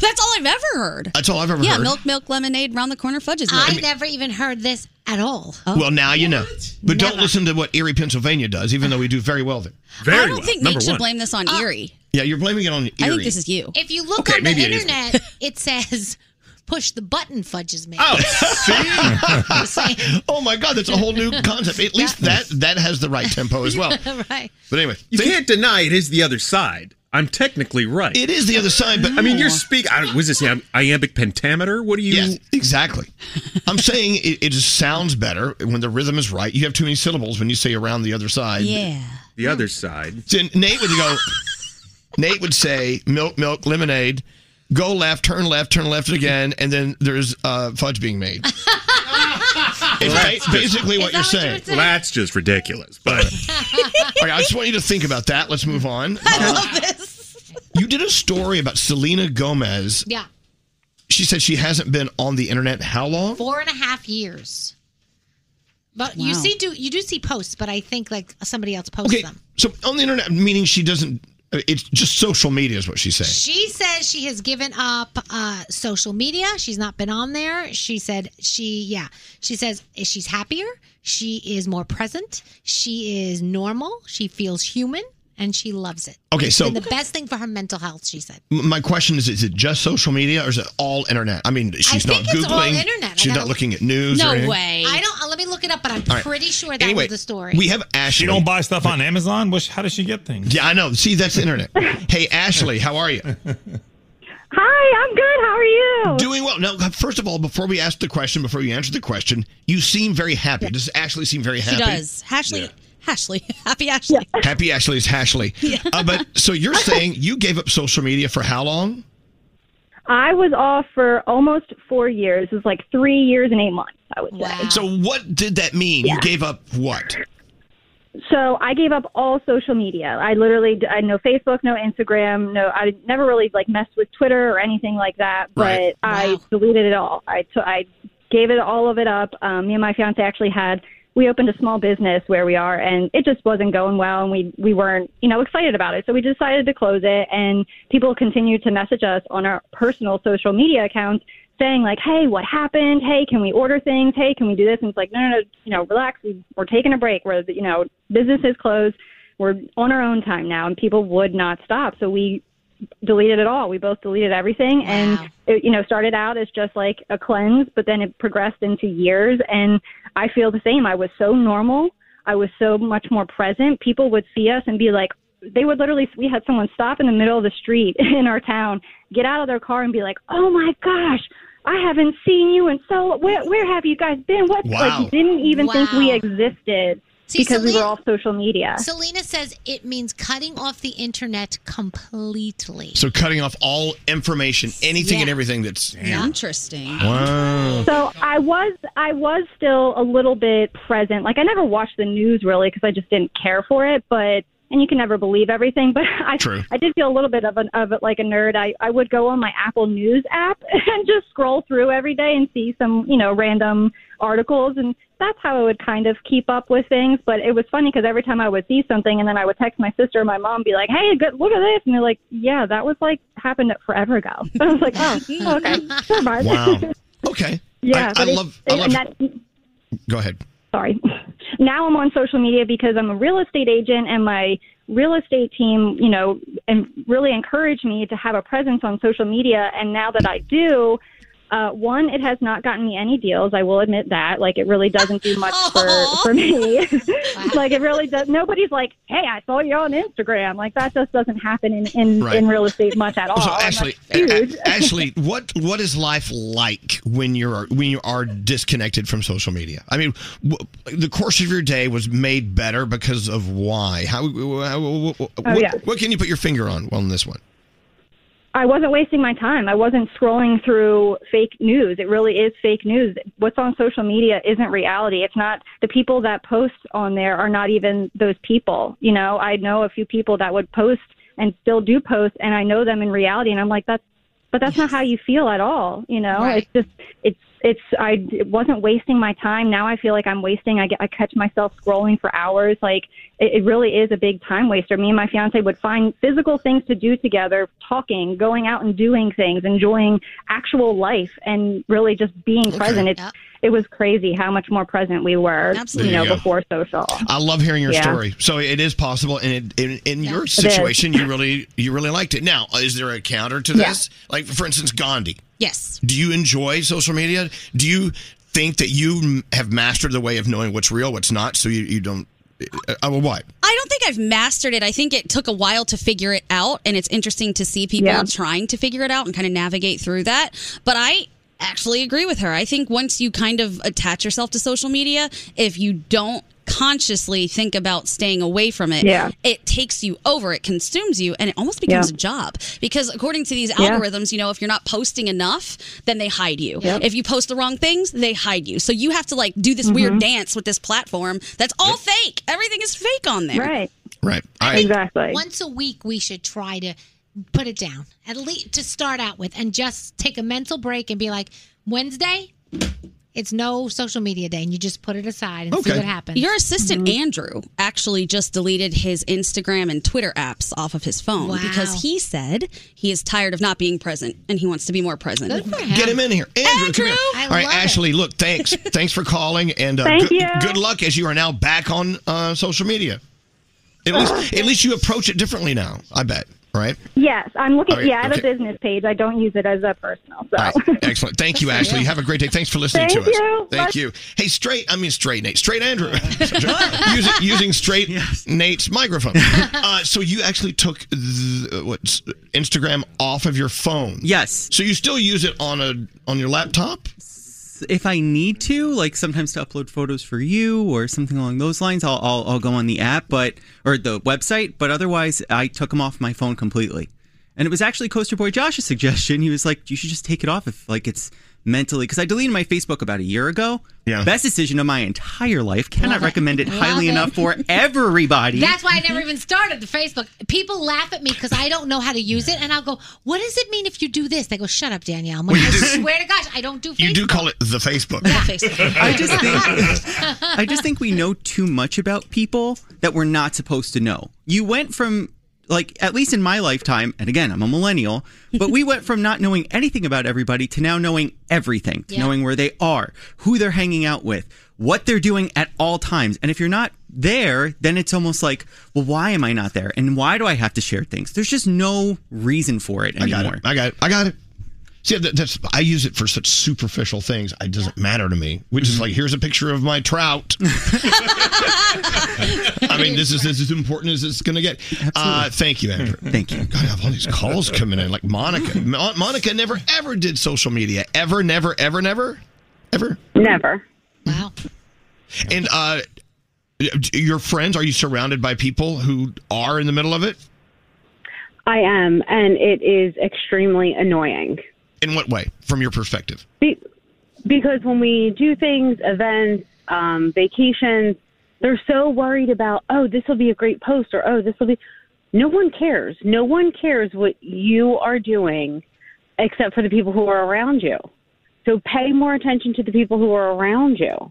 That's all I've ever heard.
That's all I've ever
yeah,
heard.
milk, milk, lemonade, round the corner fudges.
I never even heard this at all.
Oh.
Well, now you know. But don't listen to what Erie, Pennsylvania does, even though we do very well there.
I don't think Nate should blame this
Uh,
on Erie.
Yeah, you're blaming it on Erie.
I think this is you.
If you look
Okay,
on the
maybe it is.
internet, it says push the button fudges me.
Oh, see? oh my God, that's a whole new concept. At least that that has the right tempo as well.
right.
But anyway,
you can't deny it is the other side. I'm technically right.
It is the other side, but
I mean, you're speaking. Was this am- iambic pentameter? What do you?
Yes, exactly. I'm saying it, it just sounds better when the rhythm is right. You have too many syllables when you say around the other side.
The other side.
So Nate would go. Nate would say milk, milk, lemonade. Go left, turn left, turn left again, and then there's uh, fudge being made. It's ba- basically what you're saying.
Well, that's just ridiculous. But
All right, I just want you to think about that. Let's move on. I love this. You did a story about Selena Gomez.
Yeah.
She said she hasn't been on the internet how long?
Four and a half years. But you
Wow.
see, do you do see posts? But I think like somebody else posts
Okay,
them.
so on the internet, meaning she doesn't. It's just social media is what she's saying.
She says she has given up uh, social media. She's not been on there. She said she, yeah. She says she's happier. She is more present. She is normal. She feels human and she loves it.
Okay, so-
And the best thing for her mental health, she said.
M- My question is: Is it just social media, or is it all internet? I mean, she's not
think it's all
googling.
internet. I
She's
gotta-
not looking at news. or anything?
I don't, uh, let me look it up, but I'm
eh? All right.
pretty sure that
Anyway,
was the story.
We have
She
Ashley.
don't buy stuff on Amazon. Which how does she get things?
Yeah, I know. See, that's the internet. hey, Ashley, how are you?
Hi, I'm good. How are you?
Doing well. Now, first of all, before we ask the question, before you answer the question, you seem very happy. Does Ashley seem very
She
happy?
does. Ashley, Ashley, happy Ashley.
Happy Ashley is Ashley. Uh, but so you're saying you gave up social media for how long?
I was off for almost four years. It was like three years and eight months, I would say.
So what did that mean? You gave up what?
So I gave up all social media. I literally, I had no Facebook, no Instagram, no. I never really like messed with Twitter or anything like that. But
Right.
I deleted it all. I t- I gave it all of it up. Um, me and my fiance actually had we opened a small business where we are, and it just wasn't going well, and we we weren't you know excited about it. So we decided to close it, and people continued to message us on our personal social media accounts. Saying like, "Hey, what happened? Hey, can we order things? Hey, can we do this?" And it's like, "No, no, no, you know, relax. We, we're taking a break. We're, you know, business is closed we're on our own time now and people would not stop so we deleted it all we both deleted everything and it you know started out as just like a cleanse but then it progressed into years and i feel the same i was so normal I was so much more present. People would see us and be like, they would literally, we had someone stop in the middle of the street in our town, get out of their car and be like, oh my gosh, I haven't seen you. And so where, where have you guys been? What?
Wow.
Like, didn't even think we
Wow.
existed
See,
because we
Celine-
were off social media.
Selena says it means cutting off the internet completely.
So cutting off all information, anything and everything that's
Interesting.
Wow.
So I was I was still a little bit present. Like I never watched the news really because I just didn't care for it. But and you can never believe everything. But I
True.
I did feel a little bit of an of it like a nerd. I I would go on my Apple News app and just scroll through every day and see some you know random articles and that's how I would kind of keep up with things. But it was funny because every time I would see something and then I would text my sister and my mom be like, Hey, good look at this and they're like, Yeah, that was like happened forever ago. I was like, Oh, okay. Never mind.
Wow. Okay. I-
Yeah, but
I
it's-
love- I
and
love-
that-
Go ahead.
sorry. Now I'm on social media because I'm a real estate agent, and my real estate team, you know, and really encouraged me to have a presence on social media. And now that I do. Uh, one, it has not gotten me any deals. I will admit that. Like, it really doesn't do much for, for me. like, it really does. Nobody's like, "Hey, I saw you on Instagram." Like, that just doesn't happen in in,
Right.
in real estate much at all.
So
And that's
Ashley,
Oh, huge.
A- A- Ashley, what what is life like when you're when you are disconnected from social media? I mean, w- the course of your day was made better because of why? How? w- w- w- what,
Oh, yeah.
what can you put your finger on on this one?
I wasn't wasting my time. I wasn't scrolling through fake news. It really is fake news. What's on social media isn't reality. It's not the people that post on there are not even those people. You know, I know a few people that would post and still do post and I know them in reality and I'm like that's but that's not how you feel at all, you know?
Right.
It's just it's it's I it wasn't wasting my time. Now I feel like I'm wasting. I get I catch myself scrolling for hours. Like it, it really is a big time waster. Me and my fiance would find physical things to do together, talking, going out and doing things, enjoying actual life, and really just being present. It's it was crazy how much more present we were,
Absolutely.
you
There
know,
you go.
before social.
I love hearing your
Yeah.
story. So it is possible, and it, in, in your
is.
situation, you really you really liked it. Now, is there a counter to
Yeah.
this? Like, for instance, Gandhi.
Yes.
Do you enjoy social media? Do you think that you m- have mastered the way of knowing what's real, what's not, so you, you don't? Uh, uh, what?
I don't think I've mastered it. I think it took a while to figure it out, and it's interesting to see people
Yeah.
trying to figure it out and kind of navigate through that. But I actually agree with her. I think once you kind of attach yourself to social media, if you don't consciously think about staying away from it,
Yeah.
it takes you over, it consumes you, and it almost becomes
Yeah.
a job. Because according to these
Yeah.
algorithms, you know, if you're not posting enough, then they hide you.
Yep.
If you post the wrong things, they hide you. So you have to like do this
Mhm.
weird dance with this platform that's all fake. Everything is fake on there.
Right.
Right. I,
Once a week, we should try to put it down at least to start out with, and just take a mental break and be like, Wednesday, it's no social media day, and you just put it aside and see what happens.
Your
Mm-hmm.
assistant
Mm-hmm.
Andrew actually just deleted his Instagram and Twitter apps off of his phone
Wow.
because he said he is tired of not being present and he wants to be more present.
Get him in here, Andrew. come here.
I
All right,
love
Ashley. Look, thanks, thanks for calling, and uh,
Thank
good,
you.
good luck as you are now back on uh, social media. At least, at least you approach it differently now. I bet. Right.
Yes, I'm looking.
All right,
yeah, I have
okay.
a business page. I don't use it as a personal. So.
All right. Excellent. Thank you, Ashley. Have a great day. Thanks for listening
Thank
to us.
you.
Thank
Bye.
you. Hey, straight. I mean, straight Nate. Straight Andrew. using, using straight Nate's microphone. Uh, so you actually took the, what s- Instagram off of your phone.
Yes.
So you still use it on a on your laptop?
If I need to, like sometimes to upload photos for you or something along those lines, I'll I'll, I'll go on the app, but or the website. But otherwise, I took them off my phone completely. And it was actually Coaster Boy Josh's suggestion. He was like, "You should just take it off if like it's mentally." Because I deleted my Facebook about a year ago. Yeah. Best decision of my entire life. Cannot recommend it
Love
highly
it.
enough for everybody.
That's why I never even started the Facebook. People laugh at me because I don't know how to use it, and I'll go, "What does it mean if you do this?" They go, "Shut up, Danielle." I'm like, I swear to gosh, I don't do
You
Facebook.
do call it the Facebook.
I just think I just think we know too much about people that we're not supposed to know. You went from like at least in my lifetime, and again, I'm a millennial, but we went from not knowing anything about everybody to now knowing everything, to
Yeah.
knowing where they are, who they're hanging out with, what they're doing at all times. And if you're not there, then it's almost like, well, why am I not there? And why do I have to share things? There's just no reason for it
I got
anymore.
it. I got it. I got it. See, that, that's I use it for such superficial things. It doesn't matter to me. Which
Mm-hmm.
is like, here's a picture of my trout. I mean, this is as important as it's going to get. Uh, thank you, Andrew.
Thank you.
God, I have all these calls coming in. Like Monica, Mon- Monica never ever did social media. Ever, never, ever, never, ever.
Never.
And uh, your friends, are you surrounded by people who are in the middle of it?
I am, and it is extremely annoying.
In what way, from your perspective?
Be- because when we do things, events, um, vacations, they're so worried about, oh, this will be a great post or, oh, this will be. No one cares. No one cares what you are doing except for the people who are around you. So pay more attention to the people who are around you.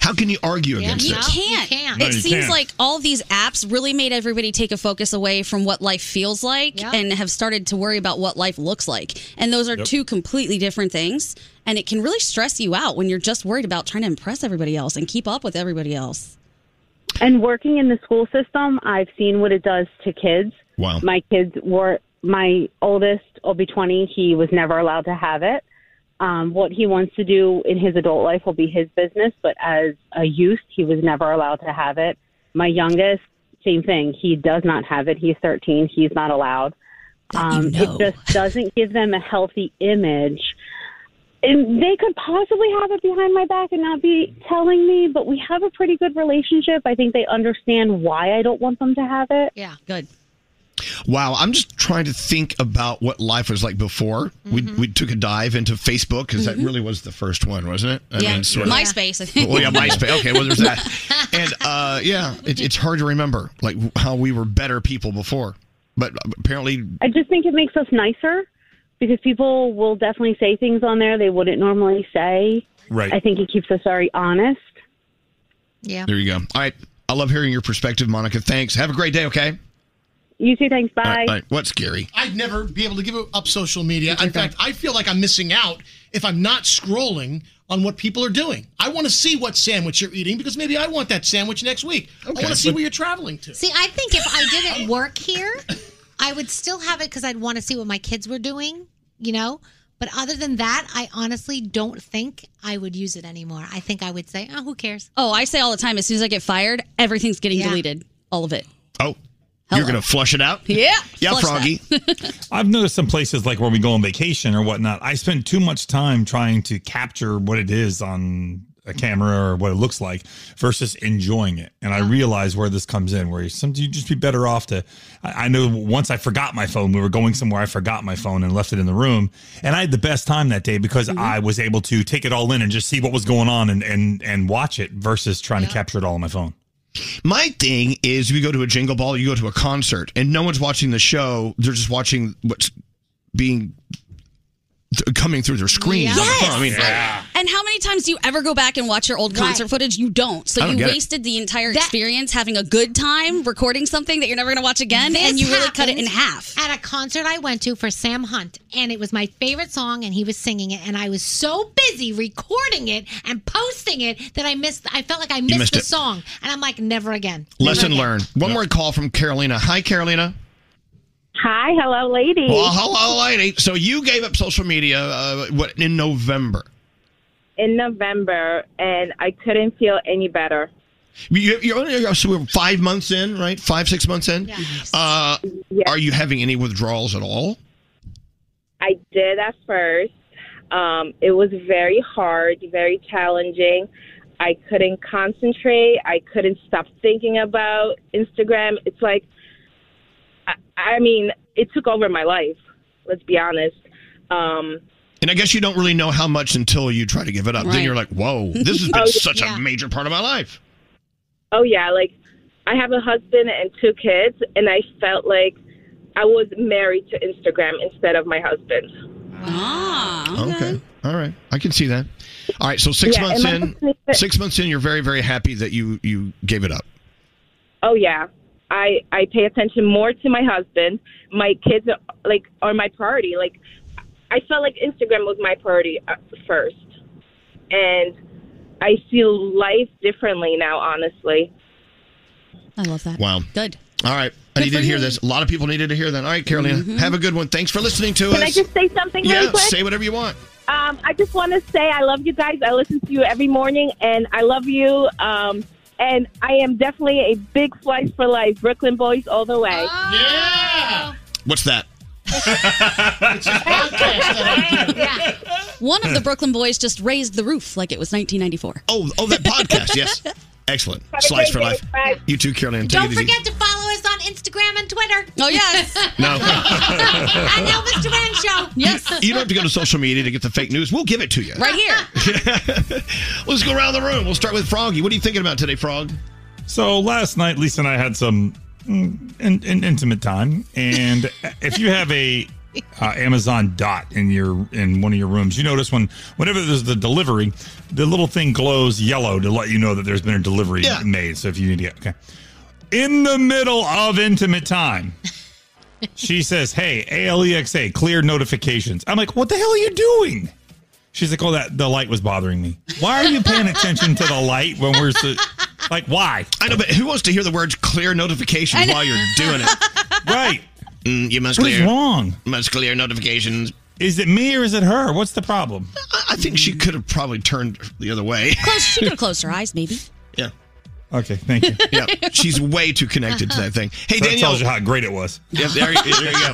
How can you argue against
You
this?
can't.
No,
It
you
seems
can't.
like all these apps really made everybody take a focus away from what life feels like and have started to worry about what life looks like. And those are
Yep.
two completely different things. And it can really stress you out when you're just worried about trying to impress everybody else and keep up with everybody else.
And working in the school system, I've seen what it does to kids.
Wow.
My kids were my oldest will be 20. He was never allowed to have it. Um, what he wants to do in his adult life will be his business, but as a youth, he was never allowed to have it. My youngest, same thing. He does not have it. He's 13. He's not allowed. Um, It just doesn't give them a healthy image. And they could possibly have it behind my back and not be telling me, but we have a pretty good relationship. I think they understand why I don't want them to have it.
Yeah.
Good.
Wow, I'm just trying to think about what life was like before.
Mm-hmm.
We, we took a dive into Facebook because that
Mhm.
really was the first one, wasn't it?
yeah.
sort of- Oh,
MySpace, I think.
Well, yeah, MySpace. Okay, well, there's that. And uh, yeah, it, it's hard to remember like how we were better people before, but apparently,
I just think it makes us nicer because people will definitely say things on there they wouldn't normally say.
Right.
I think it keeps us very honest.
Yeah.
there you go. All right, I love hearing your perspective, Monica. Thanks. Have a great day. Okay.
You too. Thanks. Bye.
All right, all right. What's scary?
I'd never be able to give up social media. In fact, I feel like I'm missing out if I'm not scrolling on what people are doing. I want to see what sandwich you're eating because maybe I want that sandwich next week. I want to see
but-
where you're traveling to.
See, I think if I didn't work here, I would still have it because I'd want to see what my kids were doing, you know? But other than that, I honestly don't think I would use it anymore. I think I would say, oh, who cares?
Oh, I say all the time as soon as I get fired, everything's getting deleted. All of it.
Oh, you're going to flush it out?
Yeah.
Yeah,
Flush that.
Froggy. I've noticed some places like where we go on vacation or whatnot, I spend too much time trying to capture what it is on a camera or what it looks like versus enjoying it. And I realize where this comes in, where you sometimes you just be better off to. I, I know once I forgot my phone, we were going somewhere, I forgot my phone and left it in the room. And I had the best time that day because
Mm-hmm.
I was able to take it all in and just see what was going on and, and, and watch it versus trying to capture it all on my phone.
My thing is, we go to a jingle ball, you go to a concert, and no one's watching the show. They're just watching what's being th- coming through their screen.
Yes.
I mean,
And how many times do you ever go back and watch your old concert footage? You don't. So
I don't
you
get it.
wasted the entire experience having a good time recording something that you're never going to watch again, and
This
you really cut it in
happened
half.
At a concert I went to for Sam Hunt, and it was my favorite song, and he was singing it, and I was so busy recording it and posting it that I missed. I felt like I missed,
missed
the
it.
song, and I'm like, never again.
lesson learned. One more call from Carolina. Hi, Carolina.
Hi, hello, lady.
Well, hello, lady. So you gave up social media uh, what in November?
in November, and I couldn't feel any better.
You, you're only you're- so we're five months in, right? Five, six months in. Uh, Are you having any withdrawals at all?
I did at first. Um, it was very hard, very challenging. I couldn't concentrate. I couldn't stop thinking about Instagram. It's like, I, I mean, it took over my life. Let's be honest. Um,
And I guess you don't really know how much until you try to give it up. Then
Right.
you're like, whoa, this has been
Oh,
such
yeah.
a major part of my life.
oh yeah, like I have a husband and two kids, and I felt like I was married to Instagram instead of my husband.
Ah, Okay. All right. I can see that. All right. So six
Yeah,
months
and
in,
my-
six months in, you're very, very happy that you you gave it up.
Oh yeah, I I pay attention more to my husband. My kids are, like are my priority. Like I felt like Instagram was my priority uh, first, and I see life differently now. Honestly,
I love that.
Wow.
Uh, Good. Mm-hmm.
All right. I needed to hear this. A lot of people needed to hear that. All right, Carolina. Have a good one. Thanks for listening to
Can
us.
I just say something
yeah,
really quick?
say whatever you want.
Um, I just want to say I love you guys. I listen to you every morning, and I love you. Um, and I am definitely a big slice for life. Brooklyn boys all the way.
What's that?
One of the Brooklyn boys just raised the roof like it was 1994.
Oh, oh, that podcast, yes. Excellent.
Have a
Slice
great
for
day,
life.
bye.
You too, Carolina. Take
Don't
it easy.
forget to follow us on Instagram and Twitter.
Oh, yes.
No.
At Elvis Duran Show.
Yes.
You don't have to go to social media to get the fake news. We'll give it to you.
Right here.
Let's go around the room. We'll start with Froggy. What are you thinking about today, Frog?
So last night, Lisa and I had some mm, in, in, intimate time, and if you have a uh, Amazon Dot in your in one of your rooms, you notice when whenever there's the delivery, the little thing glows yellow to let you know that there's been a delivery made. So if you need to get okay, in the middle of intimate time. She says, "Hey, Alexa, clear notifications." I'm like, "What the hell are you doing?" She's like, "Oh, that the light was bothering me. Why are you paying attention to the light when we're so, like, why?"
I know, but who wants to hear the words "clear notifications" while you're doing it?
right.
Mm, you must
What is
clear.
wrong?
Must clear notifications.
Is it me or is it her? What's the problem?
I, I think she could have probably turned the other way.
Close. She could have closed her eyes, maybe.
yeah.
Okay, thank you.
yeah, she's way too connected to that thing. Hey,
That
Danielle,
tells you how great it was.
Yeah, there, you- there you go.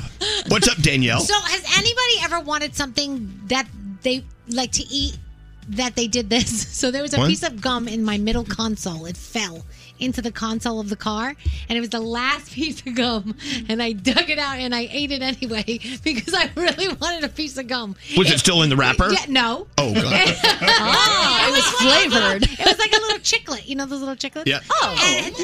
What's up, Danielle?
So, has anybody ever wanted something that they like to eat that they did this? So, there was a
What?
piece of gum in my middle console. It fell into the console of the car, and it was the last piece of gum. And I dug it out and I ate it anyway because I really wanted a piece of gum.
Was it still in the wrapper?
Yeah, no.
Oh, God.
Ah,
it was flavored.
It was like a little chiclet. You know those little chiclets?
Yeah.
Oh,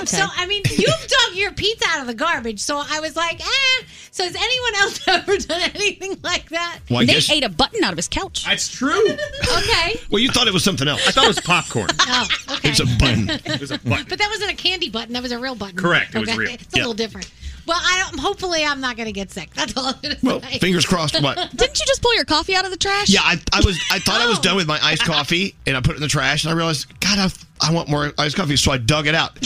so I mean, you've dug your pizza out of the garbage. So I was like, eh. So has anyone else ever done anything like that?
Well, I They guess-
ate
a button out of his couch.
That's true. okay.
Well, you thought it was something else. I
thought it was popcorn.
Oh, okay.
It's a button.
It was a button.
But that wasn't a candy button. That was a real button.
Correct, it was
Okay.
real.
It's a
Yeah.
little different. Well, I don't. Hopefully, I'm not going to get sick. That's all I'm going to
Well,
say.
fingers crossed, but-
Didn't you just pull your coffee out of the trash?
Yeah, I, I was. I thought I was done with my iced coffee, and I put it in the trash, and I realized, God, I, I want more iced coffee, so I dug it out.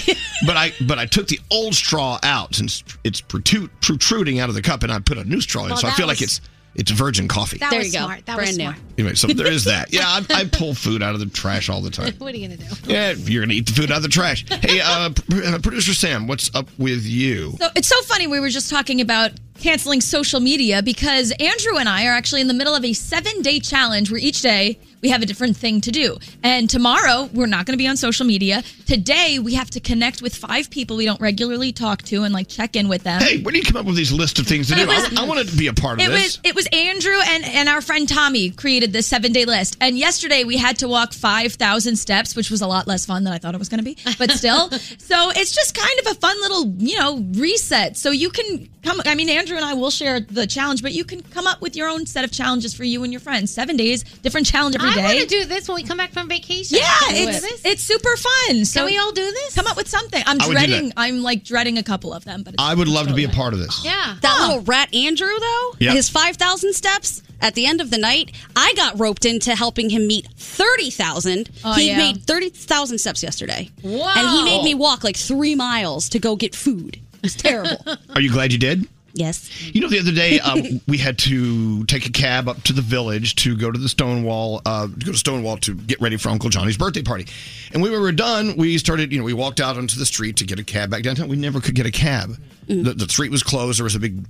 but I but I took the old straw out since it's protrude- protruding out of the cup, and I put a new straw in,
Well,
so I
that
feel
was-
like it's it's virgin coffee.
That
There
was
you go.
smart. That was
Brand new.
smart.
Anyway, so there is that. Yeah, I, I pull food out of the trash all the time.
What are you going to do?
Yeah, you're gonna eat the food out of the trash. Hey, uh, pr- uh, producer Sam, what's up with you?
So it's so funny we were just talking about canceling social media because Andrew and I are actually in the middle of a seven day challenge where each day we have a different thing to do. And tomorrow we're not going to be on social media. Today we have to connect with five people we don't regularly talk to and like check in with them.
Hey, where do you come up with these list of things to do?
It was-
I, I want to be a part of
It
this.
was it was Andrew and and our friend Tommy created this seven day list. And yesterday we had to walk five thousand steps, which was a lot less fun than I thought it was going to be, but still. so it's just kind of a fun little you know reset. So you can come. I mean, Andrew and I will share the challenge, but you can come up with your own set of challenges for you and your friends. Seven days, different challenge every
I
day.
want to do this when we come back from vacation.
Yeah,
Can we do
it's
this?
it's super fun. So
we all do this?
Come up with something. I'm
I would do that.
dreading. I'm like dreading a couple of them, but it's
I would love to be a part of this.
Yeah.
That little rat Andrew, though,
Yeah.
his 5,000 steps at the end of the night, I got roped into helping him meet 30,000.
Oh,
he
yeah.
made 30,000 steps yesterday.
Whoa.
And he made
Oh.
me walk like three miles to go get food. It's terrible.
Are you glad you did?
Yes.
You know, the other day um, we had to take a cab up to the village to go to the Stonewall, uh, to go to Stonewall to get ready for Uncle Johnny's birthday party. And when we were done, we started, you know, we walked out onto the street to get a cab back downtown. We never could get a cab.
Mm.
The, the street was closed. There was a big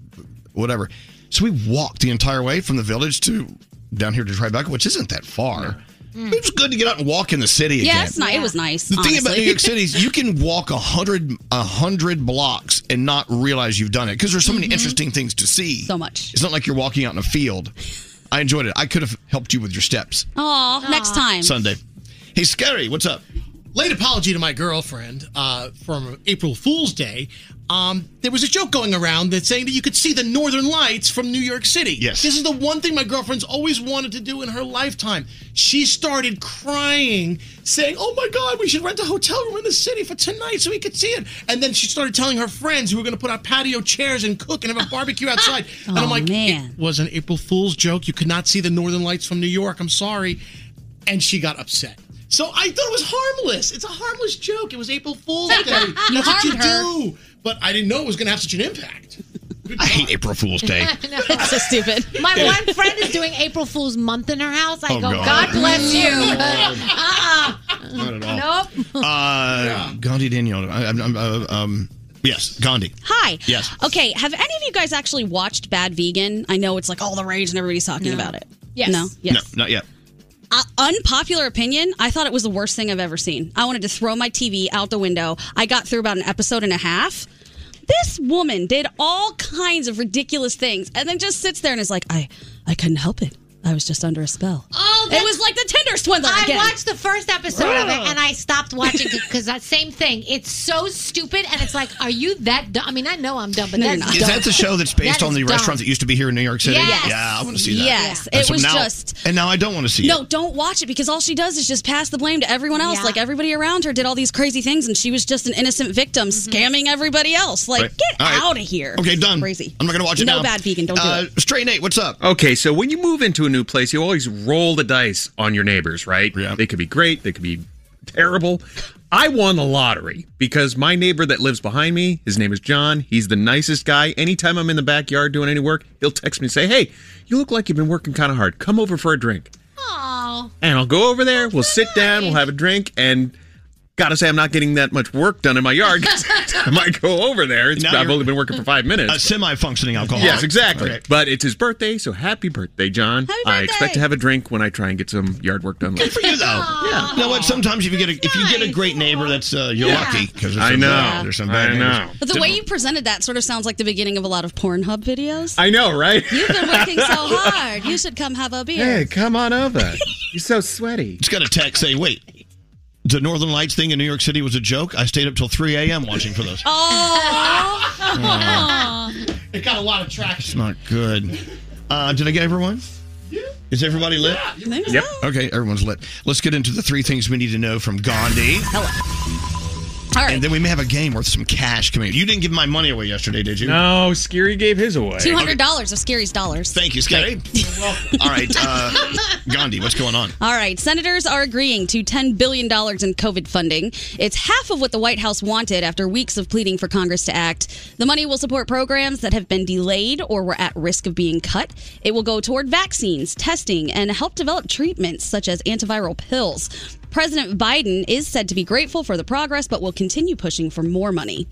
whatever. So we walked the entire way from the village to down here to Tribeca, which isn't that far. It was good to get out and walk in the city again.
yeah, it's ni- it was nice.
The thing about
honestly.
New York City is you can walk a hundred a hundred blocks and not realize you've done it because there's so many
Mhm.
interesting things to see.
So much.
It's not like you're walking out in a field. I enjoyed it. I could have helped you with your steps
Aw, next time.
Sunday. Hey, Scary, what's up?
late apology to my girlfriend uh, from April Fool's Day. Um, there was a joke going around that saying that you could see the Northern Lights from New York City. Yes, this is the one thing my girlfriend's always wanted to do in her lifetime. She started crying, saying, "Oh my God, we should rent a hotel room in the city for tonight so we could see it." And then she started telling her friends who were going to put out patio chairs and cook and have a barbecue outside. and I'm
Aw,
like,
man.
"It was an April Fool's joke. You could not see the Northern Lights from New York. I'm sorry." and she got upset. So I thought it was harmless. It's a harmless joke. It was April Fool's Day.
You
That's what you
harmed her.
do. But I didn't know it was going to have such an impact. I
hate April Fool's Day.
That's
so stupid.
My one friend is doing April Fool's month in her house. I
Oh,
go,
God.
God, bless you.
Oh,
uh-uh.
Not at all.
Nope.
Uh, Gandhi Daniel. I, I'm, I'm, uh, um, yes, Gandhi.
Hi.
Yes.
Okay. Have any of you guys actually watched Bad Vegan? I know it's like all the rage and everybody's talking about it.
Yes.
No. Yes.
No, not yet.
Uh, unpopular opinion. I thought it was the worst thing I've ever seen. I wanted to throw my TV out the window. I got through about an episode and a half. This woman did all kinds of ridiculous things, and then just sits there and is like, "I, I couldn't help it. I was just under a spell."
Oh,
it was like the Tinder swindler.
I
again.
watched the first episode of it
Wow.
and I stopped watching because that same thing. It's so stupid and it's like, are you that dumb? I mean, I know I'm dumb, but that's
Is
dumb.
that the show that's based
That
on
is
the
dumb.
restaurant that used to be here in New York City?
Yes.
Yeah, I want to see that.
Yes,
That's
it was
now-
just-
And now I don't want to see
no,
it.
don't watch it because all she does is just pass the blame to everyone else. Like everybody around her did all these crazy things, and she was just an innocent victim scamming everybody else. Like,
Right.
get
All right.
out of here.
Okay, done.
Crazy.
I'm not gonna watch it
No
now.
bad vegan. Don't
Uh,
do it.
Straight Nate, what's up?
Uh, Okay, so when you move into a new place, you always roll the dice on your neighbors, right? Yeah. They could be great, they could be terrible. I won the lottery because my neighbor that lives behind me, his name is John. He's the nicest guy. Anytime I'm in the backyard doing any work, he'll text me and say, Hey, you look like you've been working kind of hard. Come over for a drink.
Aw.
And I'll go over there, we'll sit down, we'll have a drink, and gotta say, I'm not getting that much work done in my yard. 'cause I might go over there. It's,
Now
I've
you're-
only been working for five minutes.
A semi functioning alcoholic.
Yes, exactly.
Okay.
But it's his birthday, so happy birthday, John. I expect to have a drink when I try and get some yard work done. Oh.
Good for you, though. Yeah. You know what? Sometimes if you get a, if you get a great neighbor, that's uh, you're
Yeah.
lucky because
I know.
there's some bad
I
neighbors.
know.
But the way you presented that sort of sounds like the beginning of a lot of Pornhub videos.
I know, right?
You've been working so hard. You should come have a beer.
come on over. You're so sweaty.
Just got a text saying, "Wait, the Northern Lights thing in New York City was a joke. I stayed up till 3 a.m. watching for those.
It got a lot of traction.
It's not good. Uh, did I get everyone? Is everybody lit?
Yep.
Okay, everyone's lit. Let's get into the three things we need to know from Gandhi.
All right.
And then we may have a game worth some cash coming. You didn't give my money away yesterday, did you?
No, Scary gave his away.
Two hundred dollars of Scary's dollars.
Thank you, Scary. All right, uh, Gandhi, what's going on?
All right, senators are agreeing to $10 billion in COVID funding. It's half of what the White House wanted after weeks of pleading for Congress to act. The money will support programs that have been delayed or were at risk of being cut. It will go toward vaccines, testing, and help develop treatments such as antiviral pills. President Biden is said to be grateful for the progress, but will continue pushing for more money.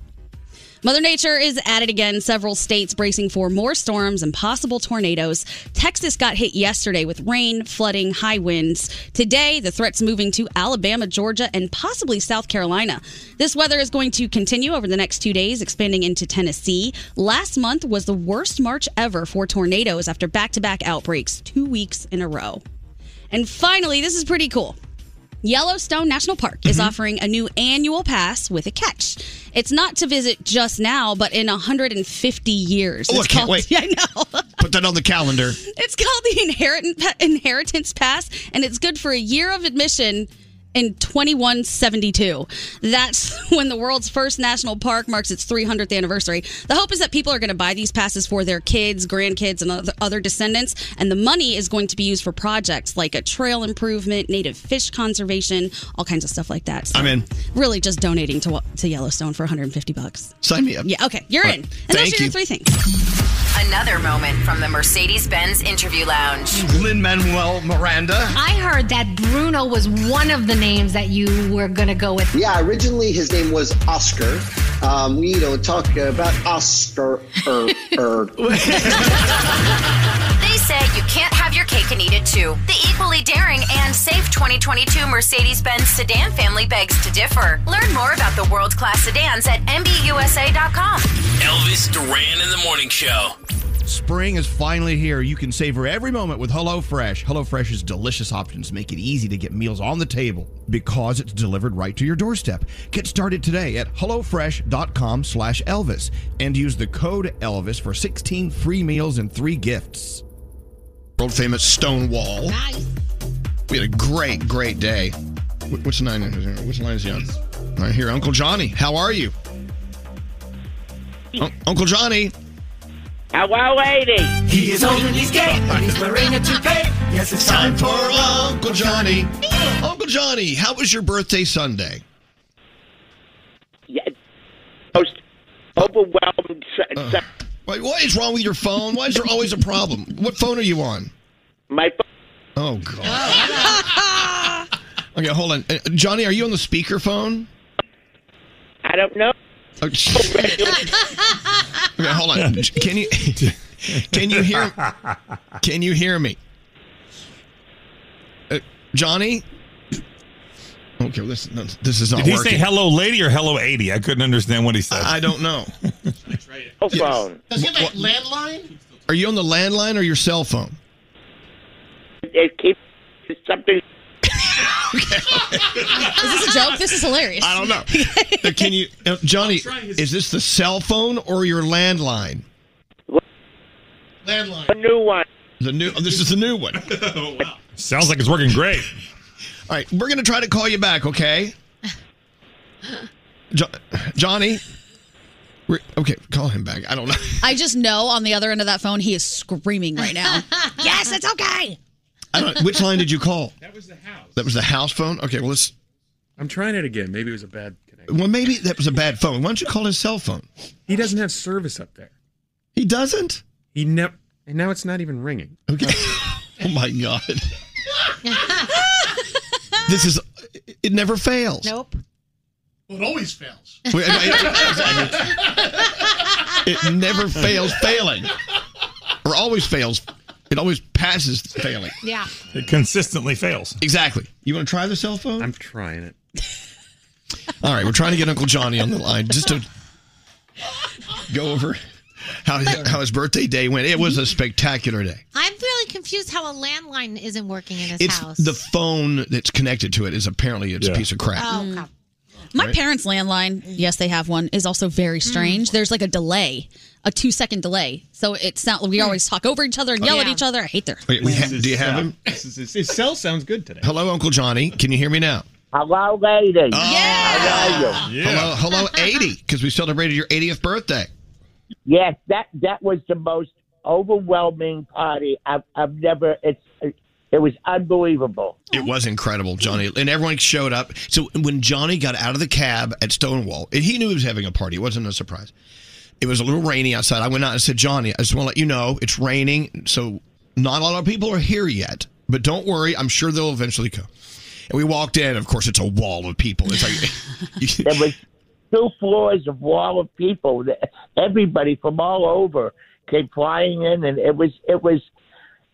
Mother Nature is at it again. Several states bracing for more storms and possible tornadoes. Texas got hit yesterday with rain, flooding, high winds. Today, the threat's moving to Alabama, Georgia, and possibly South Carolina. This weather is going to continue over the next two days, expanding into Tennessee. Last month was the worst March ever for tornadoes after back to back outbreaks, two weeks in a row. And finally, this is pretty cool. Yellowstone National Park is
Mm-hmm.
offering a new annual pass with a catch. It's not to visit just now, but in 150 years.
Oh, I
it's
can't
called,
wait.
Yeah, I know.
Put that on the calendar.
It's called the Inheritance Inheritance Pass, and it's good for a year of admission in 2172. That's when the world's first national park marks its 300th anniversary. The hope is that people are going to buy these passes for their kids, grandkids, and other- other descendants, and the money is going to be used for projects like a trail improvement, native fish conservation, all kinds of stuff like that. So
I'm in.
Really just donating to to Yellowstone for 150 bucks.
Sign me up.
Yeah, okay. You're
All
in.
right. Thank
And those are
you.
your three things.
Another moment from the Mercedes Benz interview lounge.
Lin Manuel Miranda.
I heard that Bruno was one of the names that you were going to go with.
Yeah, originally his name was Oscar. Um, we don't talk about Oscar. Er, er.
They say you can't have your cake and eat it too. The equally daring and safe 2022 Mercedes Benz sedan family begs to differ. Learn more about the world class sedans at MBUSA.com.
Elvis Duran in the morning show.
Spring is finally here. You can savor every moment with HelloFresh. HelloFresh's delicious options make it easy to get meals on the table because it's delivered right to your doorstep. Get started today at HelloFresh.com slash Elvis and use the code Elvis for 16 free meals and three gifts. World famous Stonewall.
Nice.
We had a great, great day. Wh- Which line? Which line is he on? All right, here, Uncle Johnny. How are you, Un- Uncle Johnny?
How are lady? He is old and he's gay, and he's wearing a toupee.
Yes, it's time for Uncle Johnny. Uncle Johnny, how was your birthday Sunday?
Most overwhelmed. sa- sa-
Wait, what is wrong with your phone? Why is there always a problem? What phone are you on?
My phone.
Oh God. okay, hold on, Uh, Johnny. Are you on the speakerphone?
I don't know.
Okay, hold on. Can you can you hear can you hear me, uh, Johnny? Okay, this no, this is not
Did he
working.
say hello lady or hello 80? I couldn't understand what he said.
I don't know.
Oh, phone.
Does he have that landline?
Are you on the landline or your cell phone?
It keeps it's something.
Is this a joke? This is hilarious.
I don't know. Uh, Can you, uh, Johnny? Is this the cell phone or your landline?
Landline.
A new one.
The new. oh, this is the new one.
Sounds like it's working great.
All right, we're gonna try to call you back, okay? Jo- Johnny. We're- okay, call him back. I don't know.
I just know on the other end of that phone, he is screaming right now. yes, it's okay.
I don't. Which line did you call? That was the house. That was the house phone. Okay, well let's.
I'm trying it again. Maybe it was a bad.
Well, maybe that was a bad phone. Why don't you call his cell phone?
He doesn't have service up there.
He doesn't.
He never. And now it's not even ringing.
Okay. oh my god. This is. It never fails.
Nope.
Well, it always fails.
Wait, I- It never fails failing, or always fails. It always passes failing.
Yeah.
It consistently fails.
Exactly. You want to try the cell phone? I'm
trying it.
All right, we're trying to get Uncle Johnny on the line just to go over how how his birthday day went. It was a spectacular day.
I'm really confused how a landline isn't working in his
It's
house.
the phone that's connected to it is apparently it's a piece of crap.
Oh, okay.
My
Right.
parents' landline, yes, they have one, is also very
Mm.
strange. There's like a delay, a two second delay. So it's not,
Mm.
we always talk over each
Oh,
other and yell at each other. I hate their.
Wait, we ha- do you have him?
His cell sounds good today.
Hello, Uncle Johnny. Can you hear me now?
Hello, lady. How are you?
Oh, Hello, hello,
Uh-huh.
eighty, because we celebrated your 80th birthday.
Yes, that that was the most overwhelming party I've I've never. It's it was unbelievable.
It was incredible, Johnny, and everyone showed up. So when Johnny got out of the cab at Stonewall, and he knew he was having a party. It wasn't a surprise. It was a little rainy outside. I went out and said, Johnny, I just want to let you know it's raining, so not a lot of people are here yet. But don't worry, I'm sure they'll eventually come. And we walked in. Of course, it's a wall of people. It's like
there was two floors of wall of people. Everybody from all over came flying in, and it was it was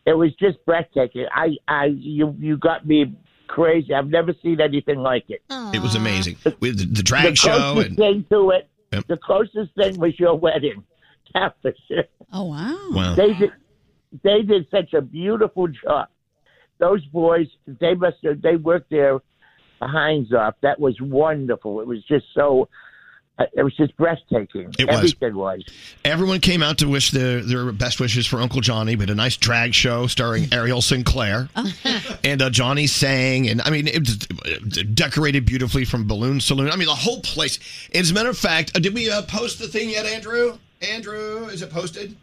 it was just breathtaking. I I you you got me crazy. I've never seen anything like it.
it was amazing. We had the, the drag
the
show
closest
and
thing to it, the closest thing was your wedding. That was it.
Oh, wow.
Wow.
They did, they did such a beautiful job. Those boys, they must have, they worked their behinds off. That was wonderful. It was just so, uh, it was just breathtaking.
It was.
Everything was.
Everyone came out to wish their, their best wishes for Uncle Johnny. We had a nice drag show starring Ariel Sinclair. and uh, Johnny sang. And I mean, it was it decorated beautifully from Balloon Saloon. I mean, the whole place. As a matter of fact, uh, did we uh, post the thing yet, Andrew? Andrew, is it posted?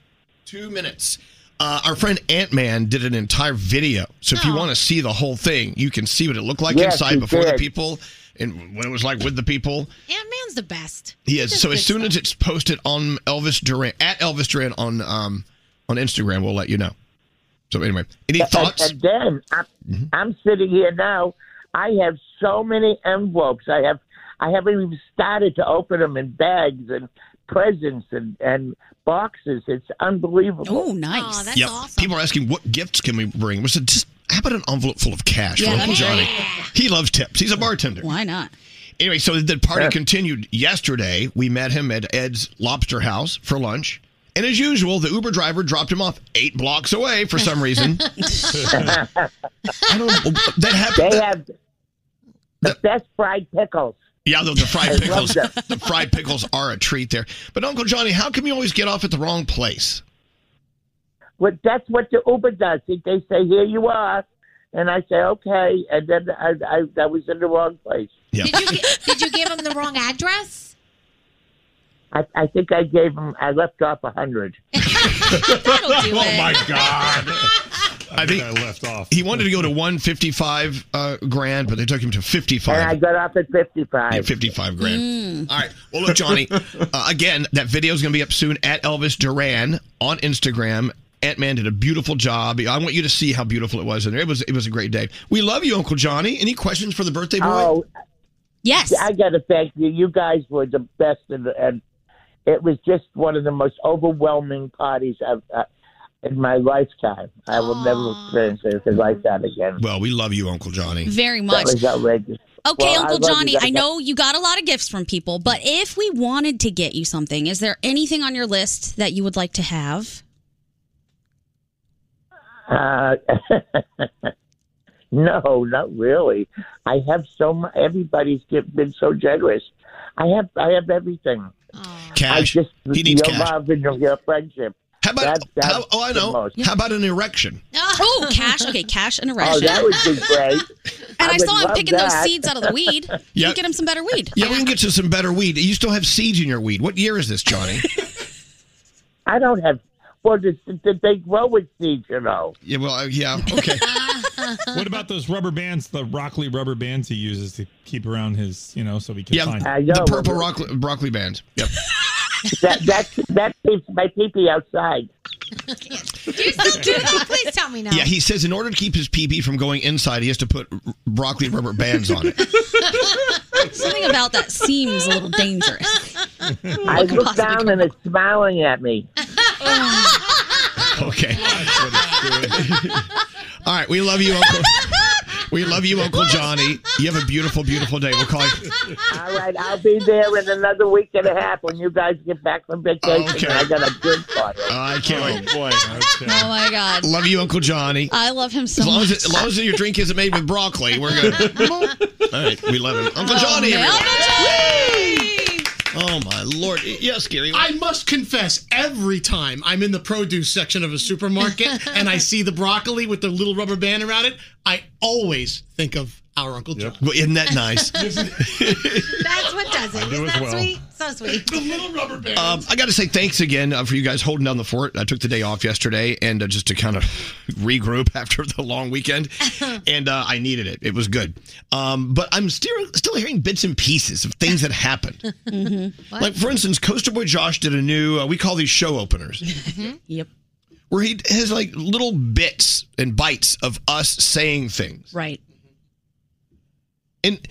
Two minutes. Uh, our friend Ant Man did an entire video. So if you want to see the whole thing, you can see what it looked like
Yes, he
inside before the
did.
people and what it was like with the people.
Ant Man's the best.
He is.
Just
So as
good
soon as it's posted on Elvis Duran at Elvis Duran on um on Instagram, we'll let you know. So anyway, any
And-
thoughts? Mm-hmm.
And then I'm, I'm sitting here now. I have so many envelopes. I have I haven't even started to open them in bags and presents and and boxes. It's unbelievable.
Oh, nice.
Yep. People are asking what gifts can we bring. We said just how about an envelope full of cash
Yeah,
for Uncle
that'd be
Johnny?
great.
He loves tips. He's a bartender.
Why not?
Anyway, so the party
Yeah.
continued yesterday. We met him at Ed's Lobster House for lunch. And as usual, the Uber driver dropped him off eight blocks away for some reason. I don't That happened.
They have the best fried pickles.
Yeah, the, the
I
fried
love
pickles.
them.
The fried pickles are a treat there. But Uncle Johnny, how come you always get off at the wrong place?
Well, that's what the Uber does. They they say, "Here you are," and I say, "Okay," and then I I, I was in the wrong place.
Did you gi- did you give him the wrong address?
I, I think I gave him. I left off a hundred.
That'll do
oh my god.
I think I left off. He wanted to go to 155 uh, grand, but they took him to 55.
And I got off at 55.
Yeah, 55 grand.
Mm.
All right. Well, look, Johnny, uh, again, that video is going to be up soon at Elvis Duran on Instagram. Ant Man did a beautiful job. I want you to see how beautiful it was in there. It was it was a great day. We love you, Uncle Johnny. Any questions for the birthday boy?
Oh,
yes.
I got to thank you. You guys were the best, and, and it was just one of the most overwhelming parties I've. Uh, in my lifetime, I will never experience anything like that again.
Well, we love you, Uncle Johnny.
Very much.
That was outrageous.
Okay,
Well, love
Uncle
you
Johnny,
guys.
I know you got a lot of gifts from people, but if we wanted to get you something, is there anything on your list that you would like to have?
Uh, no, not really. I have so much. Everybody's gi- been so generous. I have I have everything.
Cash.
I just,
He needs
your
cash.
love and your, your friendship.
How about? how- oh, I know. How about an erection?
Oh, cash. Okay, cash and a
Oh,
ration.
that would be great.
and I,
would
saw him
love
picking those
that.
seeds out of the weed.
Yeah.
You get him some better weed.
Yeah, we can get you some better weed. You still have seeds in your weed. What year is this, Johnny?
I don't have. Well, did, did they grow with seeds? You know.
Yeah, well, uh, yeah, okay.
what about those rubber bands, the broccoli rubber bands he uses to keep around his, you know, so we can
Yeah,
find
the purple broccoli, broccoli band. Yep.
that that that keeps my pee outside.
Do you still do that? Please tell me now.
Yeah, he says in order to keep his PB from going inside, he has to put r- broccoli rubber bands on it.
Something about that seems a little dangerous.
I look down and it's smiling at me.
Okay. All right, we love you, Uncle. We love you, Uncle Johnny. You have a beautiful, beautiful day. We'll call you.
All right, I'll be there in another week and a half when you guys get back from vacation.
Okay.
I got a good party.
I can't wait. Boy.
Oh my god.
Love you, Uncle Johnny.
I love him so
as long
much.
as, it, as long as your drink isn't made with broccoli, we're good. All right, we love him, Uncle
Oh,
Johnny.
man.
everybody.
Whee!
Oh my lord! Yes, Gary.
I must confess, every time I'm in the produce section of a supermarket and I see the broccoli with the little rubber band around it, I always think of our Uncle John.
Well, isn't that nice?
That's what does it.
I do
Isn't
as
that
well.
sweet? So sweet. The little rubber band.
Um, I got to say thanks again uh, for you guys holding down the fort. I took the day off yesterday and uh, just to kind of regroup after the long weekend, and uh, I needed it. It was good. Um, but I'm still still hearing bits and pieces of things that happened.
mm-hmm.
Like for instance, Coaster Boy Josh did a new uh, we call these show openers,
Yep.
where he has like little bits and bites of us saying things,
Right.
and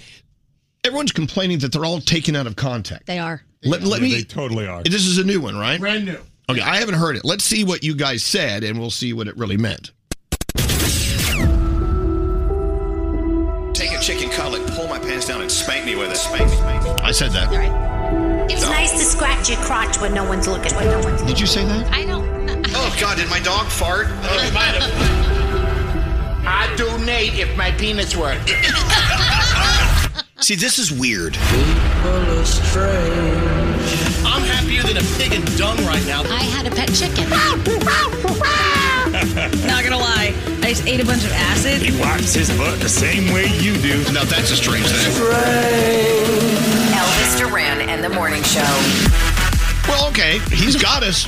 everyone's complaining that they're all taken out of context.
They are.
Let, let
Yeah,
me.
they totally are.
This is a new one, right?
Brand new.
Okay, I haven't heard it. Let's see what you guys said, and we'll see what it really meant.
Take a chicken cutlet, pull my pants down, and spank me with it. Spank me. Spank me.
I said that.
It's nice
to scratch your crotch when no one's looking. When no one's
Did you say that?
I don't.
Oh God, did my dog fart?
Oh,
I'd donate if my penis were.
See, this is weird.
I'm happier than a pig and dung right now.
I had a pet chicken.
Not gonna lie, I just ate a bunch of acid.
He wipes his butt the same way you do.
Now that's a strange thing.
Elvis Duran and the Morning Show.
Well, okay, he's got us.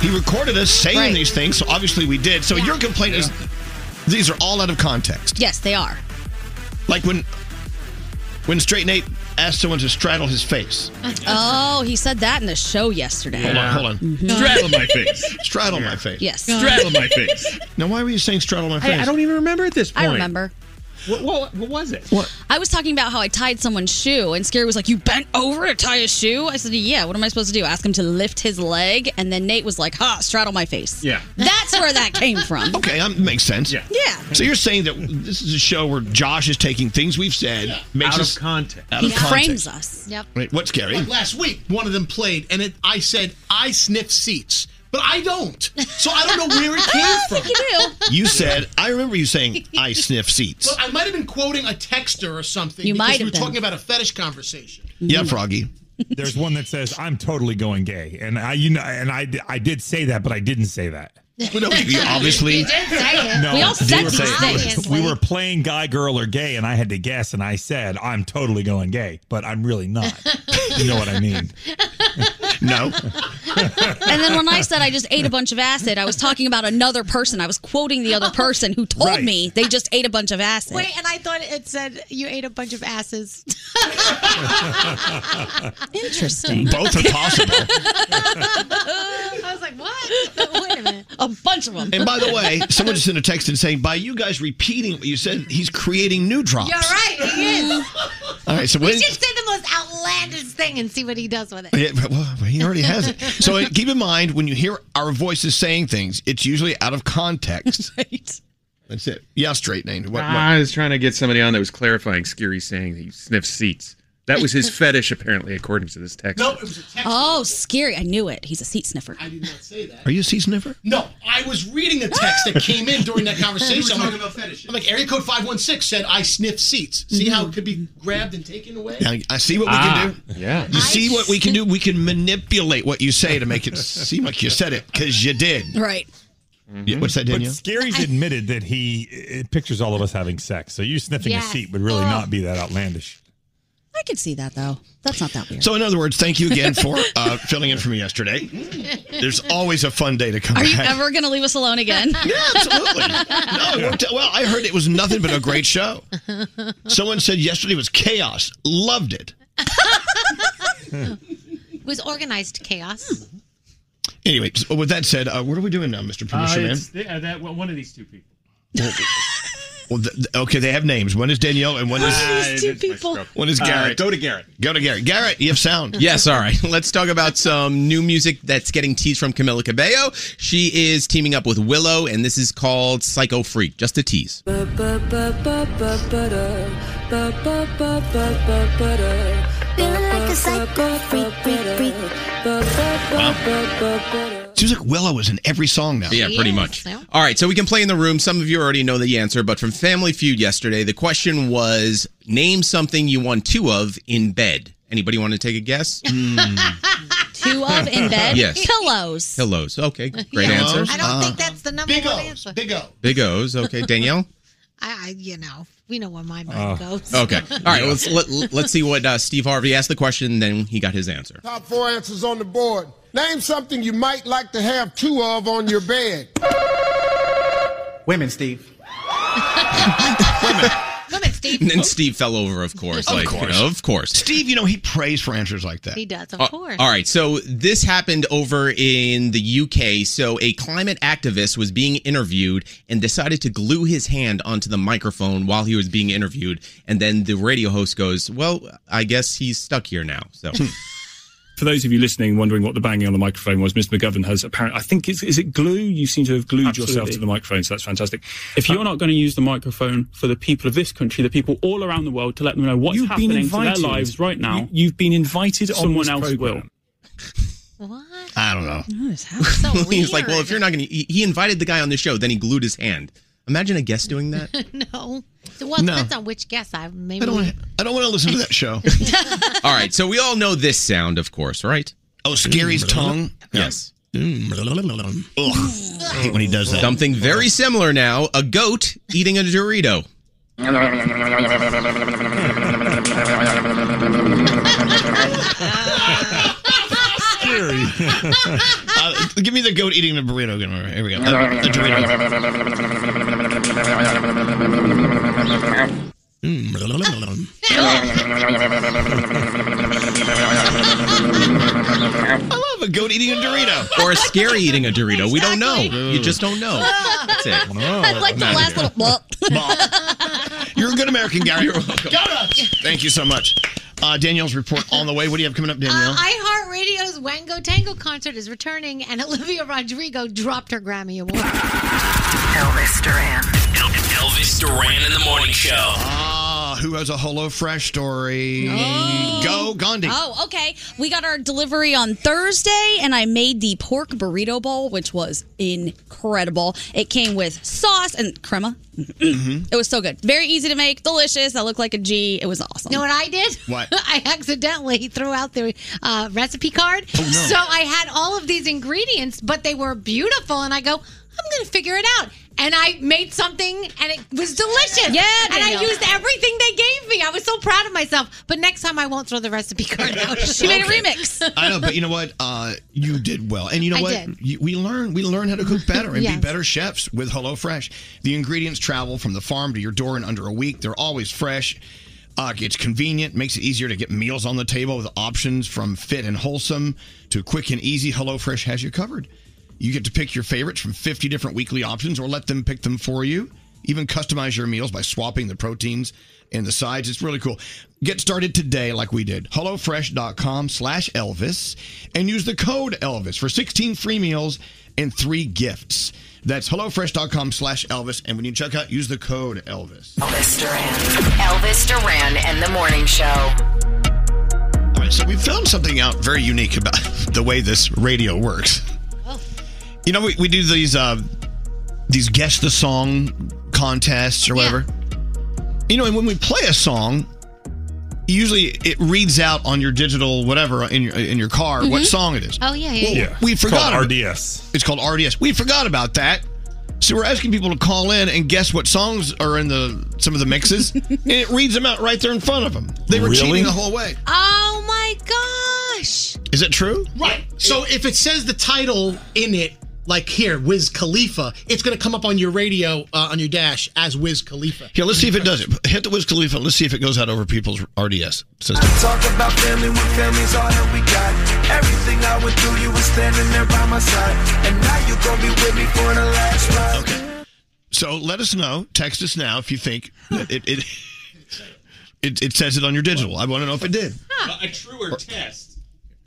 He recorded us saying these things, so obviously we did. So your complaint is these are all out of context.
Yes, they are.
Like when when Straight Nate asked someone to straddle his face.
Oh, he said that in the show yesterday. Mm-hmm.
Hold on, hold on.
Straddle
my face. Straddle my face.
Yes.
Straddle my
face. Now, why were you saying straddle my face?
I, I don't even remember at this point.
I remember.
What, what, what was it?
I was talking about how I tied someone's shoe, and Scary was like, "You bent over to tie his shoe." I said, "Yeah. What am I supposed to do? Ask him to lift his leg?" And then Nate was like, "Ha! Straddle my face."
Yeah.
That's where that came from.
Okay, that makes sense. Yeah.
Yeah.
So you're saying that this is a show where Josh is taking things we've said, makes
Out of
us
context.
Out of context.
us.
Yep.
Wait, what's scary?
Like last week, one of them played, and it, I said I sniff seats, but I don't, so I don't know where it came from.
You said, I remember you saying, I sniff seats.
Well, I might have been quoting a texter or something.
You
because we
might have
were
been.
talking about a fetish conversation.
Yeah, Froggy.
There's one that says I'm totally going gay, and I you know, and I I did say that, but I didn't say that.
Well, no, you obviously- You did say it.
No,
We all said
were
these
playing-
things.
We were playing guy, girl, or gay, and I had to guess, and I said I'm totally going gay, but I'm really not. you know what I mean?
No.
Mm-hmm.
And then when I said I just ate a bunch of acid, I was talking about another person. I was quoting the other person who told
Right.
me they just ate a bunch of acid.
Wait, and I thought it said you ate a bunch of asses.
Interesting.
Both are possible.
I was like, what? Wait a minute.
A bunch of them.
And by the way, someone just sent a text and saying, by you guys repeating what you said, he's creating new drops.
You're right. He is.
All right, so when.
we should say the most outlandish thing and see what he does with it.
Yeah, but- well, he already has it. So uh, keep in mind when you hear our voices saying things, it's usually out of context.
Right.
That's it. Yeah, straight named. What, what?
I was trying to get somebody on that was clarifying Scary saying that you sniff seats. That was his fetish, apparently, according to this text.
it was a text. Oh, scary. I knew it. He's a seat sniffer. I
did not say that.
Are you a sea sniffer?
No, I was reading a text that came in during that
We were
conversation. I'm
talking
like, I'm like, area code 516 said, I sniff seats. See
Mm-hmm.
how it could be grabbed and taken away?
I, I see what we
Ah,
can do. Yeah. You see what we can do? We can manipulate what you say to make it seem like you said it because you did.
Right.
Yeah, what's that, Danielle?
But Scary's admitted that he it pictures all of us having sex. So you sniffing
Yes.
a seat would really
Oh.
Ugh.
not be that outlandish.
I could see that, though. That's not that weird.
So, in other words, thank you again for uh, filling in for me yesterday. There's always a fun day to come
Are you
back.
ever going to leave us alone again?
Yeah, absolutely. No, it worked out well, I heard it was nothing but a great show. Someone said yesterday was chaos. Loved it.
It was organized
Hmm.
chaos.
Anyway, so with that said, uh, what are we doing now, Mr. Producer
Uh,
Man?
that, one of these two people.
Well, well, th- th- okay, they have names. One is Danielle, and one is
Ah,
people.
One is Garrett.
go to Garrett.
Go to Garrett. Garrett, you have sound.
Yes, all right. Let's talk about some new music that's getting teased from Camila Cabello. She is teaming up with Willow, and this is called Psycho Freak. Just a tease.
Seems like Willow is in every song now.
Yeah, pretty much. All right, so we can play in the room. Some of you already know the answer, but from Family Feud yesterday, the question was name something you want two of in bed. Anybody want to take a guess?
Hmm.
Two of in bed?
Yes.
Pillows.
Pillows. Okay, great
Yeah.
answer.
I don't
Uh,
think that's the number one answer. Big O.
Big O's. Okay, Danielle.
I, I, you know, we know where my mind
Oh.
goes.
Okay. All right. Let's let, let's see what uh, Steve Harvey asked the question. Then he got his answer.
Top four answers on the board. Name something you might like to have two of on your bed.
Women, Steve.
Women, Steve.
And then Steve fell over, of course.
Of
like,
course.
you know, of course.
Steve, you know, he prays for answers like that.
He does, of
Uh,
course.
All right. So this happened over in the UK. So a climate activist was being interviewed and decided to glue his hand onto the microphone while he was being interviewed. And then the radio host goes, "Well, I guess he's stuck here now." So.
For those of you listening, wondering what the banging Hmm. on the microphone was, Mr. McGovern has apparently, I think, it's, is it glue? You seem to have glued yourself
Absolutely.
to the microphone, so that's fantastic.
If you're not going to use the microphone for the people of this country, the people all around the world, to let them know what's
You've been
happening to their
invited.
lives right now,
You- you've been invited on
someone
this
else
programme.
will.
I don't know.
Oh,
he's like, "Well, if you're not going to," he he invited the guy on the show, then he glued his hand. Imagine a guest doing that.
no. So, well, it
No.
depends on which guess I maybe.
I don't want. I don't want to listen to that show.
All right, so we all know this sound, of course, right?
Oh, Scary's tongue? Mm-hmm.
Yes.
Ugh. I hate when he does that.
Something very similar now a goat eating a Dorito.
Scary. uh, give me the goat eating the burrito. again. Here we go. Uh, the Dorito. I love a goat eating a Dorito.
Or a scary eating a Dorito. We don't know.
Exactly.
You just don't know. That's it.
I'd like the last little Oh, You're a good American, Gary. You're welcome. Thank you so much. Uh, Danielle's report on the way. What do you have coming up, Danielle?
Uh, iHeartRadio's Wango Tango concert is returning, and Olivia Rodrigo dropped her Grammy Award.
Elvis Duran. Elvis Duran in the morning show.
Ah, who has a HelloFresh story? Go Gandhi.
Oh, okay. We got our delivery on Thursday, and I made the pork burrito bowl, which was incredible. It came with sauce and crema. Mm-hmm. It was so good. Very easy to make, delicious. I looked like a G. It was awesome.
You know what I did?
What?
I accidentally threw out the uh, recipe card.
Oh, no.
So I had all of these ingredients, but they were beautiful. And I go, I'm going to figure it out. and I made something and it was delicious. Yeah, and I
Danielle.
used everything they gave me. I was so proud of myself. But next time I won't throw the recipe card out. She made a remix.
I know, but you know what? Uh, you did well, and you know
I
what?
did.
You, we learn we learn how to cook better and be
Yes.
better chefs with HelloFresh. The ingredients travel from the farm to your door in under a week. They're always fresh. Uh, it's convenient, makes it easier to get meals on the table with options from fit and wholesome to quick and easy. HelloFresh has you covered. You get to pick your favorites from 50 different weekly options or let them pick them for you. Even customize your meals by swapping the proteins and the sides. It's really cool. Get started today like we did. HelloFresh.com slash Elvis and use the code Elvis for 16 free meals and three gifts. That's HelloFresh.com slash Elvis. And when you check out, use the code Elvis.
Elvis Duran. Elvis Duran and the Morning Show.
All right, so we found something out very unique about the way this radio works.
Oh.
You know, we, we do these uh, these guess the song contests or whatever. You know, and when we play a song, usually it reads out on your digital whatever in your in your car what
Mhm.
song it is.
Oh, yeah, yeah,
Well,
yeah.
We
It's
forgot
called
RDS. It's called RDS. We forgot about that. So we're asking people to call in and guess what songs are in the some of the mixes, and it reads them out right there in front of them. They were
Really?
cheating the whole way.
Oh my gosh.
Is it true?
Right. So if it says the title in it, like here, Wiz Khalifa, it's going to come up on your radio, uh, on your dash, as Wiz Khalifa.
Yeah, let's see if it does it. Hit the Wiz Khalifa. Let's see if it goes out over people's RDS system.
Talk about family when family's all that we got. Everything I would do, you were standing there by my side. And now you gon' be with me for the last ride.
Okay. So let us know. Text us now if you think that it it it, it says it on your digital. I want to know if it did.
A truer test.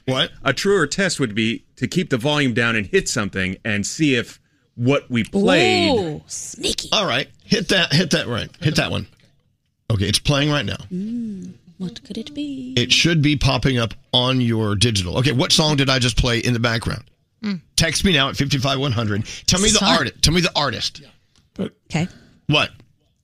What?
A truer test would be to keep the volume down and hit something and see if what we played.
sneaky.
All right, hit that. Hit that right. Hit that one. Okay, it's playing right now.
Mm. What could it be?
It should be popping up on your digital. Okay, what song did I just play in the background?
Mm.
Text me now at fifty five one hundred. Tell me the
Son-
artist. Tell me the artist.
Okay.
What?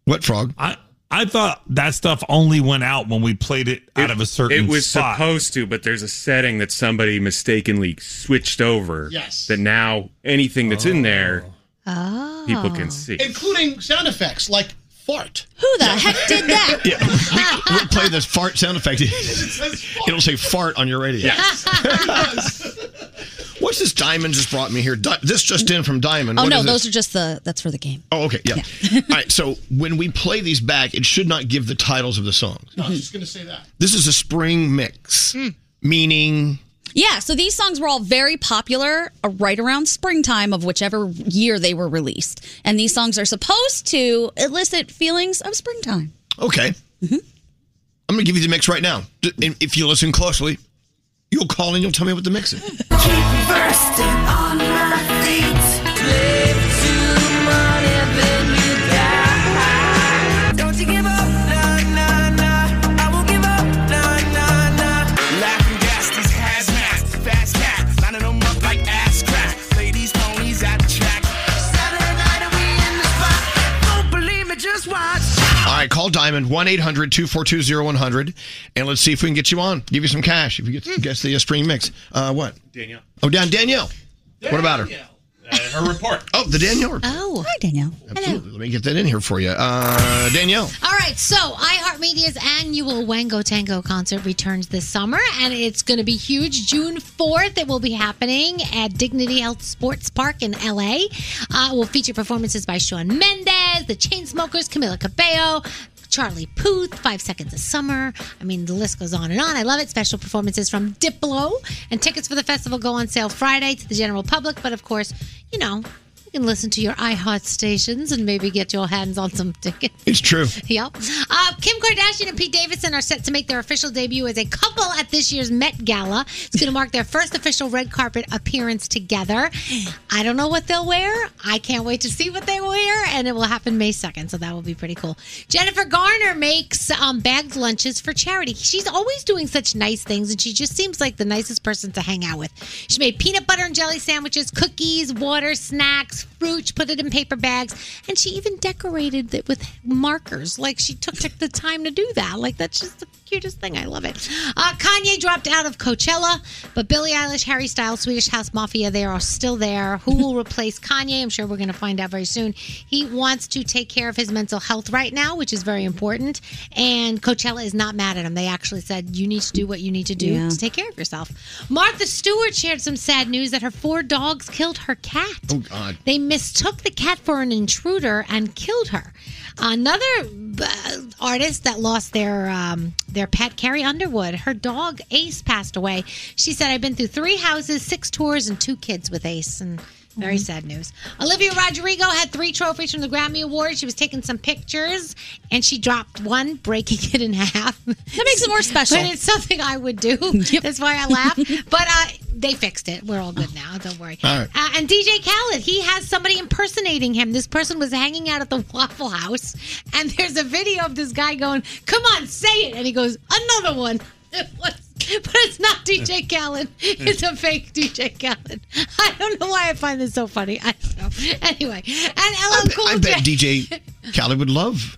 What frog?
I I thought that stuff only went out when we played it out of a certain
It was
spot.
supposed to, but there's a setting that somebody mistakenly switched over.
Yes.
That now anything that's in there,
Oh.
people can see.
Including sound effects like fart.
Who the heck did that?
Yeah, we, we'll play this fart sound effect. It'll say fart on your radio. What's this Diamond just brought me here? Di- this just in from Diamond.
Oh
What
no,
is
those
this?
are just the. That's for the game.
Oh, okay, yeah. All right, so when we play these back, it should not give the titles of the songs.
No, I was
Mm-hmm.
just going to say that.
This is a spring mix, meaning
Yeah, so these songs were all very popular uh, right around springtime of whichever year they were released. And these songs are supposed to elicit feelings of springtime.
okay.
Mm-hmm.
I'm gonna give you the mix right now. D- and If you listen closely, you'll call and you'll tell me what the mix is.
Bursting on my feet. Live tomorrow, then you die. Don't you give up, nah, nah, nah. I won't give up, nah, nah, nah. Laughing gas, these hazmat, fast cat. Lining them up like ass crack. Ladies, ponies at the track. Saturday night and we in the spot. Don't believe me, just watch.
All right, call Diamond 1 800 242 100 and let's see if we can get you on. Give you some cash if you get, guess the uh, spring mix. Uh, what?
Danielle.
Oh, down Danielle. What about her?
her report.
Oh, the Danielle report.
Oh, hi Danielle.
Absolutely. Let me get that in here for you. Uh, Danielle.
All right, so iHeartMedia's annual Wango Tango concert returns this summer, and it's going to be huge. June 4th, it will be happening at Dignity Health Sports Park in LA. Uh, it will feature performances by Sean Mendez, the Chainsmokers, Camila Cabello. Charlie Puth, Five Seconds of Summer. I mean, the list goes on and on. I love it. Special performances from Diplo. And tickets for the festival go on sale Friday to the general public. But of course, you know, you can listen to your iHeart stations and maybe get your hands on some tickets.
It's true.
Yep. Uh, Kim Kardashian and Pete Davidson are set to make their official debut as a couple at this year's Met Gala. It's going to mark their first official red carpet appearance together. I don't know what they'll wear. I can't wait to see what they wear, and it will happen May 2nd, so that will be pretty cool. Jennifer Garner makes um, bagged lunches for charity. She's always doing such nice things, and she just seems like the nicest person to hang out with. She made peanut butter and jelly sandwiches, cookies, water, snacks, brooch, put it in paper bags, and she even decorated it with markers. Like she took, took the time to do that. Like that's just the cutest thing. I love it. Uh, Kanye dropped out of Coachella, but Billie Eilish, Harry Styles, Swedish House Mafia, they are still there. Who will replace Kanye? I'm sure we're going to find out very soon. He wants to take care of his mental health right now, which is very important. And Coachella is not mad at him. They actually said, you need to do what you need to do
Yeah.
to take care of yourself. Martha Stewart shared some sad news that her four dogs killed her cat.
Oh God.
They mistook the cat for an intruder and killed her. Another uh, artist that lost their um, their pet, Carrie Underwood, her dog Ace passed away. She said, "I've been through three houses, six tours, and two kids with Ace." And very
Mhm.
sad news. Olivia Rodrigo had three trophies from the Grammy Awards. She was taking some pictures and she dropped one, breaking it in half. That
makes it more special.
But it's something I would do. That's why I laugh. but uh, they fixed it. We're all good now. Don't worry.
All right.
Uh, and DJ Khaled, he has somebody impersonating him. This person was hanging out at the Waffle House, and there's a video of this guy going, "Come on, say it," and he goes, "Another one." It was- But it's not DJ Khaled. It's a fake DJ Khaled. I don't know why I find this so funny. I don't know. Anyway, and LL Cool
I
J,
bet DJ Khaled would love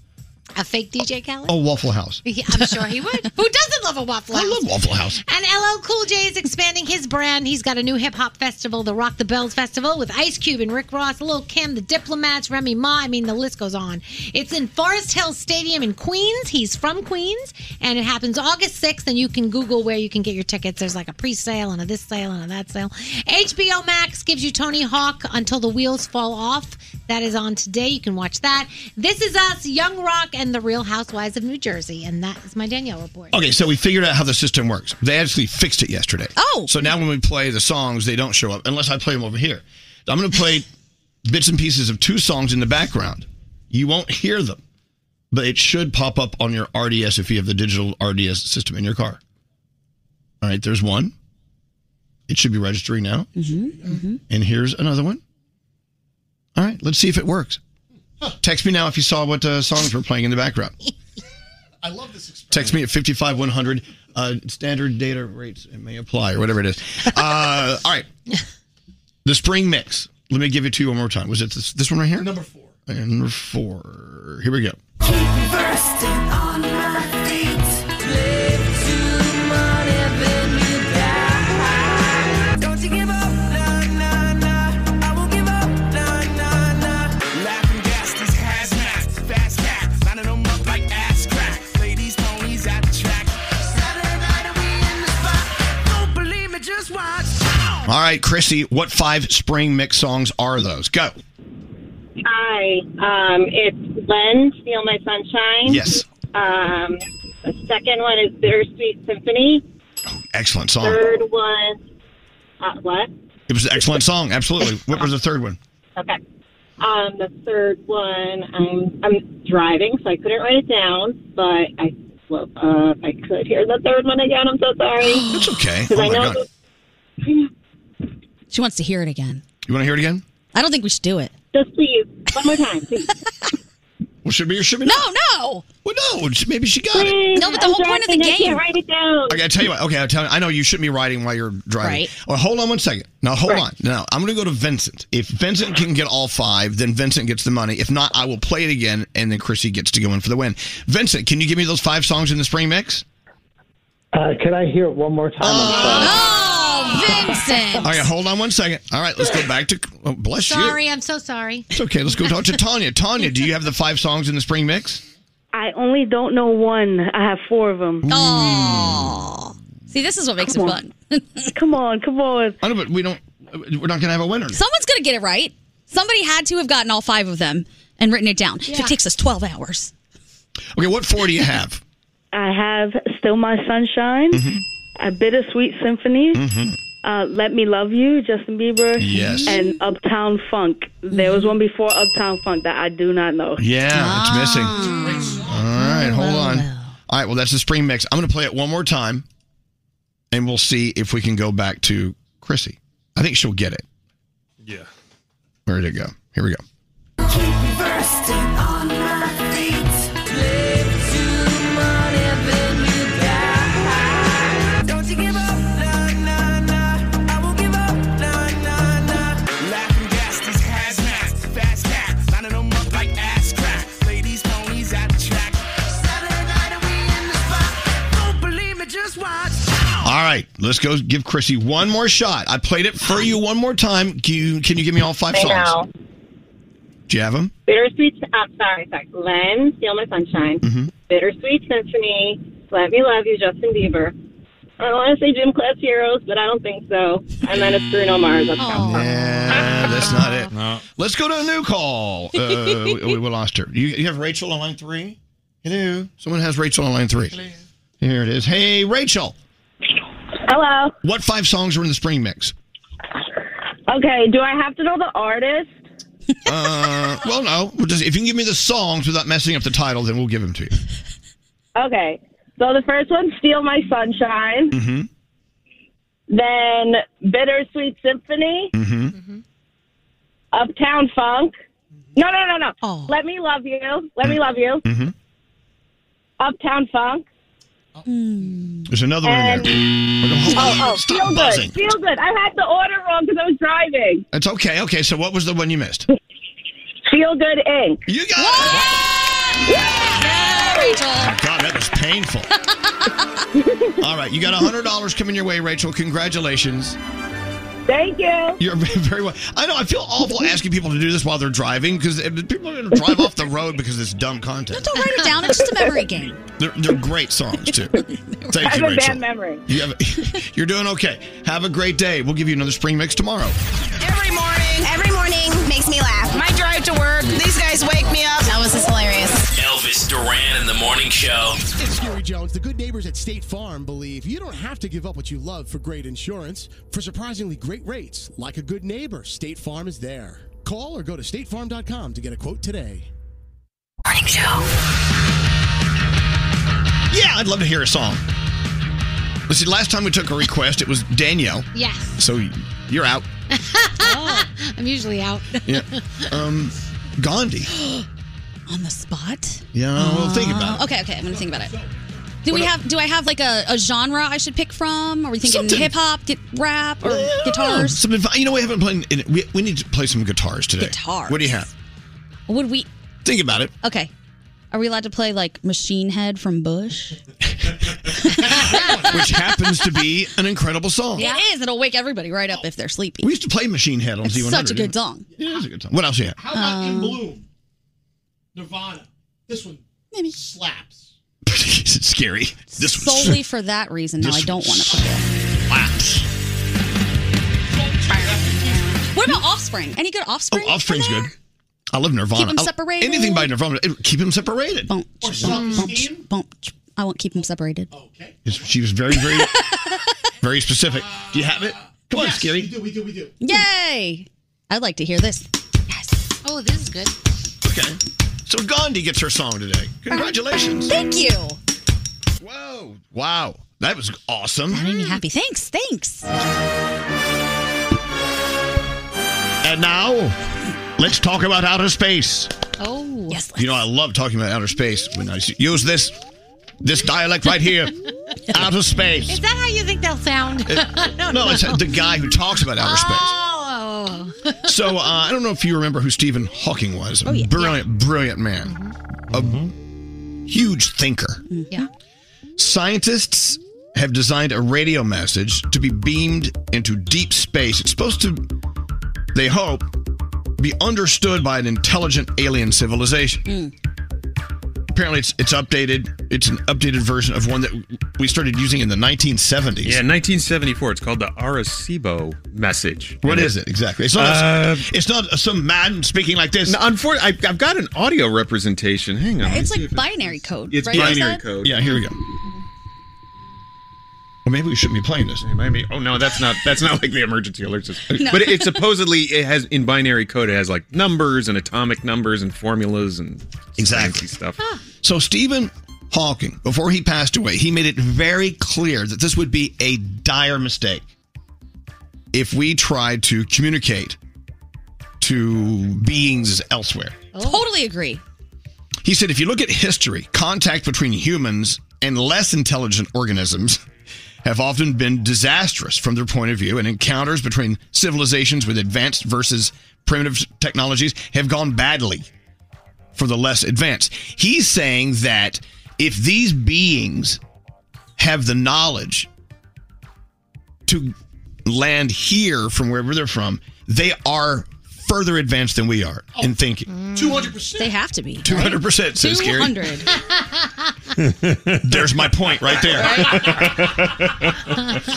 a fake DJ Khaled.
Oh.
a Waffle House.
Yeah, I'm sure he would. Who doesn't love a waffle house? I love
Waffle House.
And LL Cool J is expanding his brand. He's got a new hip hop festival, the Rock the Bells Festival, with Ice Cube and Rick Ross, Lil Kim, the Diplomats, Remy Ma. I mean, the list goes on. It's in Forest Hill Stadium in Queens. He's from Queens, and it happens August 6th. And you can Google where you can get your tickets. There's like a pre sale and a this sale and a that sale. HBO Max gives you Tony Hawk until the wheels fall off. That is on today. You can watch that. This is us, Young Rock, and the Real Housewives of New Jersey. And that is my Danielle report.
Okay, so we figured out how the system works. They actually fixed it yesterday.
Oh.
So now when we play the songs, they don't show up unless I play them over here. I'm going to play bits and pieces of two songs in the background. You won't hear them, but it should pop up on your RDS if you have the digital RDS system in your car. All right, there's one. It should be registering now.
Mm-hmm,
And here's another one. All right, let's see if it works. Text me now if you saw what uh, songs were playing in the background.
I love this experience.
Text me at 55100. Uh, standard data rates it may apply or whatever it is. Uh, all right. The spring mix. Let me give it to you one more time. Was it this, this one right here? Number four. Number four. Here we go.
Bursting on my feet. Live too much, then you die. Don't you give up, nah, nah, nah. I won't give up, nah, nah, nah. Laughing gas, these hazmat, fast cat, lining them up like ass crack. Ladies, ponies at the track. Saturday night and we in the spot. Don't believe me, just watch.
All right, Chrissy, what five spring mix songs are those? Go.
Hi, um, it's Len, Steal My Sunshine.
Yes.
Um, the second one is Bittersweet Symphony.
Excellent song.
Third one, uh, what?
It was an excellent song. Absolutely. What was the third one?
Okay. Um, the third one, I'm I'm driving, so I couldn't write it down, but I well, uh, I could hear the third one again. I'm so sorry. It's
okay.
Because
Oh
I
my
know
God.
She wants to hear it again.
You want to hear it again?
I don't think we should do it.
Just please, one more time, please.
Well, should be or should be
No,
not?
no.
Well, no. Maybe she got it.
No, but the whole point of the game.
I gotta tell you what. Okay, I'll tell you. I know you shouldn't be riding while you're driving.
Right.
Well, hold on one second. Now, hold on. Now, I'm gonna go to Vincent. If Vincent can get all five, then Vincent gets the money. If not, I will play it again, and then Chrissy gets to go in for the win. Vincent, can you give me those five songs in the spring mix?
Uh, can I hear it one more time?
Oh, Vincent.
All right, hold on one second. All right, let's go back to. Oh, bless
sorry,
you.
I'm so sorry.
It's okay. Let's go talk to Tanya. Tanya, do you have the five songs in the spring mix?
I only don't know one. I have four of them.
Oh. See, this is what makes it fun.
come on, come on.
I know, but we don't. We're not gonna have a winner.
Someone's going to get it right. Somebody had to have gotten all five of them and written it down. If it takes us 12 hours.
Okay, what four do you have?
I have Still My Sunshine,
Mm-hmm.
A Bittersweet Symphony, uh, Let Me Love You, Justin Bieber,
Yes.
and Uptown Funk. There was one before Uptown Funk that I do not know.
Yeah, it's missing. All right, hold on. All right, well, that's the spring mix. I'm going to play it one more time, and we'll see if we can go back to Chrissy. I think she'll get it.
Yeah.
Where did it go? Here we go.
Bursting on my feet. Live too much, then you die. Don't you give up, nah, nah, nah. I won't give up, nah, nah, nah. Laughing gas, these hazmat,
right, let's go give Chrissy one more shot. I played it for you one more time. Can you, can you give me all five
I
songs?
know.
Do you have them?
Bittersweet. I'm sorry, sorry. Len, Steal My Sunshine.
Mm-hmm.
Bittersweet Symphony. Let Me Love You, Justin Bieber. I want to say Gym Class Heroes, but I don't think so. And then it's Bruno Mars. That's how-
Yeah, that's not it. Let's go to a new call. Uh, we, we lost her. You, you have Rachel on line three? Hello. Someone has Rachel on line three. Here it is. Hey, Rachel.
Hello.
What five songs were in the spring mix?
Okay, do I have to know the artist?
Uh, well, no. We'll just, if you can give me the songs without messing up the title, then we'll give them to you.
Okay, so the first one, Steal My Sunshine.
Mm-hmm.
Then Bittersweet Symphony,
Mm-hmm.
Uptown Funk. No, no, no, no. Let Me Love You. Let Me Love You.
Mm-hmm.
Uptown Funk.
There's another one in there.
Oh,
Hold on.
oh,
Stop
feel
buzzing.
good. Feel good. I had the order wrong because I was driving.
It's okay. Okay, so what was the one you missed?
Feel Good Inc.
You got
it. Yeah, Rachel.
My Oh, God, that was painful. All right, you got $100 coming your way, Rachel. Congratulations.
Thank you.
You're very well. I know, I feel awful asking people to do this while they're driving because people are going to drive off the road because it's dumb content.
Don't write it down. It's just a memory game.
They're, they're great songs, too.
I
Thank
have
you,
a bad
Rachel.
memory.
You have, you're doing okay. Have a great day. We'll give you another spring mix tomorrow.
Every morning. Every morning makes me laugh. My drive to work. These guys wake me up. That was just hilarious.
Elvis Duran in the morning show.
It's Gary Jones. The good neighbors at State Farm believe you don't have to give up what you love for great insurance. For surprisingly great rates, like a good neighbor, State Farm is there. Call or go to statefarm.com to get a quote today.
Morning show.
Yeah, I'd love to hear a song. Let's see, last time we took a request, it was Danielle.
Yes.
So you're out.
I'm usually out.
Oh. Yeah. Um, Gandhi.
On the spot?
Yeah, well, think about it.
Okay, okay. I'm going to think about it. Do we have? Do I have like a, a genre I should pick from? Are we thinking
Something-
hip hop, get rap, or
Oh,
guitars?
some advi- you know, we haven't played. in- We, we need to play some guitars today.
Guitars.
What do you have?
Would we?
Think about it.
Okay. Are we allowed to play like Machine Head from Bush?
Which happens to be an incredible song.
It is. It'll wake everybody right up if they're sleepy.
We used to play Machine Head on
It's
Z100.
such a
didn't
good song.
we? It is a good song. What else do you have?
How about
Um,
In Bloom? Nirvana. This one
maybe
slaps.
it's scary. This was
Solely for that reason, no, I
This
don't want to play it.
slaps.
What about Offspring? Any good Offspring?
Oh, Offspring's good. I love Nirvana.
Keep 'em
I-
separated.
Anything by Nirvana. It- Keep them separated.
Or self-esteem? Bump. I won't keep them separated.
It's- She was very, very, very specific. Do you have it? Come on, Scary.
We do, we do.
Yay! I'd like to hear this. Yes.
Oh, this is good.
Okay. So Gandhi gets her song today. Congratulations.
Thank you.
Wow. That was awesome.
That made me happy. Thanks. Thanks.
And now, let's talk about outer space.
Oh. Yes.
You know, I love talking about outer space when I use this this dialect right here. outer space.
Is that how you think they'll sound? I
no,
don't
it's
know.
the guy who talks about outer
Ah.
space.
Oh.
So uh, I don't know if you remember who Stephen Hawking was.
Oh,
A brilliant, brilliant man. A
Mm-hmm.
huge thinker.
Yeah.
Scientists have designed a radio message to be beamed into deep space. It's supposed to, they hope, be understood by an intelligent alien civilization. Apparently, it's it's updated. It's an updated version of one that we started using in the 1970s.
Yeah, 1974. It's called the Arecibo message.
What
What is
is it exactly? It's not. a- it's not some man speaking like this.
Unfortunately, I've, I've got an audio representation. Hang on.
It's like binary code.
It's
right? Is
binary
that-
code.
Yeah, here we go. Well, maybe we shouldn't be playing this.
Maybe. Oh no, that's not. That's not like the emergency alert system.
No.
But it, it supposedly it has in binary code. It has like numbers and atomic numbers and formulas and exactly stuff.
So Stephen Hawking, before he passed away, he made it very clear that this would be a dire mistake if we tried to communicate to beings elsewhere.
Totally agree.
He said if you look at history, contact between humans and less intelligent organisms have often been disastrous from their point of view, and encounters between civilizations with advanced versus primitive technologies have gone badly for the less advanced. He's saying that if these beings have the knowledge to land here from wherever they're from, they are further advanced than we are in thinking.
Two hundred percent. They have to be.
Two hundred percent, says
Two
Gary.
hundred.
There's my point right there.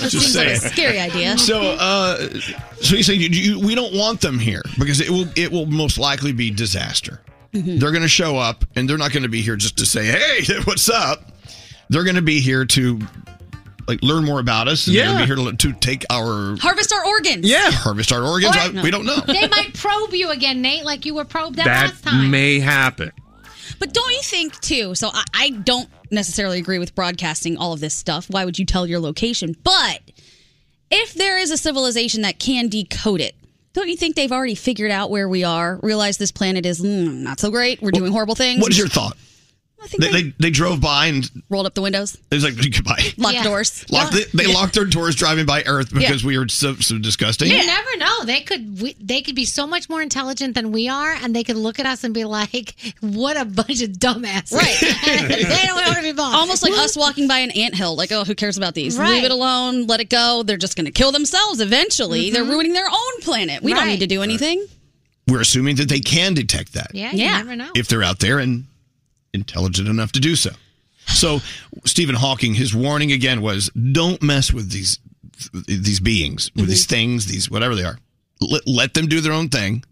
Just
Seems like
saying.
a scary idea.
So, uh, so you say you, you, we don't want them here because it will it will most likely be disaster.
Mm-hmm.
They're going to show up and they're not going to be here just to say, "Hey, what's up?" They're going to be here to like learn more about us. And They're going to be here to, to take our
Harvest our organs.
harvest our organs. I- we don't know.
They might probe you again, Nate, like you were probed that,
That
last time.
may happen.
But don't you think too? So I, I don't necessarily agree with broadcasting all of this stuff. Why would you tell your location? But if there is a civilization that can decode it, don't you think they've already figured out where we are? Realize this planet is mm, not so great. We're doing horrible things.
What is your thought? they, they, they drove by and
Rolled up the windows,
it was like goodbye.
locked doors.
Locked, They, they
Yeah.
locked their doors driving by Earth
Yeah.
because we were so, so disgusting.
You never know. They could we, they could be so much more intelligent than we are, and they could look at us and be like, "What a bunch of dumbasses!" Right? they don't want to be bothered.
Almost like us walking by an anthill. Like, oh, who cares about these?
Right.
Leave it alone. Let it go. They're just going to kill themselves eventually. They're ruining their own planet. We don't
Mm-hmm. Right.
need to do anything.
We're assuming that they can detect that.
Yeah, you
Yeah.
never know.
if they're out there and intelligent enough to do so. So Stephen Hawking, his warning again was: don't mess with these these beings, with
Mm-hmm.
these things, these whatever they are. Let, let them do their own thing.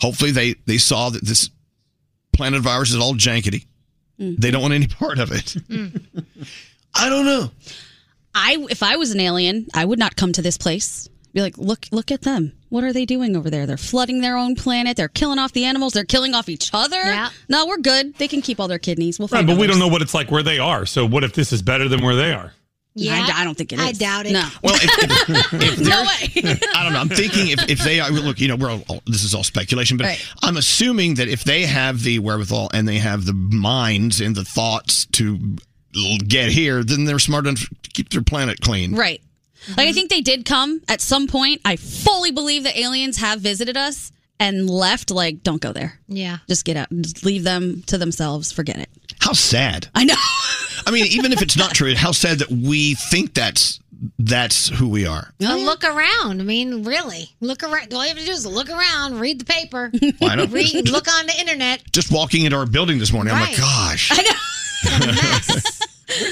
Hopefully, they they saw that this planet of ours is all jankety.
Mm-hmm.
They don't want any part of it. I don't know.
I if I was an alien, I would not come to this place. Be like, look, look at them. What are they doing over there? They're flooding their own planet. They're killing off the animals. They're killing off each other. No, we're good. They can keep all their kidneys. We'll
Right,
find
but we
others.
don't know what it's like where they are. So what if this is better than where they are?
Yeah, I, I don't think it is. I doubt it. No.
Well, if, if
no
they're-
way.
I don't know. I'm thinking if, if they are, look, you know, we're all, all- this is all speculation, but
Right.
I'm assuming that if they have the wherewithal and they have the minds and the thoughts to l- get here, then they're smart enough to keep their planet clean.
Right. Like I think they did come at some point. I fully believe that aliens have visited us and left. Like, don't go there.
Yeah.
Just get out. Just leave them to themselves. Forget it.
How sad.
I know.
I mean, even if it's not true, how sad that we think that's that's who we are.
But look around. I mean, really, look around. All you have to do is look around, read the paper,
Why not?
read, look on the internet.
Just walking into our building this morning, I'm
Right.
like, gosh.
I know.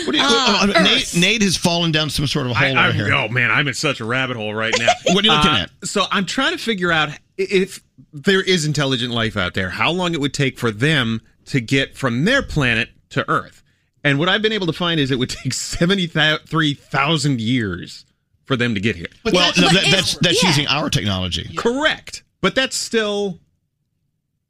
What do you-
Ah,
uh, Nate,
Earth.
Nate has fallen down some sort of hole
I-
over here.
Oh man, I'm in such a rabbit hole right now. Uh,
What are you looking at?
So I'm trying to figure out if there is intelligent life out there, how long it would take for them to get from their planet to Earth. And what I've been able to find is it would take 73,000 years for them to get here.
well, no, that, that's that's using our technology.
Correct. But that's still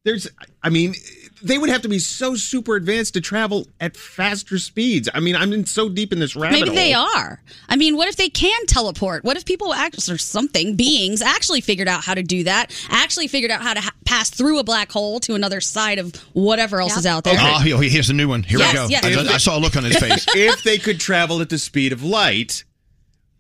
there's I mean they would have to be so super advanced to travel at faster speeds. I mean, I'm in so deep in this rabbit
Maybe they
hole.
are. I mean, what if they can teleport? What if people act or something beings actually figured out how to do that? Actually figured out how to ha- pass through a black hole to another side of whatever else is out there.
Oh, here- here's a new one. Here
Yes,
we go.
yes.
I, I saw a look on his face.
if they could travel at the speed of light,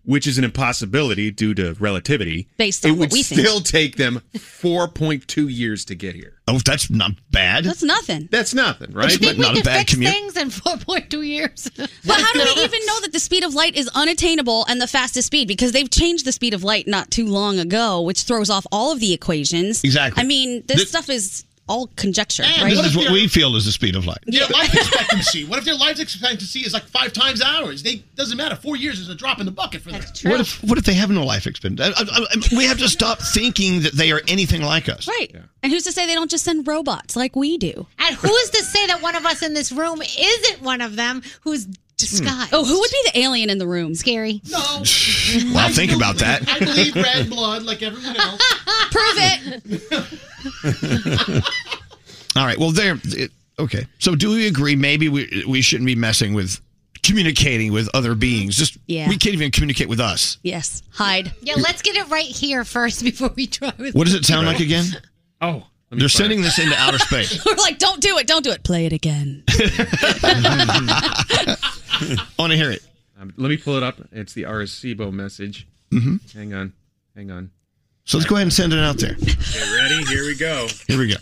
which is an impossibility due to relativity,
Based
it
on what
would
we think.
still take them 4.2 years to get here.
Oh, that's not bad.
That's nothing.
That's nothing, right?
You think we could fix things in four point two years? But
But how do we even know that the speed of light is unattainable and the fastest speed? Because they've changed the speed of light not too long ago, which throws off all of the equations.
Exactly.
I mean, this,
This-
stuff is all conjecture, right?
This is what we feel is the speed of light.
Yeah, life expectancy. What if their life expectancy is like five times ours? They doesn't matter. Four years is a drop in the bucket for them.
What if what if they have no life expectancy? I- I- I- We have to stop thinking that they are anything like us.
Right. And who's to say they don't just send robots like we do?
And who's to say that one of us in this room isn't one of them who's disguised?
Oh, who would be the alien in the room?
Scary.
No.
Well, think about that.
I believe red blood like everyone else.
Prove it.
All right. Well, there. It, okay. So, do we agree? Maybe we we shouldn't be messing with communicating with other beings. Just
Yeah.
we can't even communicate with us.
Yes. Hide.
Yeah, let's get it right here first before we try with
What does it sound like again?
Oh,
they're sending this into outer space
We're like, don't do it, don't do it. Play it again.
want to hear it.
Um, let me pull it up. It's the RSCBO message.
Mhm.
Hang on. Hang on.
So let's go ahead and send it out there.
Okay, ready? Here we go.
Here we go.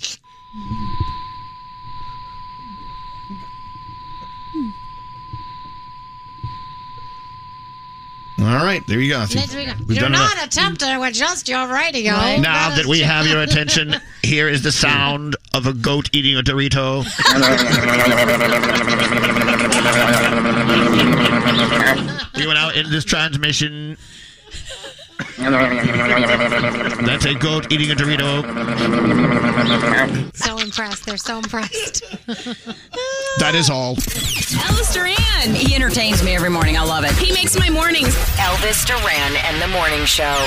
All
All right, there you go. I think
Next week,
we've
do
done
not
enough.
attempt to adjust your radio.
Now that we have your attention, here is the sound of a goat eating a Dorito. we went out in this transmission. That's a goat eating a Dorito.
So impressed. They're so impressed.
That is all.
Elvis Duran. He entertains me every morning. I love it. He makes my mornings. Elvis Duran and the Morning Show.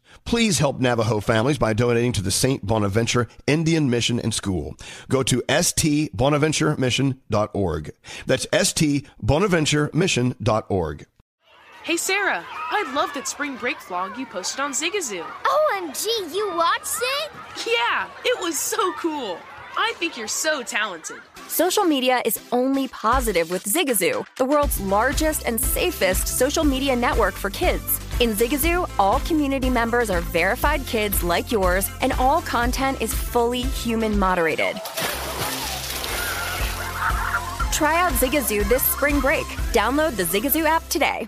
Please help Navajo families by donating to the St. Bonaventure Indian Mission and School. Go to stbonaventuremission.org. That's stbonaventuremission.org.
Hey Sarah, I love that spring break vlog you posted on Zigazoo.
OMG, you watched it?
Yeah, it was so cool. I think you're so talented.
Social media is only positive with Zigazoo, the world's largest and safest social media network for kids. In Zigazoo, all community members are verified kids like yours, and all content is fully human moderated. Try out Zigazoo this spring break. Download the Zigazoo app today.